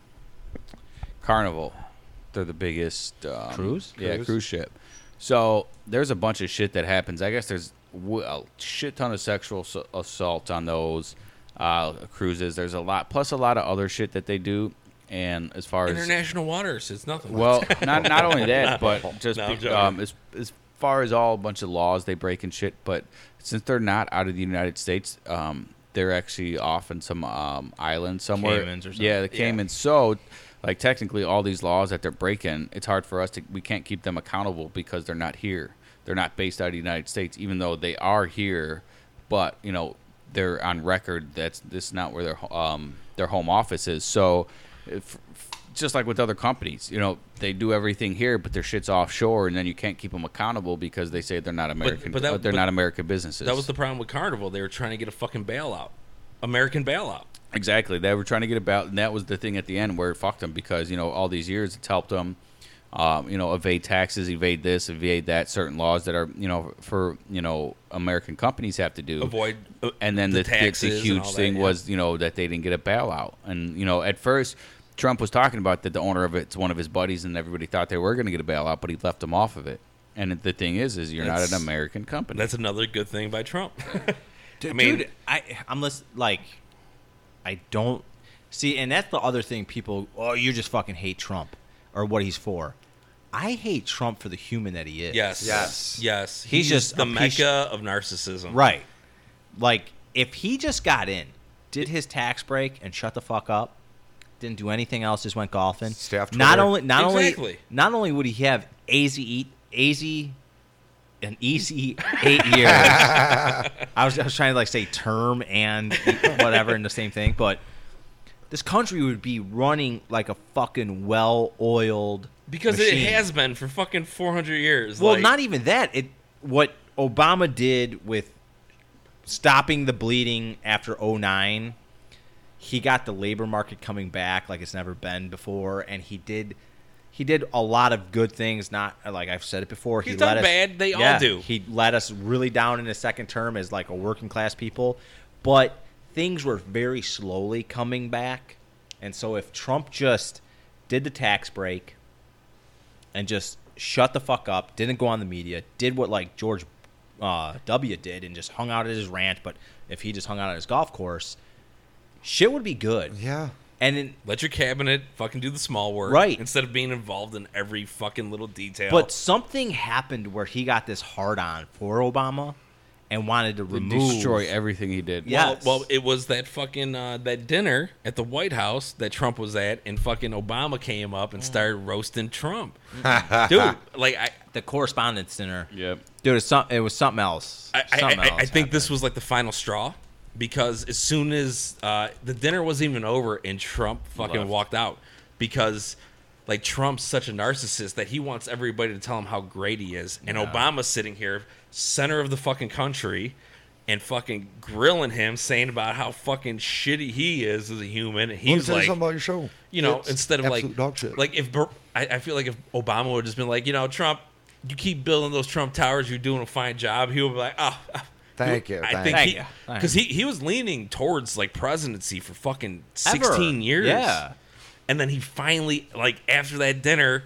S1: Carnival. They're the biggest um,
S4: Cruise?
S1: Yeah,
S2: Cruise?
S1: cruise. ship. So there's a bunch of shit that happens. I guess there's w- a shit ton of sexual s- assaults on those uh, cruises. There's a lot, plus a lot of other shit that they do. And as far as
S3: international waters it's nothing
S1: well, not not only that, but just
S3: No, I'm
S1: be-
S3: joking.
S1: um, as as far as all a bunch of laws they break and shit. But since they're not out of the United States, um, they're actually off in some um, island somewhere.
S4: Caymans or something.
S1: Yeah, the
S3: Yeah.
S1: Caymans. So, like technically, all these laws that they're breaking, it's hard for us to. We can't keep them accountable because they're not here. They're not based out of the United States, even though they are here. But you know, they're on record. That's this is not where their ho- um their home office is. So. If, just like with other companies, you know, they do everything here, but their shit's offshore, and then you can't keep them accountable because they say they're not American.
S3: but that-
S1: uh, they're
S3: but
S1: not American businesses.
S3: that was the problem with Carnival they were trying to get a fucking bailout American bailout
S1: Exactly. They were trying to get about, and that was the thing at the end where it fucked them because you know all these years it's helped them, um, you know, evade taxes, evade this, evade that, certain laws that are you know for you know American companies have to do.
S3: avoid uh,
S1: and then
S3: the
S1: the, the, the,
S3: taxes and
S1: huge
S3: all that,
S1: thing
S3: yeah.
S1: was you know that they didn't get a bailout, and you know at first Trump was talking about that the owner of it's one of his buddies, and everybody thought they were going to get a bailout, but he left them off of it. And the thing is, is you're not
S3: That's-
S1: an American company.
S3: that's another good thing by Trump
S4: Dude, I
S3: mean-
S4: dude, I I'm listen, like, I don't see, and that's the other thing. People, oh, you just fucking hate Trump or what he's for. I hate Trump for the human that he is.
S3: Yes.
S2: Yes.
S3: Yes.
S4: He's just
S3: the
S4: a piece-
S3: mecca of narcissism.
S4: Right. Like, if he just got in, did his tax break, and shut the fuck up, didn't do anything else, just went golfing.
S2: Stay off
S4: not
S2: Twitter.
S4: only, not
S3: Exactly.
S4: only, not only would he have easy, eat, easy, an easy eight years. I was, I was trying to like say term and whatever in the same thing, but this country would be running like a fucking well-oiled
S3: Because
S4: machine.
S3: it has been for fucking 400 years.
S4: Well,
S3: like-
S4: not even that. It what Obama did with stopping the bleeding after 09, he got the labor market coming back like it's never been before and he did he did a lot of good things, not like I've said it before.
S3: He's
S4: he
S3: done
S4: let us-
S3: bad. They all do.
S4: He let us really down in his second term as like a working class people, but things were very slowly coming back. And so if Trump just did the tax break, and just shut the fuck up, didn't go on the media, did what like George uh, W did and just hung out at his ranch. But if he just hung out at his golf course, shit would be good.
S2: Yeah.
S4: And then,
S3: Let your cabinet fucking do the small work.
S4: e- Right.
S3: Instead of being involved in every fucking little detail.
S4: but something happened where he got this hard on for Obama and wanted to
S1: They
S4: remove
S1: destroy everything he did.
S4: Yeah.
S3: Well,
S4: yes.
S3: well, it was that fucking uh, that dinner at the White House that Trump was at, and fucking Obama came up
S4: Mm.
S3: and started roasting Trump, dude. Like I,
S4: the correspondence dinner.
S1: Yep.
S4: Dude, it's some, it was something else.
S3: I, I,
S4: something
S3: I, I
S4: else
S3: think this
S4: happened.
S3: was like the final straw because as soon as uh, the dinner wasn't even over and Trump fucking
S1: Left.
S3: walked out because like Trump's such a narcissist that he wants everybody to tell him how great he is, and Obama's sitting here, center of the fucking country, and fucking grilling him, saying about how fucking shitty he is as a human. And
S2: Let me
S3: he's
S2: tell you
S3: like,
S2: something about your show.
S3: you know,
S2: It's
S3: instead of like,
S2: absolute dog shit.
S3: like if Bar- I, I feel like if Obama would have just been like, you know, Trump, you keep building those Trump towers, you're doing a fine job. He would be like, oh,
S2: Thank you,
S3: I
S2: thank
S3: think
S4: you.
S3: he
S4: Thank you.
S3: because he he was leaning towards like presidency for fucking sixteen
S4: Ever.
S3: years.
S4: Yeah.
S3: and then he finally like after that dinner,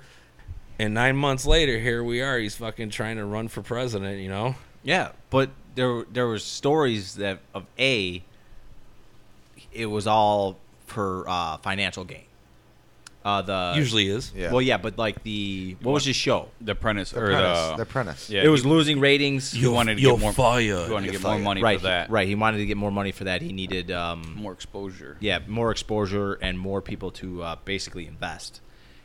S3: and nine months later, here we are. He's fucking trying to run for president. You know.
S4: Yeah, but there there was stories that of a it was all for uh, financial gain. Uh, the
S3: Usually is.
S2: Yeah.
S4: well, yeah, but like the what was his show?
S1: The Apprentice
S2: the
S1: or
S4: uh,
S2: apprentice. The
S1: the
S2: apprentice.
S1: yeah,
S4: it was losing ratings.
S1: He, he wanted to
S3: You're
S1: get more
S3: fired.
S1: He wanted to
S2: You're
S1: get more
S2: fired.
S1: money
S4: right,
S1: for that.
S4: right. He wanted to get more money for that. He needed um,
S1: More exposure.
S4: yeah, more exposure and more people to uh, basically invest.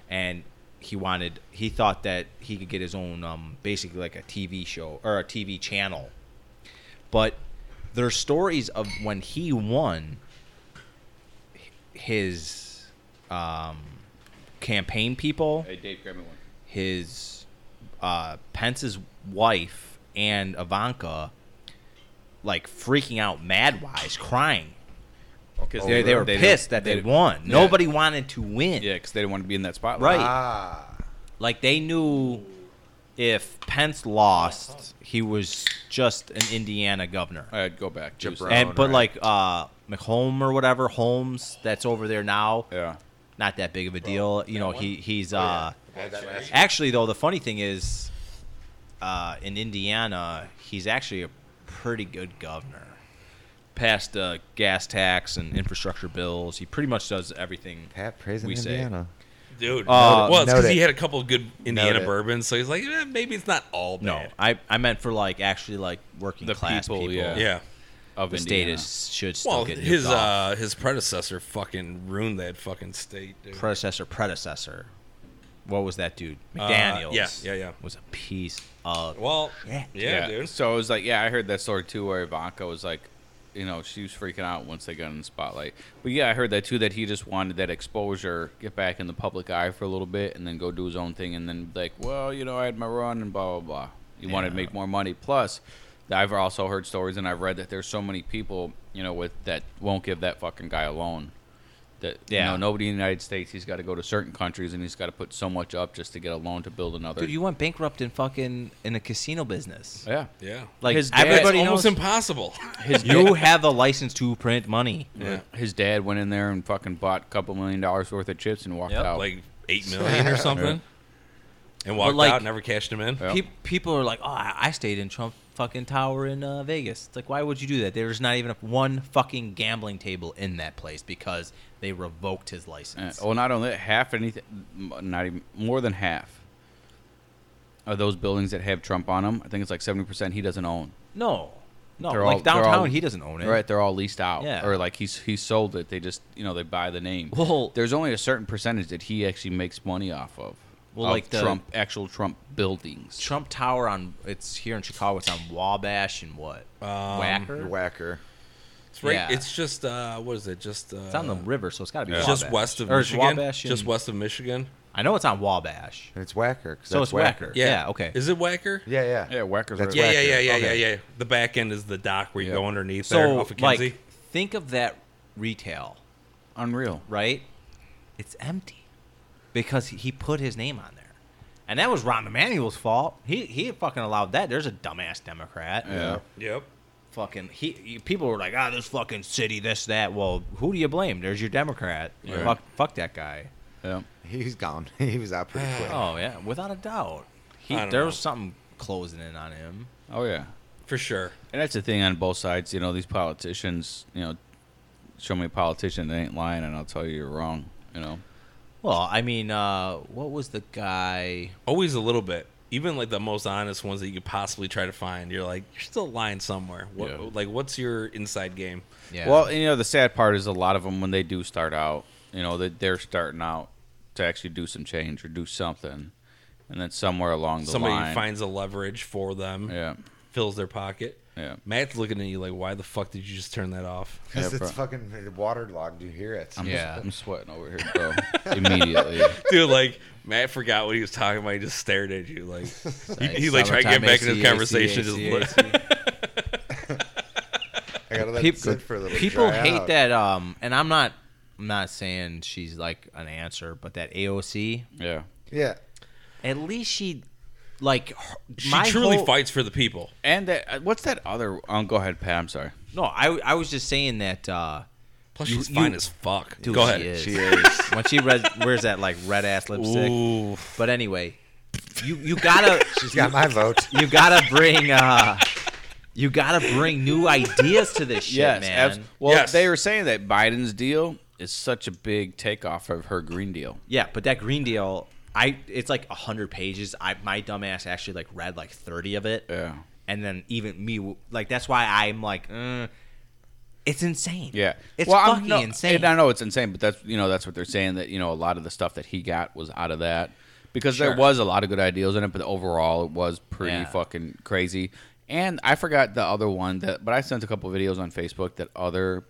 S4: And he wanted, he thought that he could get his own, um, basically like a TV show or a TV channel. But there's stories of when he won h- his um, campaign people,
S1: Hey, Dave, grab me one.
S4: his uh, Pence's wife and Ivanka, like freaking out mad wise, crying
S1: Because
S4: they, they were pissed that they, won. Nobody wanted to win.
S1: Yeah, because they didn't want to be in that spotlight.
S4: Right.
S2: Ah,
S4: Like they knew if Pence lost, he was just an Indiana governor.
S1: All right, go back.
S2: Jim
S1: Houston.
S2: Brown.
S4: and but
S2: right.
S4: like uh McHolm or whatever, Holmes that's over there now,
S1: Yeah.
S4: not that big of a deal. You know, he he's uh
S2: yeah, that last-
S4: actually though the funny thing is uh in Indiana, he's actually a pretty good governor. Passed the gas tax and infrastructure bills. He pretty much does everything.
S2: Pat praising
S4: We say.
S2: Indiana.
S3: Dude,
S4: Uh,
S3: well, it's
S2: Note
S3: because
S2: it.
S3: he had a couple of good Indiana
S2: Note it.
S3: bourbons, so he's like, eh, maybe it's not all
S4: No,
S3: bad.
S4: I, I meant for like actually like working
S1: The
S4: class
S1: people,
S4: people.
S1: yeah.
S3: yeah.
S1: Of
S4: the state
S1: Indiana.
S4: is, should still
S3: Well,
S4: get
S3: his
S4: his off.
S3: uh, his predecessor fucking ruined that fucking state. Dude.
S4: predecessor predecessor. What was that dude? McDaniel's.
S3: yeah, yeah, yeah.
S4: Was a piece of
S3: well, yeah,
S4: Yeah.
S3: dude.
S1: So it was like, yeah, I heard that story too, where Ivanka was like, you know, she was freaking out once they got in the spotlight. But yeah, I heard that too, that he just wanted that exposure, get back in the public eye for a little bit, and then go do his own thing, and then be like, well, you know, I had my run and blah blah blah. He wanted to
S4: Yeah.
S1: make more money. Plus, I've also heard stories, and I've read that there's so many people, you know, with that won't give that fucking guy a loan. That you
S4: Yeah.
S1: know, nobody in the United States, he's got to go to certain countries, and he's got to put so much up just to get a loan to build another.
S4: dude. You went bankrupt in fucking in the casino business.
S1: yeah,
S3: Yeah,
S4: Like
S1: His dad-
S4: everybody
S3: It's
S4: knows.
S3: almost impossible.
S1: his
S4: you have a license to print money.
S3: yeah,
S1: His dad went in there and fucking bought a couple million dollars worth of chips and walked
S4: Yep.
S1: out.
S3: like eight million or something, and walked
S4: like-
S3: out, never cashed him in.
S1: Yeah.
S4: Pe- people are like, oh, I I stayed in Trump fucking Tower in uh, Vegas. It's like, why would you do that? There's not even one fucking gambling table in that place because they revoked his
S1: Uh,
S4: license.
S1: well, not only that, half anything, not even more than half of those buildings that have Trump on them. I think it's like seventy percent he doesn't own.
S4: No, no,
S1: They're
S4: Oh, like
S1: all- they're all-
S4: downtown, he doesn't own it.
S1: Right, they're all leased out,
S4: Yeah.
S1: or like he's he sold it. They just you know they buy the name.
S4: Well-
S1: there's only a certain percentage that he actually makes money off of.
S4: Well,
S1: of
S4: like the-
S1: Trump actual Trump buildings.
S4: Trump Tower on it's here in Chicago. It's on Wabash and what?
S3: Um,
S4: Wacker.
S2: Whacker.
S3: It's right.
S4: Yeah.
S3: It's just uh, what is it? Just uh,
S4: it's on the river, so it's got to be
S1: Yeah.
S4: Wabash.
S3: just west of
S4: or it's
S3: Michigan.
S4: Wabash and-
S3: Just west of Michigan.
S4: I know it's on Wabash.
S2: And it's Whacker. 'cause
S4: So
S2: that's
S4: it's Whacker.
S2: Whacker.
S4: Yeah, okay.
S3: Is it Wacker?
S2: Yeah, yeah.
S1: yeah, Wacker's right.
S2: That's
S3: Yeah, yeah, yeah,
S2: Wacker.
S3: yeah,
S2: Okay.
S3: yeah, yeah. The back end is the dock where you
S1: Yeah.
S3: go underneath there
S4: So
S3: off of Kinsey.
S4: like, think of that retail,
S1: Unreal.
S4: right? It's empty because he put his name on there, and that was Ron Emanuel's fault. He he fucking allowed that. There's a dumbass Democrat.
S1: Yeah.
S3: yep.
S4: Fucking he, he- people were like, ah, this fucking city, this that. Well, who do you blame? There's your Democrat.
S1: Right.
S4: Fuck, fuck that guy.
S1: Yeah.
S2: He's gone. he was out pretty quick.
S4: Oh yeah, without a doubt. He,
S3: I don't
S4: there
S3: know.
S4: was something closing in on him.
S1: Oh yeah.
S3: For sure.
S1: And that's the thing on both sides. You know, these politicians, you know, show me a politician that ain't lying and I'll tell you you're wrong. You know,
S4: Well, I mean, uh, what was the guy?
S3: Always a little bit. Even like the most honest ones that you could possibly try to find, you're like, you're still lying somewhere. What,
S1: Yeah.
S3: Like, what's your inside game?
S4: Yeah.
S1: Well, and, you know, the sad part is a lot of them when they do start out, you know, that they're starting out to actually do some change or do something, and then somewhere along the
S3: Somebody
S1: line,
S3: finds a leverage for them,
S1: yeah,
S3: fills their pocket.
S1: Yeah.
S3: Matt's looking at you like, why the fuck did you just turn that off?
S1: Yeah,
S2: Because
S1: bro.
S2: it's fucking waterlogged. You hear it.
S1: I'm
S4: Yeah.
S1: just, I'm sweating over here, bro. Immediately,
S3: Dude, like, Matt forgot what he was talking about. He just stared at you. Like, he,
S4: Like,
S3: he's like trying to get
S4: summertime
S3: back in his
S4: AC,
S3: conversation.
S4: AC,
S3: just look.
S4: AC.
S2: I gotta let
S4: Peop-
S2: it sit for a little.
S4: people
S2: dry
S4: hate
S2: out.
S4: that. Um, and I'm not. I'm not saying she's like an answer, but that AOC.
S1: Yeah.
S2: Yeah.
S4: At least she, like, her-
S3: She
S4: my
S3: truly
S4: whole-
S3: fights for the people.
S1: And that uh, what's that other? Um, go ahead, Pat. I'm sorry.
S4: No, I I was just saying that. Uh,
S3: Plus,
S4: You-
S3: she's fine
S4: you-
S3: as fuck.
S4: dude,
S3: Go
S4: she
S3: ahead.
S4: is.
S2: She is.
S4: when she red, wears that like red ass lipstick.
S3: Ooh.
S4: But anyway, you you gotta
S2: She's got my vote.
S4: you gotta bring uh, you gotta bring new ideas to this shit, man.
S1: abs- well,
S3: Yes.
S1: they were saying that Biden's deal is such a big takeoff of her Green Deal.
S4: Yeah, but that Green Deal, I it's like hundred pages. I my dumbass actually like read like thirty of it,
S1: Yeah.
S4: and then even me like that's why I'm like, uh, it's insane.
S1: Yeah,
S4: it's
S1: Well, I'm-
S4: fucking
S1: no,
S4: insane.
S1: And I know it's insane, but that's you know that's what they're saying that you know a lot of the stuff that he got was out of that because there
S4: Sure.
S1: was a lot of good ideas in it, but overall it was pretty
S4: Yeah.
S1: fucking crazy. And I forgot the other one that, but I sent a couple videos on Facebook that other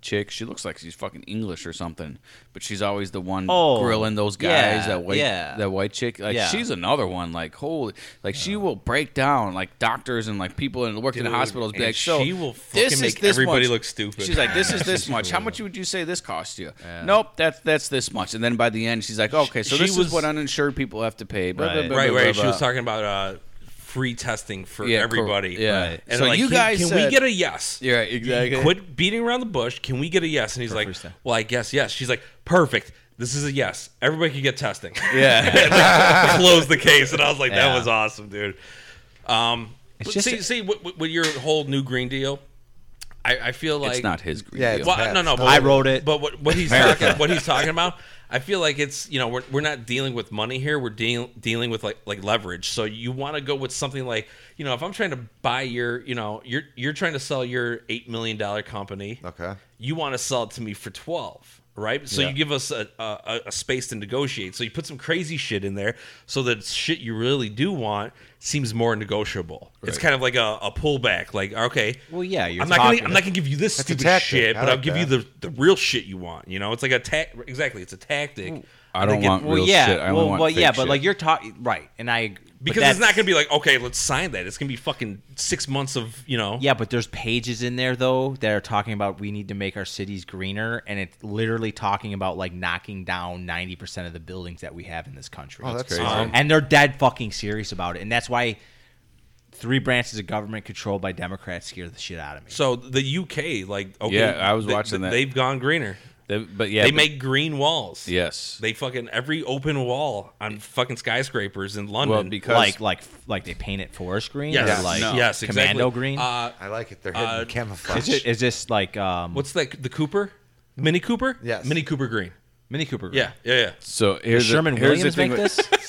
S1: chick. She looks like she's fucking English or something, but she's always the one
S4: Oh,
S1: grilling those guys.
S4: yeah,
S1: that white,
S4: yeah.
S1: that white chick. Like
S4: Yeah.
S1: she's another one. Like holy, like she will break down like doctors and like people and working in
S3: Dude,
S1: hospitals. Be
S3: and
S1: like, so
S3: she will
S1: this
S3: fucking
S1: is
S3: make
S1: this
S3: everybody
S1: much.
S3: look stupid.
S1: She's like, this is this much. How much would you say this cost you? Nope, that's that's this much. And then by the end, she's like, okay, so
S3: She
S1: this
S3: was-
S1: is what uninsured people have to pay. Blah, blah,
S4: Right.
S1: blah,
S3: right,
S1: blah,
S3: right.
S1: blah,
S3: She was
S1: blah.
S3: talking about uh, free testing for
S1: Yeah, cor-
S3: everybody.
S1: yeah. Right. So
S3: And so like,
S1: you
S3: you
S1: guys
S3: guys, can
S1: said-
S3: we get a yes?
S1: Yeah, right, exactly.
S3: Quit beating around the bush. Can we get a yes? And he's like,
S4: first time.
S3: well, I guess yes. She's like, perfect. This is a yes. Everybody can get testing.
S1: Yeah,
S3: Close the case. And I was like,
S4: Yeah.
S3: that was awesome, dude. Um, but
S4: just
S3: see,
S4: a-
S3: see, with, with- with your whole new Green Deal, I, I feel like
S1: it's not his green
S2: Yeah,
S1: deal.
S2: it's-
S3: well, no, no.
S2: Pat's.
S3: But
S4: I wrote it.
S3: But what, what he's
S4: America.
S3: talking, what he's talking about, I feel like it's you know we're, we're not dealing with money here. We're deal, dealing with like like leverage. So you want to go with something like you know if I'm trying to buy your you know you're you're trying to sell your eight million dollar company.
S2: Okay.
S3: You want to sell it to me for twelve. Right, so
S1: Yeah.
S3: you give us a, a- a, a space to negotiate. So you put some crazy shit in there, so that shit you really do want seems more negotiable. It's kind of like a, a pullback. Like, okay,
S4: Well, yeah, you're
S3: I'm not gonna,
S4: talking-
S3: I'm not gonna give you this
S2: That's a
S3: stupid
S2: tactic.
S3: shit,
S2: I
S3: but
S2: like
S3: I'll give you
S2: that.
S3: the, the real shit you want. You know, it's like a tac exactly. It's a tactic.
S1: I don't
S3: think it-
S1: want
S4: well,
S1: real
S4: yeah,
S1: shit. I only
S4: well,
S1: want
S4: well, yeah,
S1: fake
S4: but
S1: shit.
S4: like you're talking right, and I but
S3: because it's not
S4: that's-
S3: gonna be like okay, let's sign that. It's gonna be fucking six months of you know.
S4: Yeah, but there's pages in there though that are talking about we need to make our cities greener, and it's literally talking about like knocking down ninety percent of the buildings that we have in this country.
S2: Oh, that's
S1: crazy.
S2: crazy.
S3: Um,
S4: and they're dead fucking serious about it, and that's why three branches of government controlled by Democrats scare the shit out of me.
S3: So the UK, like okay,
S1: Yeah, I was
S3: they-
S1: watching that.
S3: They've gone greener.
S1: They- but yeah,
S3: they
S1: but-
S3: make green walls.
S1: yes.
S3: They fucking every open wall on fucking skyscrapers in London.
S1: well, because
S4: Like, like, like they paint it forest green.
S3: yes,
S4: or
S3: yes,
S4: like
S1: No.
S3: yes, exactly.
S4: commando green.
S3: Uh,
S2: I like it. They're hidden
S3: Uh,
S2: camouflage.
S4: is, it, is this like um,
S3: what's that? The Cooper, Mini Cooper.
S2: Yes.
S3: Mini Cooper green.
S4: Mini Cooper? Green?
S3: Yeah, yeah, yeah.
S1: so
S4: Does
S1: here's the-
S4: Sherman
S1: here's the
S4: Williams
S1: thing
S4: make
S1: with-
S4: this?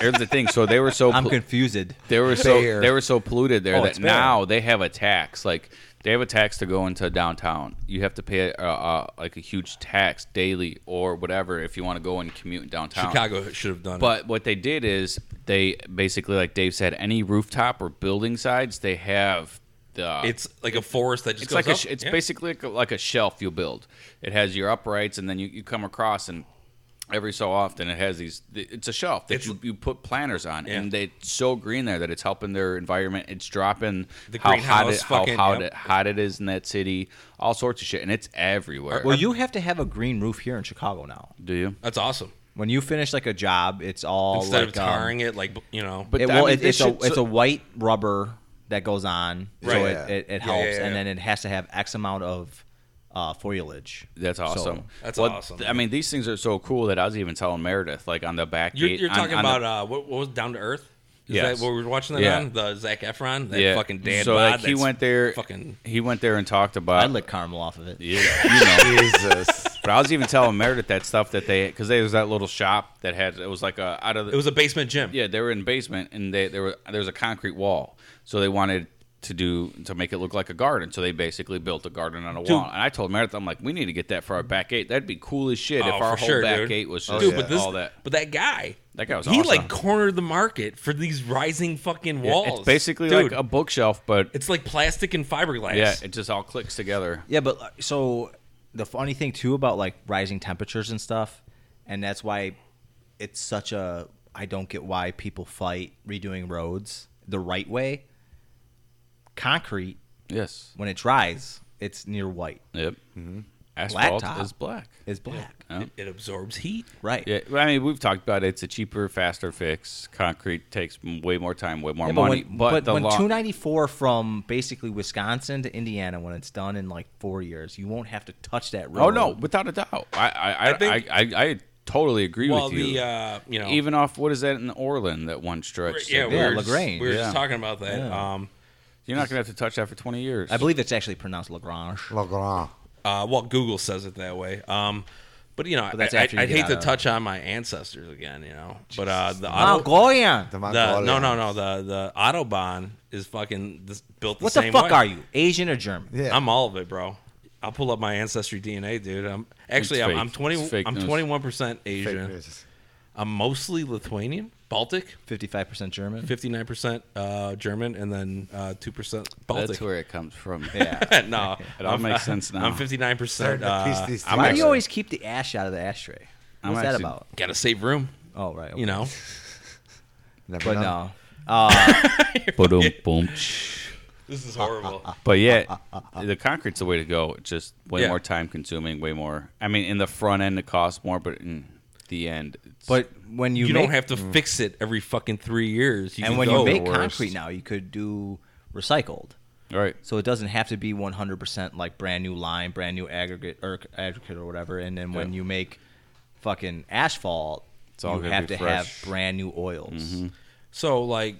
S1: Here's the thing. So they were so
S4: I'm
S1: pol-
S4: confused.
S1: They were so
S2: Fair.
S1: they were so polluted there
S4: Oh,
S1: that
S4: it's fair.
S1: now they have a tax. Like they have a tax to go into downtown. You have to pay uh, uh, like a huge tax daily or whatever if you want to go and commute downtown.
S3: Chicago should have done it.
S1: But what they did is they basically, like Dave said, any rooftop or building sides they have the
S3: It's like a forest that just
S1: it's
S3: goes
S1: like a,
S3: up.
S1: sh- it's
S3: Yeah.
S1: basically like a, like a shelf you build. It has your uprights, and then you, you come across and every so often it has these. th- It's a shelf that
S3: It's-
S1: you, you put planters on,
S3: Yeah.
S1: and they it's so green there that it's helping their environment. It's dropping
S3: The
S1: how hot
S3: greenhouse
S1: it how
S3: fucking-
S1: hot,
S3: yep.
S1: it, hot it is in that city, all sorts of shit, and it's everywhere.
S4: Well, you have to have a green roof here in Chicago now.
S1: Do you?
S3: That's awesome.
S4: When you finish like a job, it's all
S3: Instead
S4: like,
S3: of
S4: um,
S3: tarring it, like you know,
S1: But
S4: it,
S1: I
S4: well,
S1: mean,
S4: it,
S1: it
S4: it's
S1: should-
S4: a it's
S1: so-
S4: a white rubber that goes on,
S3: Right.
S4: so
S2: Yeah.
S4: it, it, it
S3: Yeah, yeah,
S4: helps, and
S3: yeah.
S4: then it has to have X amount of uh, foliage.
S1: That's
S4: So-
S1: awesome.
S3: That's awesome.
S1: th- I mean, these things are so cool that I was even telling Meredith, like on the back.
S3: you're,
S1: gate-
S3: you're
S1: on-
S3: talking
S1: on the-
S3: about uh, what, what was Down to Earth? Is
S1: Yes.
S3: that what we were watching that
S1: Yeah.
S3: on? The Zach Efron, that fucking dad
S1: So
S3: bod
S1: like he
S3: that's
S1: went there.
S3: fucking
S1: he went there and talked about.
S4: I lick caramel off of it.
S1: Yeah, you know.
S2: Jesus.
S1: But I was even telling Meredith that stuff that they because there was that little shop that had it was like a out of the,
S3: It was a basement gym.
S1: yeah they were in the basement and they there were there was a concrete wall so they wanted to do to make it look like a garden so they basically built a garden on a wall and I told Meredith I'm like we need to get that for our back gate that'd be cool as shit
S3: Oh,
S1: if our
S3: for
S1: whole
S3: sure,
S1: back
S3: dude.
S1: gate was just
S2: Oh,
S3: Dude,
S2: yeah.
S3: but this,
S1: all that
S3: but that guy,
S1: That guy was
S3: he
S1: awesome.
S3: like cornered the market for these rising fucking walls.
S1: it's basically
S3: Dude,
S1: like a bookshelf but
S3: it's like plastic and fiberglass.
S1: yeah it just all clicks together
S4: Yeah, but uh, so the funny thing too about like rising temperatures and stuff, and that's why it's such a I don't get why people fight redoing roads the right way. Concrete
S1: Yes.
S4: When it dries, it's near white.
S1: Yep.
S3: Mm-hmm.
S1: Asphalt
S4: top.
S1: is black.
S4: It's black.
S1: Yeah.
S3: It absorbs heat.
S4: Right.
S1: Yeah, well, I mean, we've talked about it. It's a cheaper, faster fix. Concrete takes m- way more time, way more
S4: Yeah, but
S1: money.
S4: when,
S1: but
S4: but
S1: the
S4: when
S1: long,
S4: 294 from basically Wisconsin to Indiana, when it's done in like four years, you won't have to touch that road.
S1: oh no, without a doubt, I I I,
S3: I think-
S1: I, I, I totally agree
S3: Well,
S1: with you.
S3: the uh, you know
S1: Even off what is that in Orland that one stretch?
S3: yeah,
S1: that
S3: we
S1: they-
S4: Yeah,
S3: were,
S4: LaGrange.
S3: Just, we were
S1: Yeah.
S3: just talking about that.
S4: Yeah.
S3: Um,
S1: you're not gonna have to touch that for 20 years.
S4: I believe it's actually pronounced Lagrange.
S2: Le Grand.
S3: uh, well, Google says it that way. Um, but you know,
S4: that's
S3: I,
S4: after you
S3: would
S4: get
S3: hate to
S4: out of-
S3: touch on my ancestors again. You know, but uh, the auto,
S4: Mongolian.
S2: The
S3: the,
S2: Mongolian.
S3: no, no, no, the the autobahn is fucking this, built the
S4: What the
S3: same
S4: fuck
S3: way.
S4: are you? Asian or German?
S2: Yeah.
S3: I'm all of it, bro. I'll pull up my ancestry DNA, dude. I'm actually
S1: It's
S3: I'm,
S1: fake.
S3: I'm 20
S1: It's fake
S3: I'm
S1: news.
S3: 21 percent
S2: Fake
S3: Asian.
S2: news.
S3: I'm mostly Lithuanian, Baltic,
S4: 55% German.
S3: 59 percent uh, German, and then uh, two percent Baltic.
S1: That's where it comes from.
S4: Yeah.
S3: no,
S1: It all
S3: I'm-
S1: makes sense now.
S3: I'm 59 percent.
S2: Starting to piece
S3: Uh,
S2: these
S1: I'm
S2: together.
S4: Why do
S1: actually-
S4: you always keep the ash out of the ashtray?
S1: I'm
S4: What's that
S1: actually-
S4: about?
S3: gotta save room,
S4: Oh, right. okay.
S3: you know.
S2: Never
S4: But
S2: know.
S4: no.
S1: Boom, boom.
S3: This is horrible.
S1: But yeah, the concrete's the way to go. It's just way
S3: Yeah.
S1: more time consuming, way more. I mean, in the front end, it costs more, but in the end, it's,
S4: But when you
S3: You,
S4: make,
S3: don't have to
S2: Mm.
S3: fix it every fucking three years. You
S4: and
S3: can
S4: when you
S3: go.
S4: make
S1: worst.
S4: concrete now, you could do recycled.
S1: all right.
S4: So it doesn't have to be 100% like brand new lime, brand new aggregate or aggregate or whatever. And then when
S1: Yeah.
S4: you make fucking asphalt,
S1: all
S4: you
S1: gonna be
S4: have to
S1: fresh. Mm-hmm.
S4: have brand new oils.
S3: So like,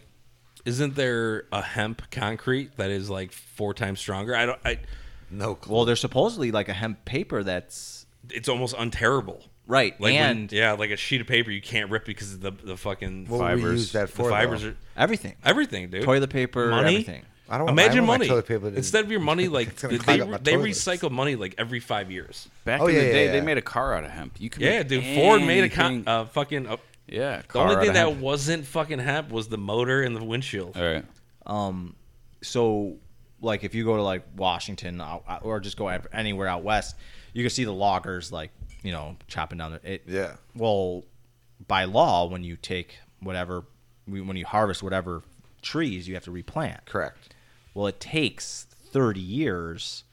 S3: isn't there a hemp concrete that is like four times stronger? I don't. I,
S2: No clue.
S4: Well, there's supposedly like a hemp paper that's
S3: it's almost unterrible.
S4: right.
S3: Like when-
S4: and
S3: yeah, like a sheet of paper you can't rip because of the the fucking
S2: What would we
S1: fibers.
S2: use that
S3: the
S2: for?
S3: fibers
S2: though?
S3: are
S4: everything.
S3: everything, dude.
S4: Toilet paper,
S3: money.
S4: everything.
S2: I don't want- I
S3: imagine
S2: don't want my
S3: money.
S2: toilet paper to-
S3: Instead of your money, like
S2: gonna
S3: they,
S2: clog up my
S3: they
S2: toilets.
S3: recycle money like every five years.
S1: Back
S2: Oh,
S1: in
S2: yeah,
S1: the day,
S2: yeah,
S1: they
S2: yeah.
S1: made a car out of hemp. You can
S3: Yeah,
S1: make
S3: dude. Ford made a con-
S1: anything-
S3: uh, fucking. Uh,
S1: yeah,
S3: the
S1: car
S3: only
S1: out
S3: thing
S1: of
S3: that
S1: hemp.
S3: wasn't fucking hemp was the motor and the windshield.
S1: all right.
S4: so like if you go to like Washington out, out- or just go ev- anywhere out west, you can see the loggers like you know chopping down the it.
S2: Yeah.
S4: Well, by law, when you take whatever, when you harvest whatever trees, you have to replant.
S2: Correct.
S4: Well, it takes 30 years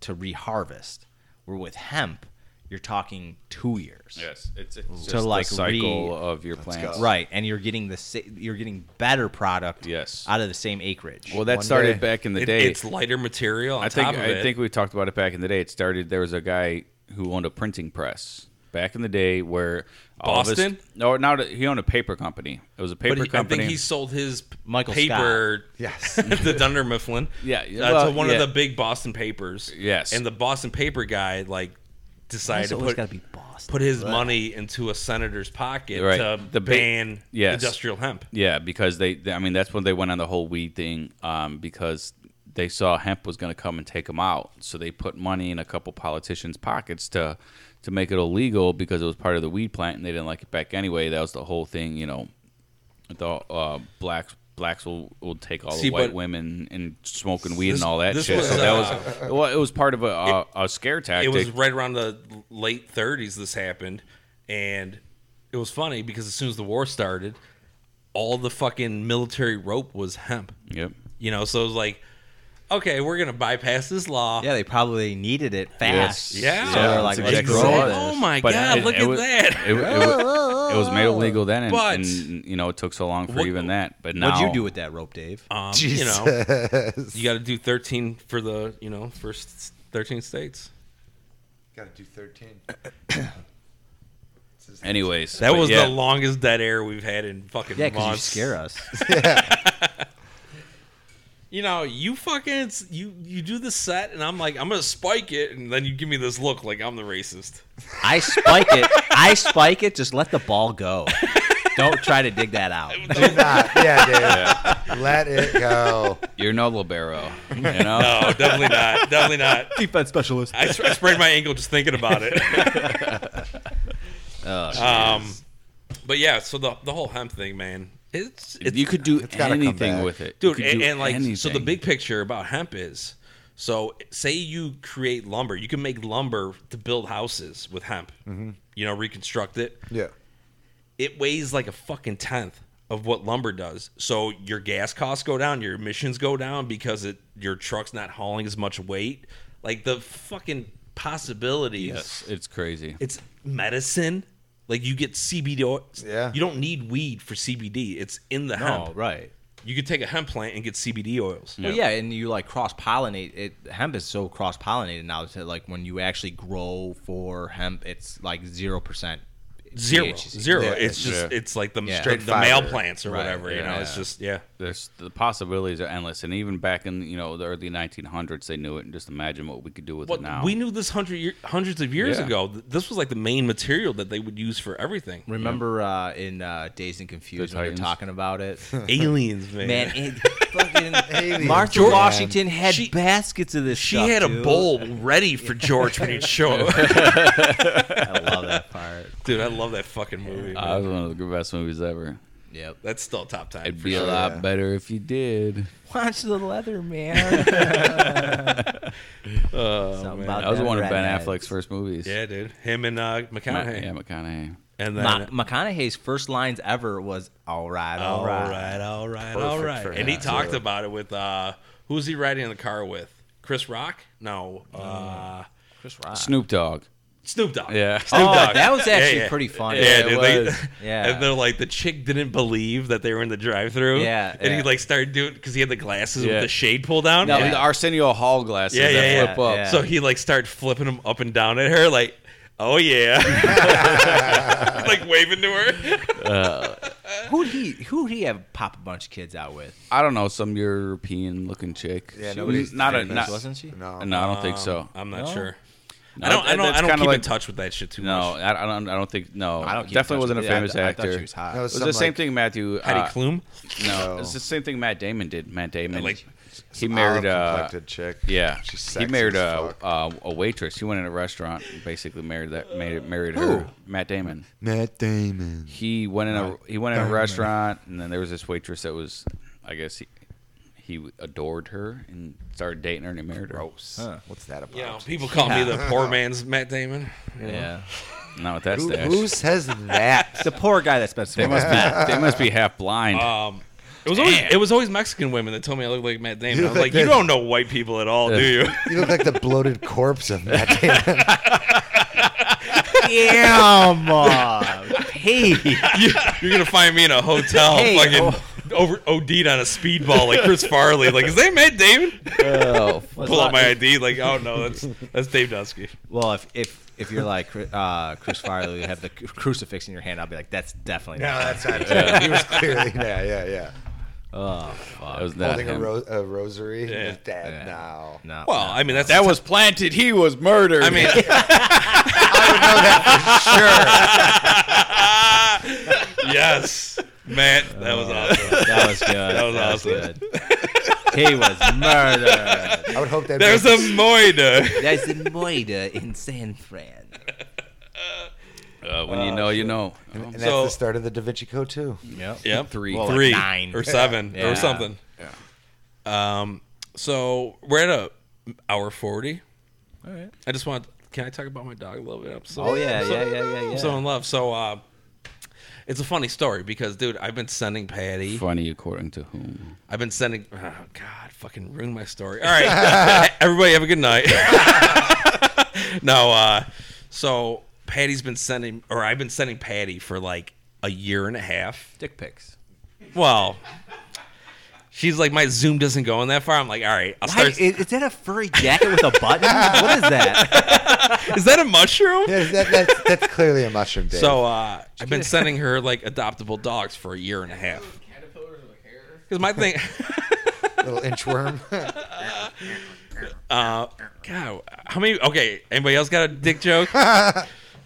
S4: to reharvest. Where with hemp, you're talking two years.
S1: Yes, it's, it's just
S4: So, like,
S1: the cycle
S4: re-
S1: of your plants.
S4: Right, and you're getting the sa- you're getting better product.
S1: Yes.
S4: Out of the same acreage.
S1: Well, that
S2: One
S1: started
S2: day.
S1: back in the
S3: It-
S1: day.
S3: it's lighter material. On
S1: I think
S3: top of
S1: I
S3: it.
S1: think we talked about it back in the day. It started. There was a guy who owned a printing press back in the day where all of his-
S3: Boston?
S1: no, not he owned a paper company. It was a paper
S3: but he, I
S1: company.
S3: think he sold his p-
S4: Michael
S3: paper.
S2: Yes.
S3: the Dunder Mifflin.
S1: Yeah,
S3: uh,
S1: well,
S3: to one
S1: yeah.
S3: of the big Boston papers.
S1: Yes.
S3: and the Boston paper guy like decided
S4: it's
S3: to
S4: always
S3: put
S4: got to be Boston.
S3: put his money into a senator's pocket
S1: Right.
S3: to
S1: The ba-
S3: ban
S1: Yes.
S3: industrial hemp.
S1: yeah, because they, they- I mean, that's when they went on the whole weed thing. Um, because they saw hemp was going to come and take them out, so they put money in a couple politicians' pockets to to make it illegal because it was part of the weed plant, and they didn't like it back anyway. That was the whole thing, you know. The uh, blacks blacks will, will take all
S3: See,
S1: the white
S3: but-
S1: women and smoking weed
S3: this-
S1: and all that
S3: this
S1: shit.
S3: was,
S1: so that
S3: uh,
S1: was well, it was part of a, a, a scare tactic.
S3: It was right around the late 30s this happened, and it was funny because as soon as the war started, all the fucking military rope was hemp.
S1: yep.
S3: You know, so it was like, okay, we're gonna bypass this law.
S4: Yeah, they probably needed it fast.
S1: Yes.
S3: Yeah.
S4: So they're like,
S1: That's
S4: let's
S1: exactly
S4: grow
S1: what it
S4: this.
S3: Oh my god,
S1: it-
S3: look
S1: it
S3: at
S1: was-
S3: that.
S1: It, it, wa- it was made illegal then, and,
S3: But-
S1: and, you know it took so long for
S3: What-
S1: even that. But now,
S4: What'd you do with that rope, Dave?
S3: Um, you
S2: Jesus.
S3: know, you got to do 13 for the, you know, first s- 13 states.
S2: Gotta do 13. This is-
S1: Anyways,
S3: That
S1: but
S3: was
S1: yeah,
S3: the longest dead air we've had in fucking
S4: yeah, because you
S3: months.
S4: scare us.
S3: You know, you fucking s- you you do the set and I'm like, I'm going to spike it and then you give me this look like I'm the racist.
S4: I spike it. I spike it. Just let the ball go. Don't try to dig that out.
S2: Do not. Yeah, dude. Let it go.
S1: You're no libero. You know.
S3: No, Oh, definitely not. Definitely not.
S4: Defense specialist.
S3: I, sp- I sprained my ankle just thinking about it.
S1: Oh,
S3: um but yeah, so the the whole hemp thing, man. It's, it's
S1: you could do
S2: gotta come
S1: anything
S2: back.
S1: with it, You
S3: dude
S1: could
S3: and,
S1: do
S3: and, like so the
S1: anything.
S3: big picture about hemp is so say you create lumber you can make lumber to build houses with hemp you know reconstruct it
S2: Yeah.
S3: it weighs like a fucking tenth of what lumber does. So your gas costs go down, your emissions go down because it your truck's not hauling as much weight. Like the fucking possibilities.
S1: Yes, it's crazy.
S3: It's medicine. Like you get CBD.
S2: Yeah.
S3: You don't need weed for CBD. It's in the
S4: Oh,
S3: hemp.
S4: right.
S3: You could take a hemp plant and get CBD oils.
S4: Well, yeah, and you like cross pollinate it. Hemp is so cross pollinated now that like when you actually grow for hemp, it's like zero percent.
S3: Zero, zero.
S2: Yeah,
S3: it's
S1: yeah.
S3: just it's like the
S4: Yeah.
S3: the,
S2: Straight
S3: the male
S2: fiber.
S3: plants or
S4: Right,
S3: whatever. You know,
S4: yeah.
S3: it's just yeah.
S1: There's the possibilities are endless, and even back in you know the early 1900s, they knew it, and just imagine what we could do with
S3: Well,
S1: it now.
S3: we knew this hundred year, hundreds of years
S1: Yeah.
S3: ago. Th- This was like the main material that they would use for everything.
S4: Remember uh, in uh, Days and Confused
S1: The
S4: when they're
S1: Titans.
S4: talking about it,
S3: Aliens, man.
S4: man. It, fucking
S2: Aliens,
S4: Martha
S2: man.
S4: Washington had
S3: She-
S4: baskets of this.
S3: she
S4: stuff,
S3: had a
S4: dude.
S3: bowl ready for George when he'd show up.
S4: I love that part.
S3: Dude, I love that fucking movie. man.
S1: Uh, it was one of the best movies ever.
S4: Yep.
S3: That's still top time.
S1: It'd
S3: for
S1: be
S3: sure.
S1: a lot
S2: Yeah.
S1: better if you did.
S4: Watch the leather, man. Something about
S1: That was
S4: them
S1: one of Ben
S4: redheads.
S1: Affleck's first movies.
S3: Yeah, dude. Him and uh,
S1: Ma-
S3: McConaughey.
S1: yeah, McConaughey.
S3: And then
S4: Ma- McConaughey's first lines ever was "All right, all,
S3: all
S4: right.
S3: right, all right,
S2: Perfect
S3: all
S2: for
S3: right.
S2: him,
S3: And he
S2: too.
S3: talked about it with uh, who was he riding in the car with? Chris Rock? No, uh,
S4: Chris Rock.
S1: Snoop Dogg.
S3: Snoop Dogg.
S1: Yeah.
S3: Snoop
S4: Oh,
S3: Dogg.
S4: that was
S3: Yeah,
S4: actually
S3: yeah.
S4: pretty funny.
S3: Yeah,
S4: Yeah,
S1: it
S3: dude, they-
S1: was.
S4: Yeah.
S3: And they're like, the chick didn't believe that they were in the drive-through.
S4: Yeah,
S3: And he
S4: yeah.
S3: like started doing because he had the glasses
S1: Yeah.
S3: with the shade pulled down.
S1: No,
S3: Yeah.
S1: the Arsenio Hall glasses that
S3: Yeah, yeah,
S1: flip up.
S4: yeah.
S3: So he like started flipping them up and down at her, like, oh yeah, like waving to her.
S4: Who'd he who'd he have pop a bunch of kids out with?
S1: I don't know, some European looking chick.
S2: Yeah,
S1: She
S2: nobody's
S1: was not a
S2: famous,
S1: not,
S4: wasn't Um, she?
S2: No.
S1: No, I don't think so.
S3: I'm not
S4: Oh. No?
S3: sure.
S1: No,
S3: I don't. I
S1: that-
S3: don't.
S1: that's
S3: I don't
S1: kinda
S3: keep in
S1: like-
S3: touch with that shit too
S1: No,
S3: much.
S1: I, I don't. I don't think. No,
S4: I don't keep
S1: definitely
S4: in touch
S1: wasn't a
S4: with it. I-
S1: famous
S4: I,
S1: actor.
S4: thought she was hot.
S2: That
S1: It was the
S2: Some,
S1: same
S2: like-
S1: thing Matthew.
S3: Heidi
S1: Uh,
S3: Klum.
S1: no,
S2: No.
S1: it's the same thing Matt Damon did. Matt Damon,
S3: like,
S1: he married uh,
S2: complected chick.
S1: yeah,
S2: She's
S1: he
S2: sexy
S1: married
S2: as
S1: a,
S2: fuck.
S1: a a waitress. He went in a restaurant and basically married that married, married
S2: Who?
S1: her. Matt Damon.
S2: Matt Damon.
S1: He went in a he went in a
S2: Damon.
S1: restaurant and then there was this waitress that was, I guess he he adored her and started dating her and he married her.
S2: Gross.
S4: Huh.
S2: What's that about?
S3: You know, people call me the poor man's Matt Damon.
S4: Yeah.
S1: Not with that
S2: who,
S1: stash.
S2: who says that?
S4: The poor guy that spent
S1: They must be they must be half blind.
S3: Um, it was always it was always Mexican women that told me I looked like Matt Damon.
S2: You
S3: I was
S2: look
S3: like,
S2: like
S3: you
S2: this.
S3: don't know white people at all, do you?
S2: you look like the bloated corpse of Matt Damon.
S4: Damn. uh, Hey.
S3: you you're gonna find me in a hotel,
S4: Hey,
S3: fucking
S4: oh.
S3: over OD'd on a speedball like Chris Farley. Like, is that Matt Damon?
S4: Oh,
S3: Pull out my ID. Like, oh no, that's that's Dave Dusky.
S4: Well, if if if you're like Chri- uh, Chris Farley, you have the cru- crucifix in your hand, I'll be like, that's definitely
S2: no,
S4: not.
S2: that's not it. He was clearly, yeah, yeah, yeah.
S4: Oh fuck.
S1: that was not
S2: Holding a,
S1: him.
S2: ro- a rosary.
S3: Yeah.
S2: His dad
S4: Yeah.
S2: now.
S4: No.
S3: Well,
S4: no.
S3: I mean, that's
S1: That was planted. He was murdered.
S3: I mean,
S1: Uh,
S2: Sure.
S3: yes, Matt, that was awesome.
S4: that was good. That
S3: was
S4: was,
S3: awesome.
S4: good. he was murdered.
S2: I would hope that
S3: There's a moida.
S4: There's a moida in San Fran.
S1: uh, when you know, you know.
S2: And
S1: Oh,
S2: that's
S3: So-
S2: the start of the Da Vinci Code too.
S4: Yep.
S3: Yeah,
S1: Three.
S4: Well, like
S3: three,
S4: nine.
S3: or seven,
S4: Yeah.
S3: or something.
S1: yeah.
S3: Um, so we're at a hour forty.
S4: All right.
S3: I just want. Can I talk about my dog a little bit? I'm so,
S4: Oh yeah,
S3: so-
S4: yeah, yeah, yeah, yeah.
S3: I'm so in love. So uh, it's a funny story because, dude, I've been sending Patty.
S1: Funny according to whom?
S3: I've been sending. Oh, God, fucking ruin my story. All right, everybody, have a good night. no, uh, so Patty's been sending, or I've been sending Patty for like a year and a half.
S4: Dick pics.
S3: Well, she's like, my Zoom doesn't go in that far. I'm like, all right, I'll
S4: Why,
S3: start.
S4: is, is that a furry jacket with a button? what is that?
S3: is that a mushroom?
S2: Yeah, that, that's, that's clearly a mushroom day.
S3: So uh, I've been sending her like adoptable dogs for a year and a half. Because my thing,
S2: little inchworm.
S3: uh, God, how many? Okay, anybody else got a dick joke?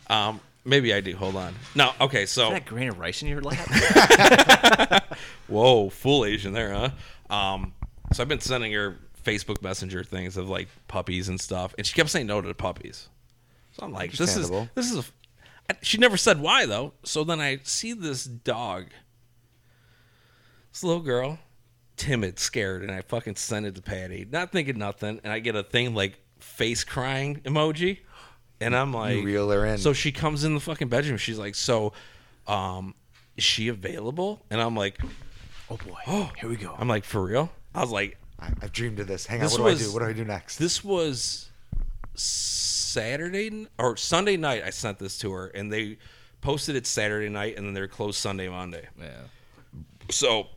S3: um, maybe I do. Hold on. No, okay.
S4: Is
S3: So,
S4: that grain of rice in your lap?
S3: whoa, full Asian there, huh? Um, so I've been sending her Facebook Messenger things of like puppies and stuff, and she kept saying no to the puppies. So I'm like, this is
S2: Understandable.
S3: this is. A, I- she never said why though. So then I see this dog, this little girl, timid, scared, and I fucking send it to Patty, not thinking nothing, and I get a thing like face crying emoji, and I'm like,
S2: reel her in.
S3: So she comes in the fucking bedroom. She's like, so, um. is she available? And I'm like,
S4: Oh boy.
S3: oh,
S4: Here we go.
S3: I'm like, for real? I was like,
S2: I, I've dreamed of this. Hang on,
S3: This
S2: what do I
S3: was-
S2: do? What do I do next?
S3: this was Saturday n- or Sunday night. I sent this to her, and they posted it Saturday night, and then they were closed Sunday, Monday.
S4: yeah.
S3: So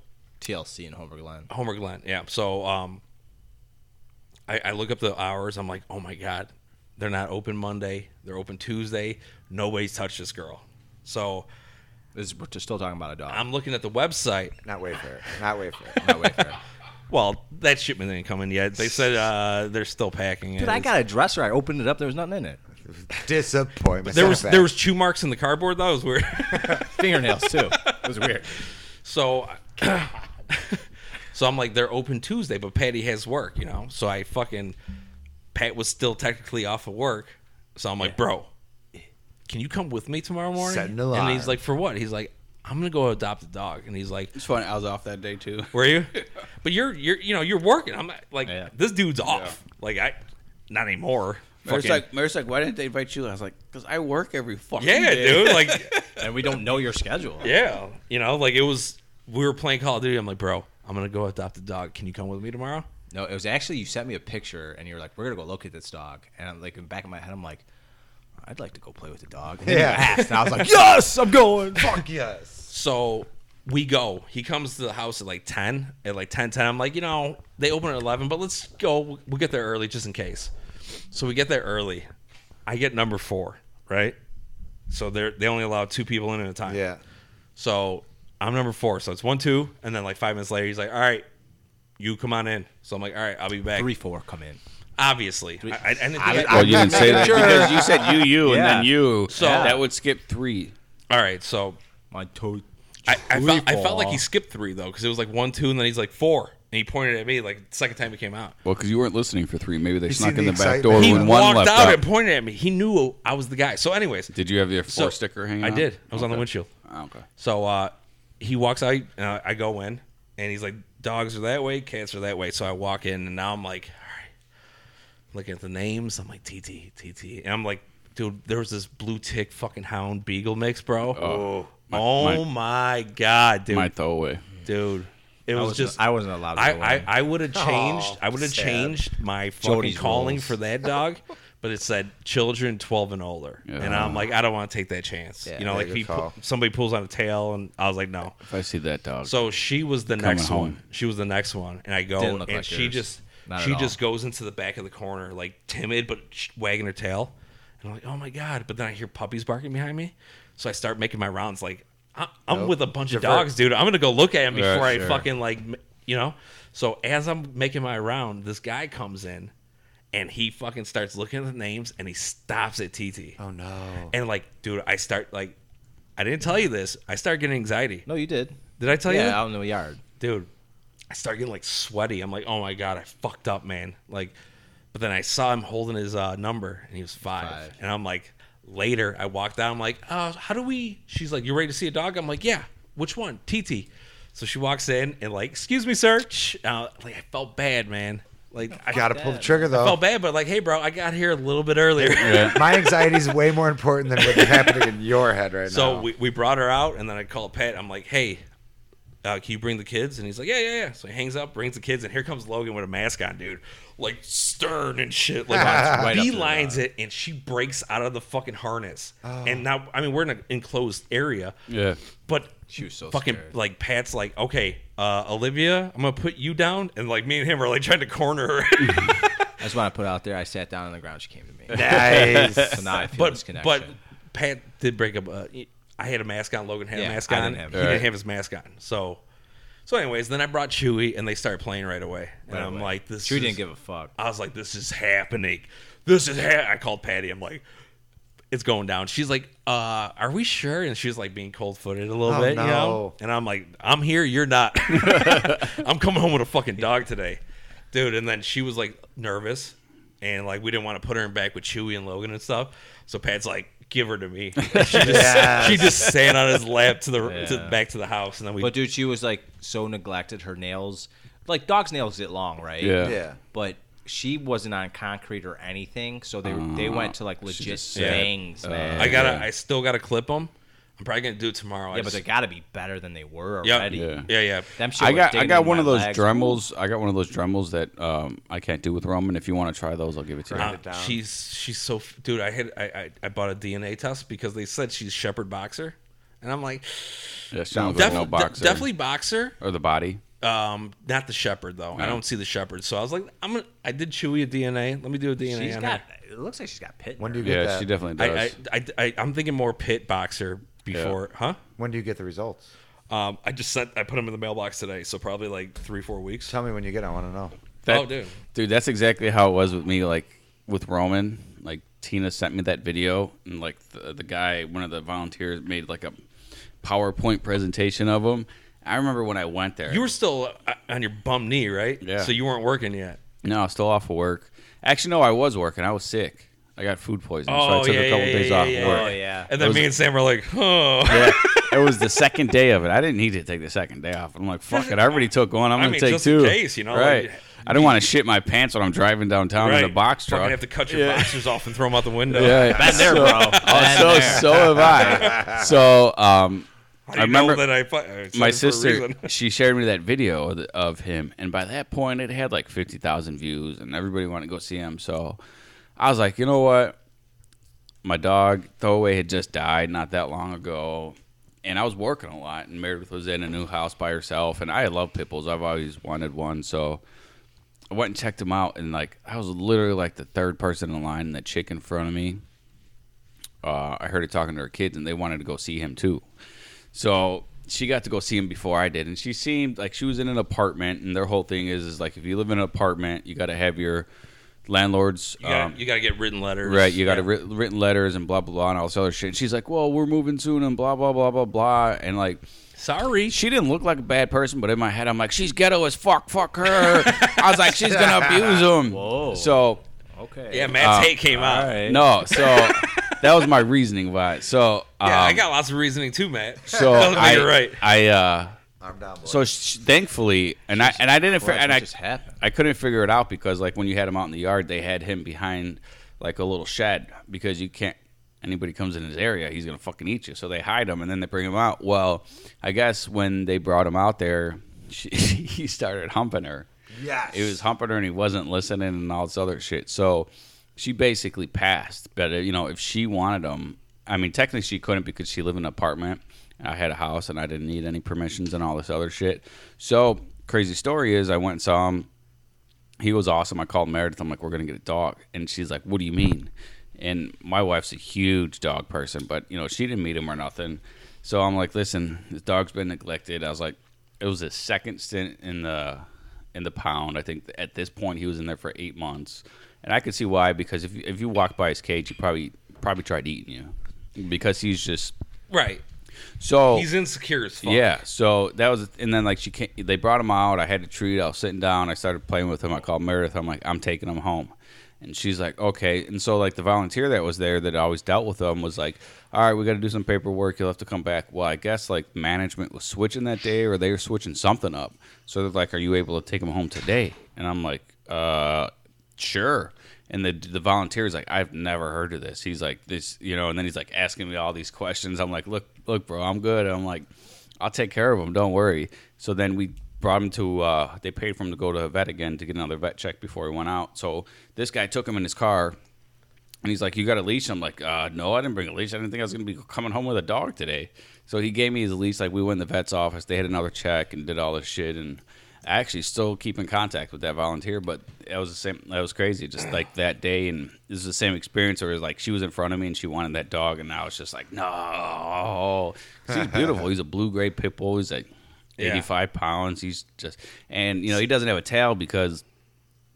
S4: TLC and Homer Glen.
S3: Homer Glen, yeah. So um, I, I look up the hours. I'm like, oh my god, they're not open Monday. They're open Tuesday. Nobody's touched this girl. So
S4: This is, we're still talking about a dog.
S3: I'm looking at the website.
S2: Not Wayfair. Not Wayfair.
S4: not Wayfair.
S3: Well, that shipment ain't coming yet. They said uh, they're still packing it.
S4: Dude, I got a dresser. I opened it up. There was nothing in it.
S2: Disappointment.
S3: there was
S2: Setback.
S3: there was chew marks in the cardboard. That was weird.
S4: Fingernails too. It was weird.
S3: So, so I'm like, they're open Tuesday, but Patty has work, you know. So I fucking Pat was still technically off of work, so I'm like, bro, can you come with me tomorrow morning?
S2: Set an
S3: And
S2: alarm.
S3: he's like, for what? He's like, I'm gonna go adopt a dog, and he's like,
S1: It's funny. I was off that day too.
S3: were you? But you're you're you know you're working. I'm not- like
S4: Yeah.
S3: this dude's off. Like I, not anymore.
S1: Mary's
S3: Fucking-
S1: like, Mary's like, why didn't they invite you? I was like, because I work every fucking
S3: yeah,
S1: day.
S3: dude. Like
S4: And we don't know your schedule.
S3: Yeah, you know, like it was. We were playing Call of Duty. I'm like, bro, I'm gonna go adopt a dog. Can you come with me tomorrow?
S4: No, it was actually you sent me a picture and you were like, "We're gonna go look at this dog," and I'm like, in the back of my head, I'm like, "I'd like to go play with the dog." And then
S2: Yeah.
S4: You asked, and I was like, "Yes, I'm going."
S2: Fuck yes.
S3: So we go. He comes to the house at like 10, at like 10, 10. I'm like, you know, they open at 11, but let's go. We'll get there early just in case. So we get there early. I get number four, right? So they're, they only allow two people in at a time.
S2: Yeah.
S3: So I'm number four. So it's one, two. And then like five minutes later, he's like, all right, you come on in. So I'm like, all right, I'll be back.
S4: Three, four, come in.
S3: Obviously. I, I, I didn't think I-
S1: Well, you didn't say that because you said you, you, and then
S4: Yeah.
S1: you. So
S3: So-
S1: that would skip three.
S3: all right. So
S4: My toe.
S3: I, I, felt, I felt like he skipped three though, because it was like one, two, and then he's like four, and he pointed at me like the second time he came out.
S1: Well, because you weren't listening for three. Maybe they
S2: You
S1: snuck
S2: see
S1: in
S2: the
S1: the back
S2: excitement?
S1: door
S3: He
S1: when one
S3: walked
S1: left
S3: out
S1: out.
S3: and pointed at me. He knew I was the guy. So, anyways,
S1: Did you have your four
S3: so-
S1: sticker hanging?
S3: I
S1: out?
S3: did. I was on the windshield.
S1: Oh, okay.
S3: So uh, he walks out. Uh, I go in, and he's like, "Dogs are that way, cats are that way." So I walk in, and now I'm like, all right. Looking at the names, I'm like TT, TT, and I'm like, dude, there was this blue tick fucking hound beagle mix, bro. Oh,
S1: my-
S3: oh my god, dude,
S1: My throwaway.
S3: dude, it
S4: I
S3: was
S4: wasn't,
S3: just
S4: I wasn't allowed. To
S3: I,
S4: go
S3: I,
S4: in.
S3: I would have changed.
S2: Aw,
S3: I would have
S2: sad.
S3: changed my fucking
S4: Oh, Jody's
S3: calling
S4: rules.
S3: for that dog, but it said children twelve and older, and I'm like, I don't want to take that chance.
S4: Yeah,
S3: you know,
S2: very
S3: like
S2: good
S3: he pu-
S2: call.
S3: somebody pulls on a tail, and I was like, no.
S1: If I see that dog,
S3: So she was the next
S1: home.
S3: one. She was the next one, and I go,
S4: Didn't look
S3: and
S4: like
S3: she
S4: yours.
S3: just
S4: Not
S3: she
S4: at all.
S3: just goes into the back of the corner, like timid but sh- wagging her tail, and I'm like, oh my god! But then I hear puppies barking behind me, so I start making my rounds. Like I- I'm
S2: Nope.
S3: with a bunch
S2: Divert.
S3: of dogs, dude. I'm gonna go look at him
S1: Yeah,
S3: before I
S1: sure.
S3: fucking like m- you know. So as I'm making my round, this guy comes in, and he fucking starts looking at the names, and he stops at TT,
S2: Oh no.
S3: and like, dude, I start like. I didn't tell you this. I start getting anxiety.
S4: no, you did.
S3: Did I tell you?
S4: yeah,
S3: that?
S4: out in the yard.
S3: dude, I started getting like sweaty. I'm like, oh my god, I fucked up, man. Like, but then I saw him holding his uh, number, and he was five.
S4: Five.
S3: And I'm like, later, I walked down. I'm like, uh, how do we? She's like, you ready to see a dog? I'm like, yeah. Which one? TT. So she walks in and like, excuse me, sir. Shh. Uh, like I felt bad, man. Like I
S2: Gotta pull the trigger
S3: I
S2: though.
S3: felt bad, but like, hey, bro, I got here a little bit earlier.
S2: My anxiety is way more important than what's happening in your head right now.
S3: So we, we brought her out, and then I called Pat. I'm like, hey, uh, can you bring the kids? And he's like, yeah, yeah, yeah. So he hangs up, brings the kids, and here comes Logan with a mask on, dude. Like stern and shit. Like
S4: Right up to the
S3: beelines it, and she breaks out of the fucking harness. And now, I mean, we're in an enclosed area.
S1: yeah,
S3: But
S4: She was so
S3: fucking
S4: scared.
S3: like Pat's like, okay, uh, Olivia, I'm gonna put you down, and like me and him are like trying to corner her.
S4: I just want to put it out there. I sat down on the ground. She came to me.
S2: nice.
S4: So now I feel
S3: but
S4: this connection.
S3: but Pat did break up. Uh, I had a mask on. Logan had
S4: Yeah,
S3: a mask
S4: I
S3: on.
S4: didn't have it.
S3: he
S1: Alright.
S3: didn't have his mask on. So, so anyways, then I brought Chewy, and they started playing right away. And I'm
S4: Anyway,
S3: like, this.
S4: Drew
S3: is,
S4: didn't give a fuck.
S3: I was like, this is happening. This is. Ha-. I called Patty. I'm like. It's going down. She's like, uh, "Are we sure?" And she's like, being cold-footed a little
S2: Oh,
S3: bit, you
S2: no.
S3: know. And I'm like, "I'm here. You're not. I'm coming home with a fucking dog today, dude." And then she was like nervous, and like we didn't want to put her in back with Chewy and Logan and stuff. So Pat's like, "Give her to me." She just
S2: Yes.
S3: she just sat on his lap to the
S4: Yeah.
S3: to, back to the house, and then we
S4: But dude, she was like so neglected. Her nails, like dogs' nails, get long, right?
S1: yeah,
S2: yeah.
S4: But she wasn't on concrete or anything, so they they went to like legit
S1: Mm. just uh, sat.
S4: bangs, man.
S3: I gotta
S1: Yeah.
S3: I still gotta clip them. I'm probably gonna do it tomorrow. I
S4: Yeah, but
S3: just-
S4: they got to be better than they were
S3: Yep.
S4: already.
S1: Yeah.
S3: yeah, yeah.
S4: Them shit
S1: I
S4: was
S1: got I
S4: digging
S1: got
S4: in
S1: one
S4: my
S1: of those
S4: legs.
S1: Dremels. I got one of those Dremels that um, I can't do with Roman. If you want to try those, I'll give it to you.
S3: Uh,
S2: it down.
S3: she's she's so f- dude. I had I, I I bought a DNA test because they said she's shepherd boxer, and I'm like,
S1: yeah, sounds like
S3: def-
S1: no
S3: de-
S1: boxer.
S3: definitely boxer.
S1: or the body.
S3: Um, not the shepherd though. I
S1: Yeah.
S3: don't see the shepherd. So I was like, I'm gonna. I did Chewy a DNA. Let me do a DNA.
S4: She's
S3: on
S4: got.
S3: her.
S4: It looks like she's got pit. in
S2: When do
S4: her.
S2: you get
S1: Yeah,
S2: that?
S1: she definitely does.
S3: I, I I I I'm thinking more pit boxer before, huh?
S2: when do you get the results?
S3: Um, I just sent. I put them in the mailbox today, so probably like three four weeks.
S2: Tell me when you get. it, I want to know.
S1: That-
S3: oh, dude.
S1: Dude, that's exactly how it was with me. Like with Roman, like Tina sent me that video, and like the, the guy, one of the volunteers, made like a PowerPoint presentation of him. I remember when I went there.
S3: You were still uh, on your bum knee, right?
S1: Yeah.
S3: So you weren't working yet.
S1: no, I was still off of work. Actually, no, I was working. I was sick. I got food poisoning, so I
S3: Oh,
S1: took
S3: yeah,
S1: a couple
S3: yeah,
S1: days
S3: yeah,
S1: off
S3: yeah,
S1: work.
S4: Oh yeah.
S3: And then
S1: was-
S3: me and Sam were like, oh.
S1: Yeah, it was the second day of it. I didn't need to take the second day off. I'm like, fuck it. I already took one. I'm
S3: I
S1: gonna
S3: mean,
S1: take
S3: just in
S1: two.
S3: case, you know,
S1: right?
S3: like-
S1: I don't want to shit my pants when I'm driving downtown in a box
S3: Fucking
S1: truck.
S3: have to cut your boxers off and throw them out the window.
S1: yeah,
S4: Been there, bro. Been
S1: Oh, so
S4: there.
S1: so have I. So um,
S3: How do
S1: I
S3: you know
S1: remember
S3: that I fu- I said
S1: my
S3: it for a
S1: sister
S3: reason.
S1: she shared me that video of, the, of him, and by that point it had like fifty thousand views, and everybody wanted to go see him. So I was like, you know what? My dog Throwaway had just died not that long ago, and I was working a lot. And Meredith was in a new house by herself, and I love pit bulls. I've always wanted one, so. I went and checked him out, and like I was literally like the third person in line, and the chick in front of me. Uh, I heard her talking to her kids, and they wanted to go see him too. So she got to go see him before I did, and she seemed like she was in an apartment, and their whole thing is is like if you live in an apartment, you got to have your landlord's
S3: You gotta,
S1: um,
S3: you gotta get written letters.
S1: Right, you got
S3: Yeah.
S1: writ written letters and blah blah blah and all this other shit. And she's like, "Well, we're moving soon and blah blah blah blah blah." And like,
S3: Sorry.
S1: she didn't look like a bad person, but in my head, I'm like, "She's ghetto as fuck, fuck her." I was like, "She's gonna abuse him."
S4: Whoa.
S1: So
S4: Okay.
S3: Yeah, Matt
S1: um,
S3: Tate came out.
S4: right.
S1: no, so that was my reasoning why. So um,
S3: Yeah, I got lots of reasoning too, Matt.
S1: So
S3: Doesn't mean
S1: I,
S3: you're right.
S1: I uh,
S2: I'm down. Boy.
S1: so sh thankfully, and I and I didn't fi-
S4: Christ,
S1: and
S4: what
S1: I
S4: just happened?
S1: I couldn't figure it out because like when you had him out in the yard, they had him behind like a little shed because you can't anybody comes in his area, he's gonna fucking eat you. So they hide him and then they bring him out. Well, I guess when they brought him out there, she, he started humping her.
S2: yes.
S1: It was humping her and he wasn't listening and all this other shit. So she basically passed. But uh, you know, if she wanted him, I mean, technically she couldn't because she lived in an apartment. and I had a house and I didn't need any permissions and all this other shit. So crazy story is I went and saw him. He was awesome. I called Meredith. I'm like, we're gonna get a dog, and she's like, what do you mean? And my wife's a huge dog person, but you know she didn't meet him or nothing. So I'm like, listen, this dog's been neglected. I was like, it was his second stint in the in the pound. I think at this point he was in there for eight months, and I could see why because if you, if you walked by his cage, he probably probably tried eating you because he's just
S3: right.
S1: so
S3: He's insecure as fuck.
S1: Oh. yeah, so that was, and then like she came, they brought him out. I had a treat. I was sitting down. I started playing with him. I called Meredith. I'm like, I'm taking him home, and she's like, okay. And so like the volunteer that was there that always dealt with him was like, all right, we got to do some paperwork. You'll have to come back. Well, I guess like management was switching that day, or they were switching something up. So they're like, are you able to take him home today? And I'm like, uh, sure. And the the volunteer is like, I've never heard of this. He's like, this, you know, and then he's like asking me all these questions. I'm like, look, look, bro, I'm good. I'm like, I'll take care of him. Don't worry. So then we brought him to. Uh, they paid for him to go to a vet again to get another vet check before he went out. So this guy took him in his car. And he's like, "You got a leash?" I'm like, uh, "No, I didn't bring a leash. I didn't think I was gonna be coming home with a dog today." So he gave me his leash. Like we went in the vet's office. They had another check and did all this shit. And I actually still keep in contact with that volunteer. But that was the same. That was crazy. Just like that day, and this is the same experience. Where it was like she was in front of me and she wanted that dog, and I was just like, "No." 'Cause He's beautiful. he's a blue gray pit bull. He's like
S3: Yeah.
S1: 85 pounds. He's just, and you know, he doesn't have a tail because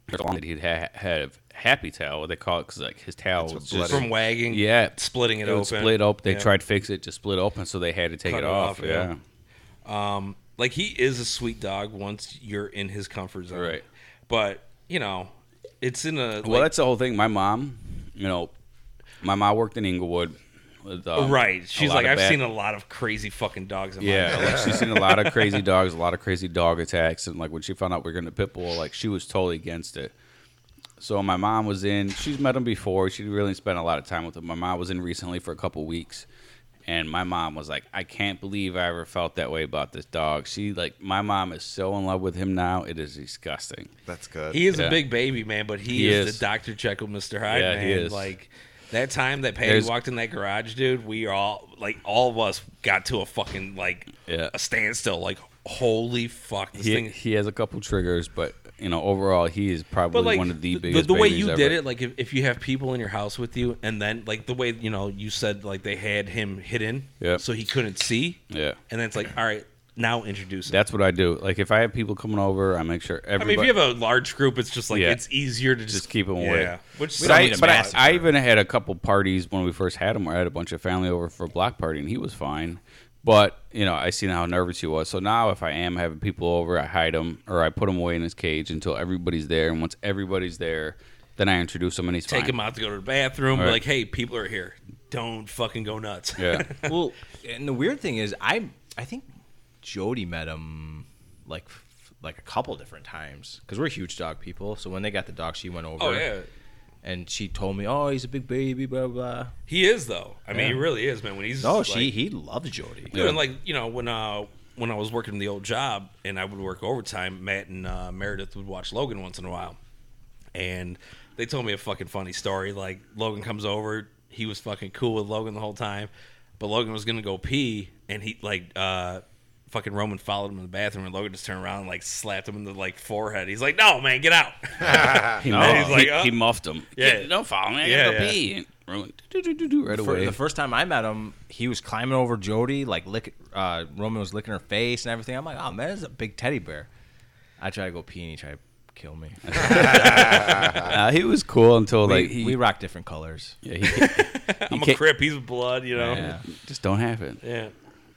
S1: there's one that he'd ha- have happy tail. What they call it because like his tail
S2: That's
S1: was
S2: what
S1: just
S3: From wagging.
S1: yeah,
S3: Splitting it,
S1: it
S3: open.
S1: was split open. They
S3: Yeah.
S1: tried to fix it to split open, so they had to take
S3: Cut
S1: it,
S3: it
S1: off.
S3: off, yeah.
S1: yeah.
S3: Like he is a sweet dog once you're in his comfort zone.
S1: Right.
S3: But you know, it's in a
S1: Well,
S3: like-
S1: that's the whole thing. My mom, you know, my mom worked in Inglewood. With, um, a
S3: right. She's
S1: lot
S3: like,
S1: of
S3: I've
S1: bad-
S3: seen a lot of crazy fucking dogs. In
S1: Yeah,
S3: my life.
S1: like she's seen a lot of crazy dogs, a lot of crazy dog attacks, and like when she found out we are going to pit bull, like she was totally against it. So my mom was in. She's met him before. She really spent a lot of time with him. My mom was in recently for a couple weeks, And my mom was like, I can't believe I ever felt that way about this dog. She like my mom is so in love with him now, it is disgusting.
S2: That's good.
S3: He is
S1: Yeah.
S3: a big baby, man, but he,
S1: He
S3: is,
S1: is.
S3: the Dr. Jekyll, Mr. Hyde,
S1: Yeah,
S3: man.
S1: he is.
S3: Like that time that Patty
S1: There's-
S3: walked in that garage, dude, we all like all of us got to a fucking like
S1: Yeah.
S3: a standstill. Like, holy fuck, this
S1: He,
S3: thing
S1: he has a couple triggers, but you know, overall he is probably
S3: but like
S1: one of the
S3: th- the,
S1: biggest.
S3: the way
S1: babies
S3: you
S1: ever.
S3: did it like if, if you have people in your house with you and then like the way you know you said like they had him hidden
S1: Yep.
S3: so he couldn't see
S1: Yeah.
S3: and then it's like all right now introduce him.
S1: That's what I do. Like if I have people coming over, I make sure
S3: i
S1: everybody
S3: mean if you have a large group it's just like
S1: Yeah.
S3: it's easier to just,
S1: just keep them
S3: yeah
S1: away.
S3: which
S1: But, I,
S4: need a
S3: sounds
S1: but I-
S3: bad.
S4: massive
S1: I even had a couple parties when we first had him. Where I had a bunch of family over for a block party, and he was fine. But you know, I seen how nervous he was. So now, if I am having people over, I hide him or I put him away in his cage until everybody's there. And once everybody's there, then I introduce him, and he's
S3: take
S1: fine.
S3: him out to go to the bathroom be
S1: Right.
S3: like hey people are here don't fucking go nuts
S1: Yeah,
S4: well, and the weird thing is, I I think Jody met him like f- like a couple different times because we're huge dog people. So when they got the dog, she went over.
S3: oh yeah
S4: And she told me, "Oh, he's a big baby, blah blah."
S3: he is though i mean he
S4: Yeah.
S3: really is man when he's
S4: No,
S3: like,
S4: she he loves Jody.
S3: Dude, and like you know when uh when I was working in the old job and I would work overtime, Matt and uh, Meredith would watch Logan once in a while, and they told me a fucking funny story. Like Logan comes over, he was fucking cool with Logan the whole time, but Logan was gonna go pee, and he like uh fucking Roman followed him in the bathroom, and Logan just turned around and like slapped him in the like forehead. He's like, "No, man, get out."
S1: he,
S3: And
S1: muffed,
S3: he's like,
S1: he,
S3: uh,
S1: he muffed him.
S3: yeah.
S1: Get- don't follow me. I
S3: Yeah,
S1: gotta go
S3: yeah.
S1: pee. And ruined- do, do, do, do, right
S4: For,
S1: away.
S4: the first time I met him, he was climbing over Jody, like lick, uh, Roman was licking her face and everything. I'm like, "Oh man, this is a big teddy bear." I tried to go pee and he tried to kill me.
S1: Uh, he was cool until like
S4: Like
S1: he,
S4: we rock different colors.
S1: yeah, he-
S3: I'm a
S1: can't-
S3: crip. He's blood, you know. Yeah.
S1: yeah, just don't have it.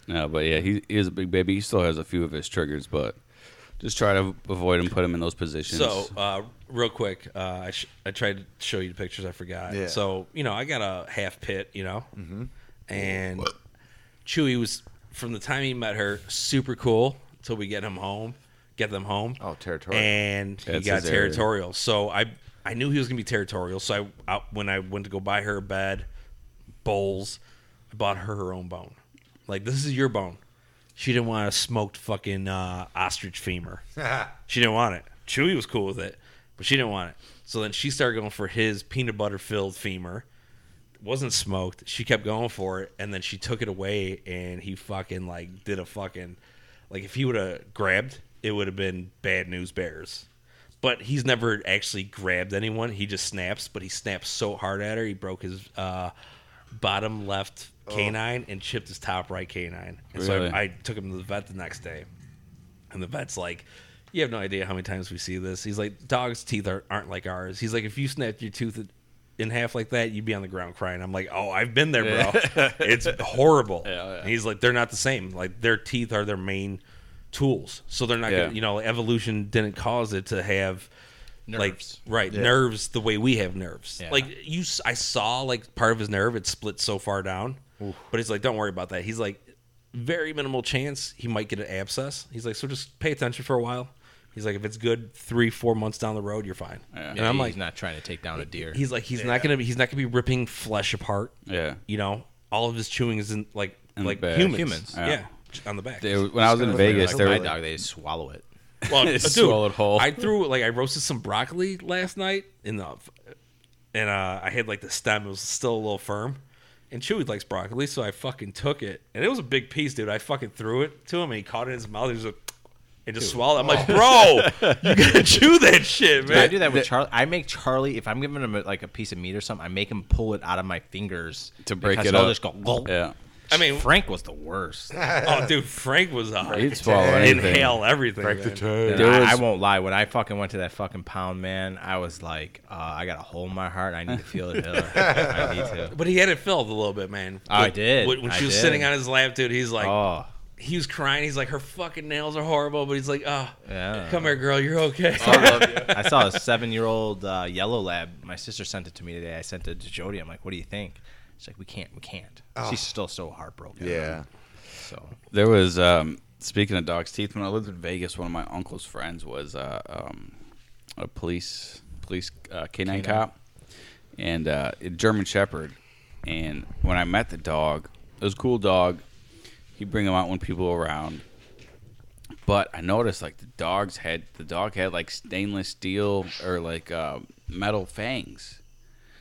S1: No, but yeah, he, he is a big baby. He still has a few of his triggers, but just try to avoid him, put him in those positions.
S3: So, uh, real quick, uh, I, sh- I tried to show you the pictures. I forgot.
S2: Yeah.
S3: So, you know, I got a half pit, you know, mm-hmm. and Chewy was from the time he met her super cool till we get him home, get them home.
S2: Oh, territorial.
S3: And he
S1: That's
S3: got
S1: his area.
S3: territorial. So I I knew he was gonna be territorial. So I, I when I went to go buy her a bed, bowls, I bought her her own bone. Like this is your bone. She didn't want a smoked fucking uh, ostrich femur. She didn't want it. Chewy was cool with it, but she didn't want it. So then she started going for his peanut butter filled femur. Wasn't smoked. She kept going for it, and then she took it away, and he fucking like did a fucking like if he would have grabbed, it would have been bad news bears. But he's never actually grabbed anyone. He just snaps, but he snaps so hard at her, he broke his uh, bottom left canine and chipped his top right canine. And
S1: Really?
S3: so I, I took him to the vet the next day. And the vet's like, You have no idea how many times we see this. He's like, Dogs' teeth are, aren't like ours. He's like, If you snapped your tooth in half like that, you'd be on the ground crying. I'm like, Oh, I've been there, bro. it's horrible.
S1: yeah.
S3: And he's like, They're not the same. Like, their teeth are their main tools. So they're not
S1: Yeah.
S3: gonna, you know, evolution didn't cause it to have.
S4: Nerves.
S3: Like right nerves, the way we have nerves.
S4: Yeah.
S3: Like you, s- I saw like part of his nerve it split so far down, but he's like, don't worry about that. He's like, very minimal chance he might get an abscess. He's like, so just pay attention for a while. He's like, if it's good three, four months down the road, you're fine. And I'm
S4: he's
S3: like,
S4: not trying to take down a deer.
S3: he's like, he's not gonna, be, he's not gonna be ripping flesh apart.
S1: Yeah.
S3: you know, all of his chewing is in like
S1: the
S3: like
S1: back.
S3: humans,
S4: Humans.
S3: yeah.
S1: Yeah.
S3: on the back.
S1: They- when I was in
S2: gonna
S1: Vegas,
S2: look
S1: there
S4: my
S1: was-
S4: dog, they just swallow it.
S3: Well, dude,
S1: Swallowed whole.
S3: I threw like I roasted some broccoli last night in the, and uh, I had like the stem. It was still a little firm, and Chewy likes broccoli, so I fucking took it, and it was a big piece, dude. I fucking threw it to him, and he caught it in his mouth. He was like, and just swallowed. it. I'm like, bro, you gotta chew that shit,
S4: Dude, I
S3: man.
S4: do that with Charlie. I make Charlie if I'm giving him like a piece of meat or something, I make him pull it out of my fingers
S1: To break
S4: because
S1: it
S4: he'll
S1: up.
S4: Just go. gulp.
S1: yeah,
S3: I mean,
S4: Frank was the worst. I,
S3: oh, dude, Frank was a
S1: he'd swallow anything.
S3: inhale everything. man.
S1: There was-
S4: I won't lie. When I fucking went to that fucking pound, man, I was like, uh, I got a hole in my heart. I need to feel it. Heather. I need to.
S3: But he had it filled a little bit, man.
S4: I
S3: When-
S4: did.
S3: When, when she
S4: I
S3: was
S4: did.
S3: sitting on his lap, dude, he's like,
S4: Oh,
S3: he was crying. He's like, her fucking nails are horrible, but he's like, oh,
S4: Yeah.
S3: come here, girl, you're okay.
S4: I saw a seven-year-old uh, yellow lab. My sister sent it to me today. I sent it to Jody. I'm like, what do you think? She's like, we can't, we can't. She's still so heartbroken.
S2: yeah.
S4: So
S1: there was. Um, speaking of dog's teeth, when I lived in Vegas, one of my uncle's friends was uh, um, a police police uh, canine, cop, and uh, a German Shepherd. And when I met the dog, It was a cool dog. He'd bring him out when people were around. But I noticed like the dog's head, the dog had like stainless steel or like uh, metal fangs.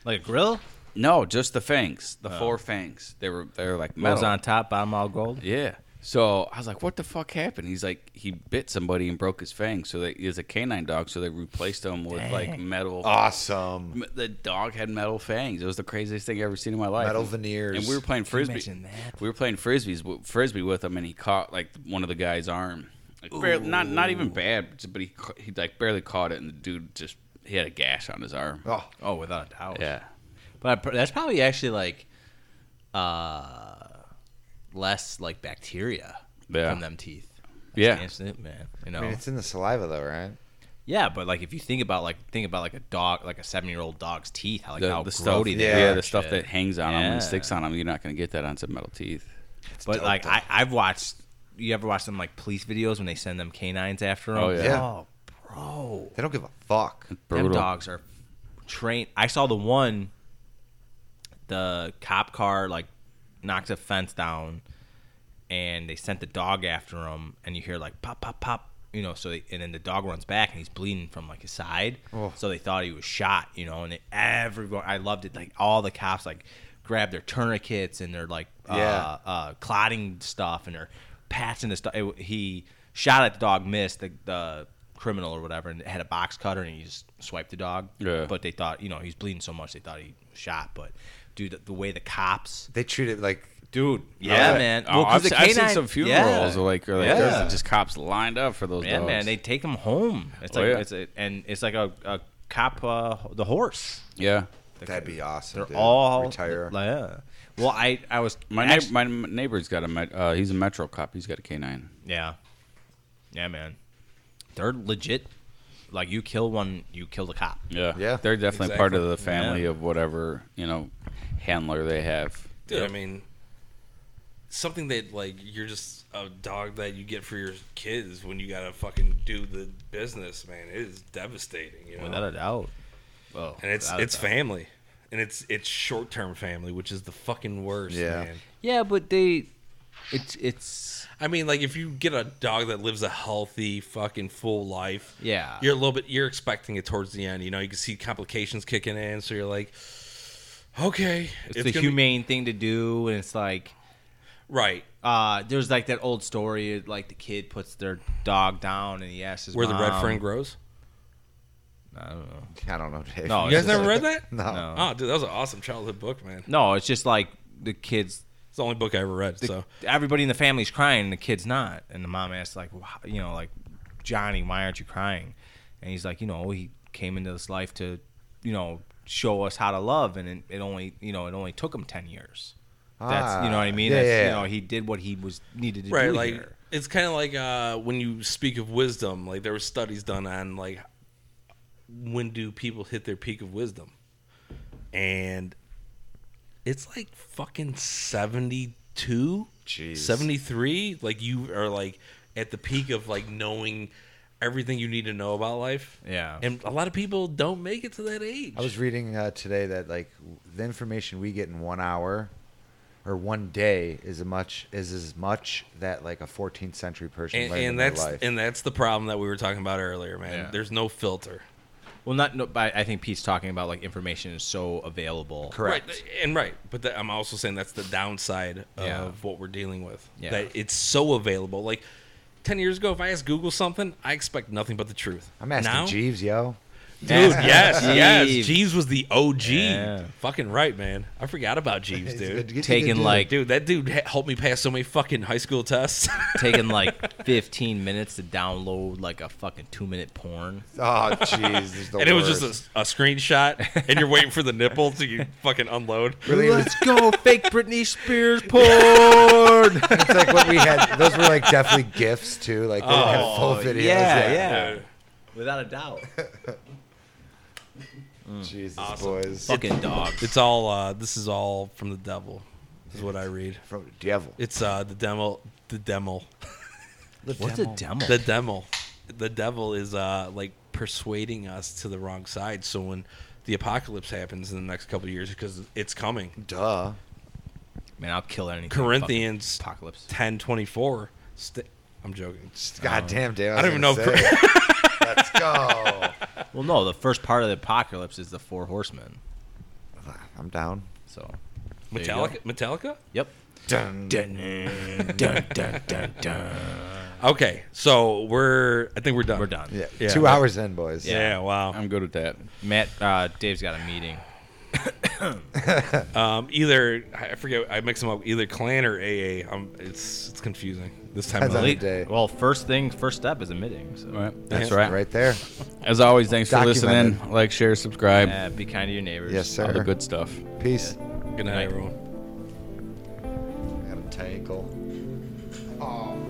S4: Like a grill?
S1: No, just the fangs, the four fangs. They were they were like metal.
S4: Metal's on top, bottom all gold.
S1: Yeah. So I was like, "What the fuck happened?" He's like, he bit somebody and broke his fang. So they, he was a canine dog, so they replaced him with like metal.
S2: Oh. Awesome.
S1: M- the dog had metal fangs. It was the craziest thing I've ever seen in my life.
S2: Metal veneers.
S1: And we were playing frisbee.
S4: imagine that?
S1: We were playing frisbees, w- frisbee with him, and he caught like one of the guy's arm. Like, barely, not not even bad, but he ca- he like barely caught it, and the dude just he had a gash on his arm.
S2: Oh,
S4: Oh, without a doubt.
S1: Yeah.
S4: But I pr- that's probably actually like uh less like bacteria
S1: Yeah.
S4: from them teeth. That's
S1: Yeah.
S4: instant, man. You know.
S2: I mean, it's in the saliva though, right?
S4: yeah, but like if you think about like think about like a dog, like a seven-year-old dog's teeth, how like
S1: The,
S4: how
S1: the stuff,
S4: grody
S1: yeah,
S4: they
S2: are
S1: yeah,
S4: and
S1: the stuff
S4: shit.
S1: that hangs on him
S4: Yeah.
S1: and sticks on him, you're not gonna get that on some metal teeth.
S4: But
S2: dope,
S4: like
S2: though.
S4: I, I've watched, you ever watch them like police videos when they send them canines after them?
S1: Oh, yeah.
S2: Yeah.
S4: Oh, bro,
S2: They don't give a fuck.
S1: Brutal.
S4: them dogs are trained. I saw the one, the cop car like knocked a fence down, and they sent the dog after him, and you hear like pop pop pop. You know, so they, and then the dog runs back and he's bleeding from like his side.
S2: Oh.
S4: So they thought he was shot, you know. And they, everyone, I loved it. Like all the cops, like grabbed their tourniquets and their like
S2: Yeah.
S4: uh, uh, clotting stuff and they're patching the stuff. It- He shot at the dog, missed the, the criminal or whatever, and had a box cutter and he just swiped the dog.
S1: Yeah.
S4: But they thought, you know, he's bleeding so much they thought he was shot. But dude, the, the way the cops,
S2: They treat it like
S4: dude, yeah,
S1: Oh,
S4: man.
S1: Oh,
S4: 'cause
S1: I've,
S4: the
S1: se- I've seen
S4: canine-
S1: some
S4: yeah.
S1: funerals like, or like
S4: Yeah.
S1: there's just cops lined up for those
S4: Yeah,
S1: dogs.
S4: man, they take him home. It's
S1: Oh,
S4: like
S1: yeah.
S4: it's a, and it's like a, a cop, uh, the horse.
S1: yeah.
S2: that'd be awesome.
S4: They're
S2: dude.
S4: all
S2: retire.
S4: Yeah. Well, I I was
S1: My
S4: actually-
S1: neighbor, my neighbor's got a met- uh, he's a metro cop. He's got a canine.
S4: Yeah. Yeah, man. They're legit. Like you kill one, you kill the cop.
S1: Yeah,
S2: Yeah.
S1: They're definitely part of
S3: Exactly.
S1: the family
S4: Yeah.
S1: of whatever you know handler they have.
S3: Dude, I mean, something that like you're just a dog that you get for your kids when you gotta fucking do the business, man. It is devastating, you know.
S4: Without a doubt. Oh,
S3: and it's
S4: without a
S3: it's
S4: doubt.
S3: family, and it's it's short term family, which is the fucking worst,
S2: Yeah.
S3: man.
S4: Yeah, but they, it's it's
S3: I mean, like if you get a dog that lives a healthy, fucking full life,
S4: Yeah.
S3: you're a little bit you're expecting it towards the end. You know, you can see complications kicking in, so you're like, okay,
S4: it's,
S3: gonna
S4: the
S3: be-
S4: humane thing to do, and it's like
S3: right?
S4: uh, there's like that old story, like the kid puts their dog down and he asks his
S3: Where the red
S4: mom-
S3: fern grows.
S4: I don't know.
S2: I don't know, Dave.
S4: No,
S3: You guys
S4: it's
S3: never read
S4: just-
S3: that?
S2: No.
S4: No.
S3: Oh, dude, that was an awesome childhood book, man.
S4: No, it's just like the kids
S3: It's the only book I ever read. so
S4: everybody in the family's crying and the kid's not and the mom asks like "Wh- you know like johnny why aren't you crying and he's like you know he came into this life to you know show us how to love and it, it only you know it only took him 10 years that's you know what i
S2: Ah,
S4: mean
S2: yeah,
S4: that's
S2: yeah,
S4: you
S2: yeah.
S4: know he did what he was needed to
S3: right,
S4: do
S3: like
S4: here.
S3: it's kind of like uh, when you speak of wisdom. Like there were studies done on like when do people hit their peak of wisdom, and it's like fucking seventy two,
S2: Jeez.
S3: seventy three. Like you are like at the peak of like knowing everything you need to know about life.
S4: Yeah.
S3: and a lot of people don't make it to that age.
S2: I was reading uh, today that like w- the information we get in one hour or one day is a much is as much that like a 14th century person
S3: and,
S2: learned in
S3: and
S2: their
S3: that's
S2: life.
S3: and that's the problem that we were talking about earlier, man.
S4: Yeah.
S3: There's no filter.
S4: well not no but i think pete's talking about like information is so available
S2: Correct.
S3: Right, and right, but that, I'm also saying that's the downside
S4: Yeah.
S3: of what we're dealing with.
S4: Yeah.
S3: That it's so available. Like ten years ago, if I ask Google something, I expect nothing but the truth.
S2: I'm asking
S3: now,
S2: Jeeves, yo.
S3: dude. yes, yes.
S4: Jeeves.
S3: Jeeves was the OG.
S4: Yeah.
S3: Fucking right, man. I forgot about Jeeves,
S2: He's a good-
S3: dude.
S2: he's a
S4: Taking,
S2: good dude.
S4: like-
S3: Dude, that dude ha- helped me pass so many fucking high school tests.
S4: taking like 15 minutes to download like a fucking two minute porn
S2: oh jeez, he's the
S3: and it was
S2: worst.
S3: just a, a screenshot, and you're waiting for the nipple to you fucking unload.
S2: Really, it was-
S4: let's go fake britney spears porn
S2: it's like what we had. Those were like definitely gifts too. Like they didn't have full
S4: Oh,
S2: videos.
S4: yeah,
S3: Yeah.
S4: Without a doubt.
S2: Mm. Jesus,
S3: Mm. Awesome.
S2: boys.
S4: Fucking dogs.
S3: It's all. Uh, this is all from the devil. Is what I read.
S2: From devil.
S3: It's uh the demo the demo.
S4: What's a demo?
S3: The demo. The devil is uh like persuading us to the wrong side. So when the apocalypse happens in the next couple of years because it's coming.
S2: Duh.
S4: Man, I'll kill anything.
S3: Corinthians
S4: Fucking apocalypse.
S3: ten twenty four. St- I'm joking.
S2: God damn, Dave.
S3: Oh. I don't
S2: was
S3: even
S2: gonna
S3: know
S2: say. Let's go.
S4: Well, no, the first part of the apocalypse is the four horsemen.
S2: I'm down.
S4: So there you go.
S3: Metallica. Metallica.
S4: Yep.
S2: Dun.
S4: Dun, dun, dun, dun, dun.
S3: Okay, so we're. I think we're done.
S4: We're done.
S2: Yeah.
S3: Yeah.
S2: Two hours in, boys.
S3: Yeah. wow.
S1: I'm good with that.
S4: Matt, uh, Dave's got a meeting.
S3: Um, either I forget. I mix them up. Either clan or AA. Um, it's it's confusing this time. Of
S2: Depends on
S3: night.
S2: the day.
S4: Well, first thing, first step is admitting. So
S1: That's
S3: Yeah.
S1: right.
S2: Right there.
S1: As always, thanks for
S2: Documented.
S1: listening. Like, share, subscribe.
S4: uh, be kind to your neighbors.
S2: Yes, sir.
S1: All the good stuff.
S2: Peace.
S3: Good night, everyone.
S2: I got a tangle. Oh.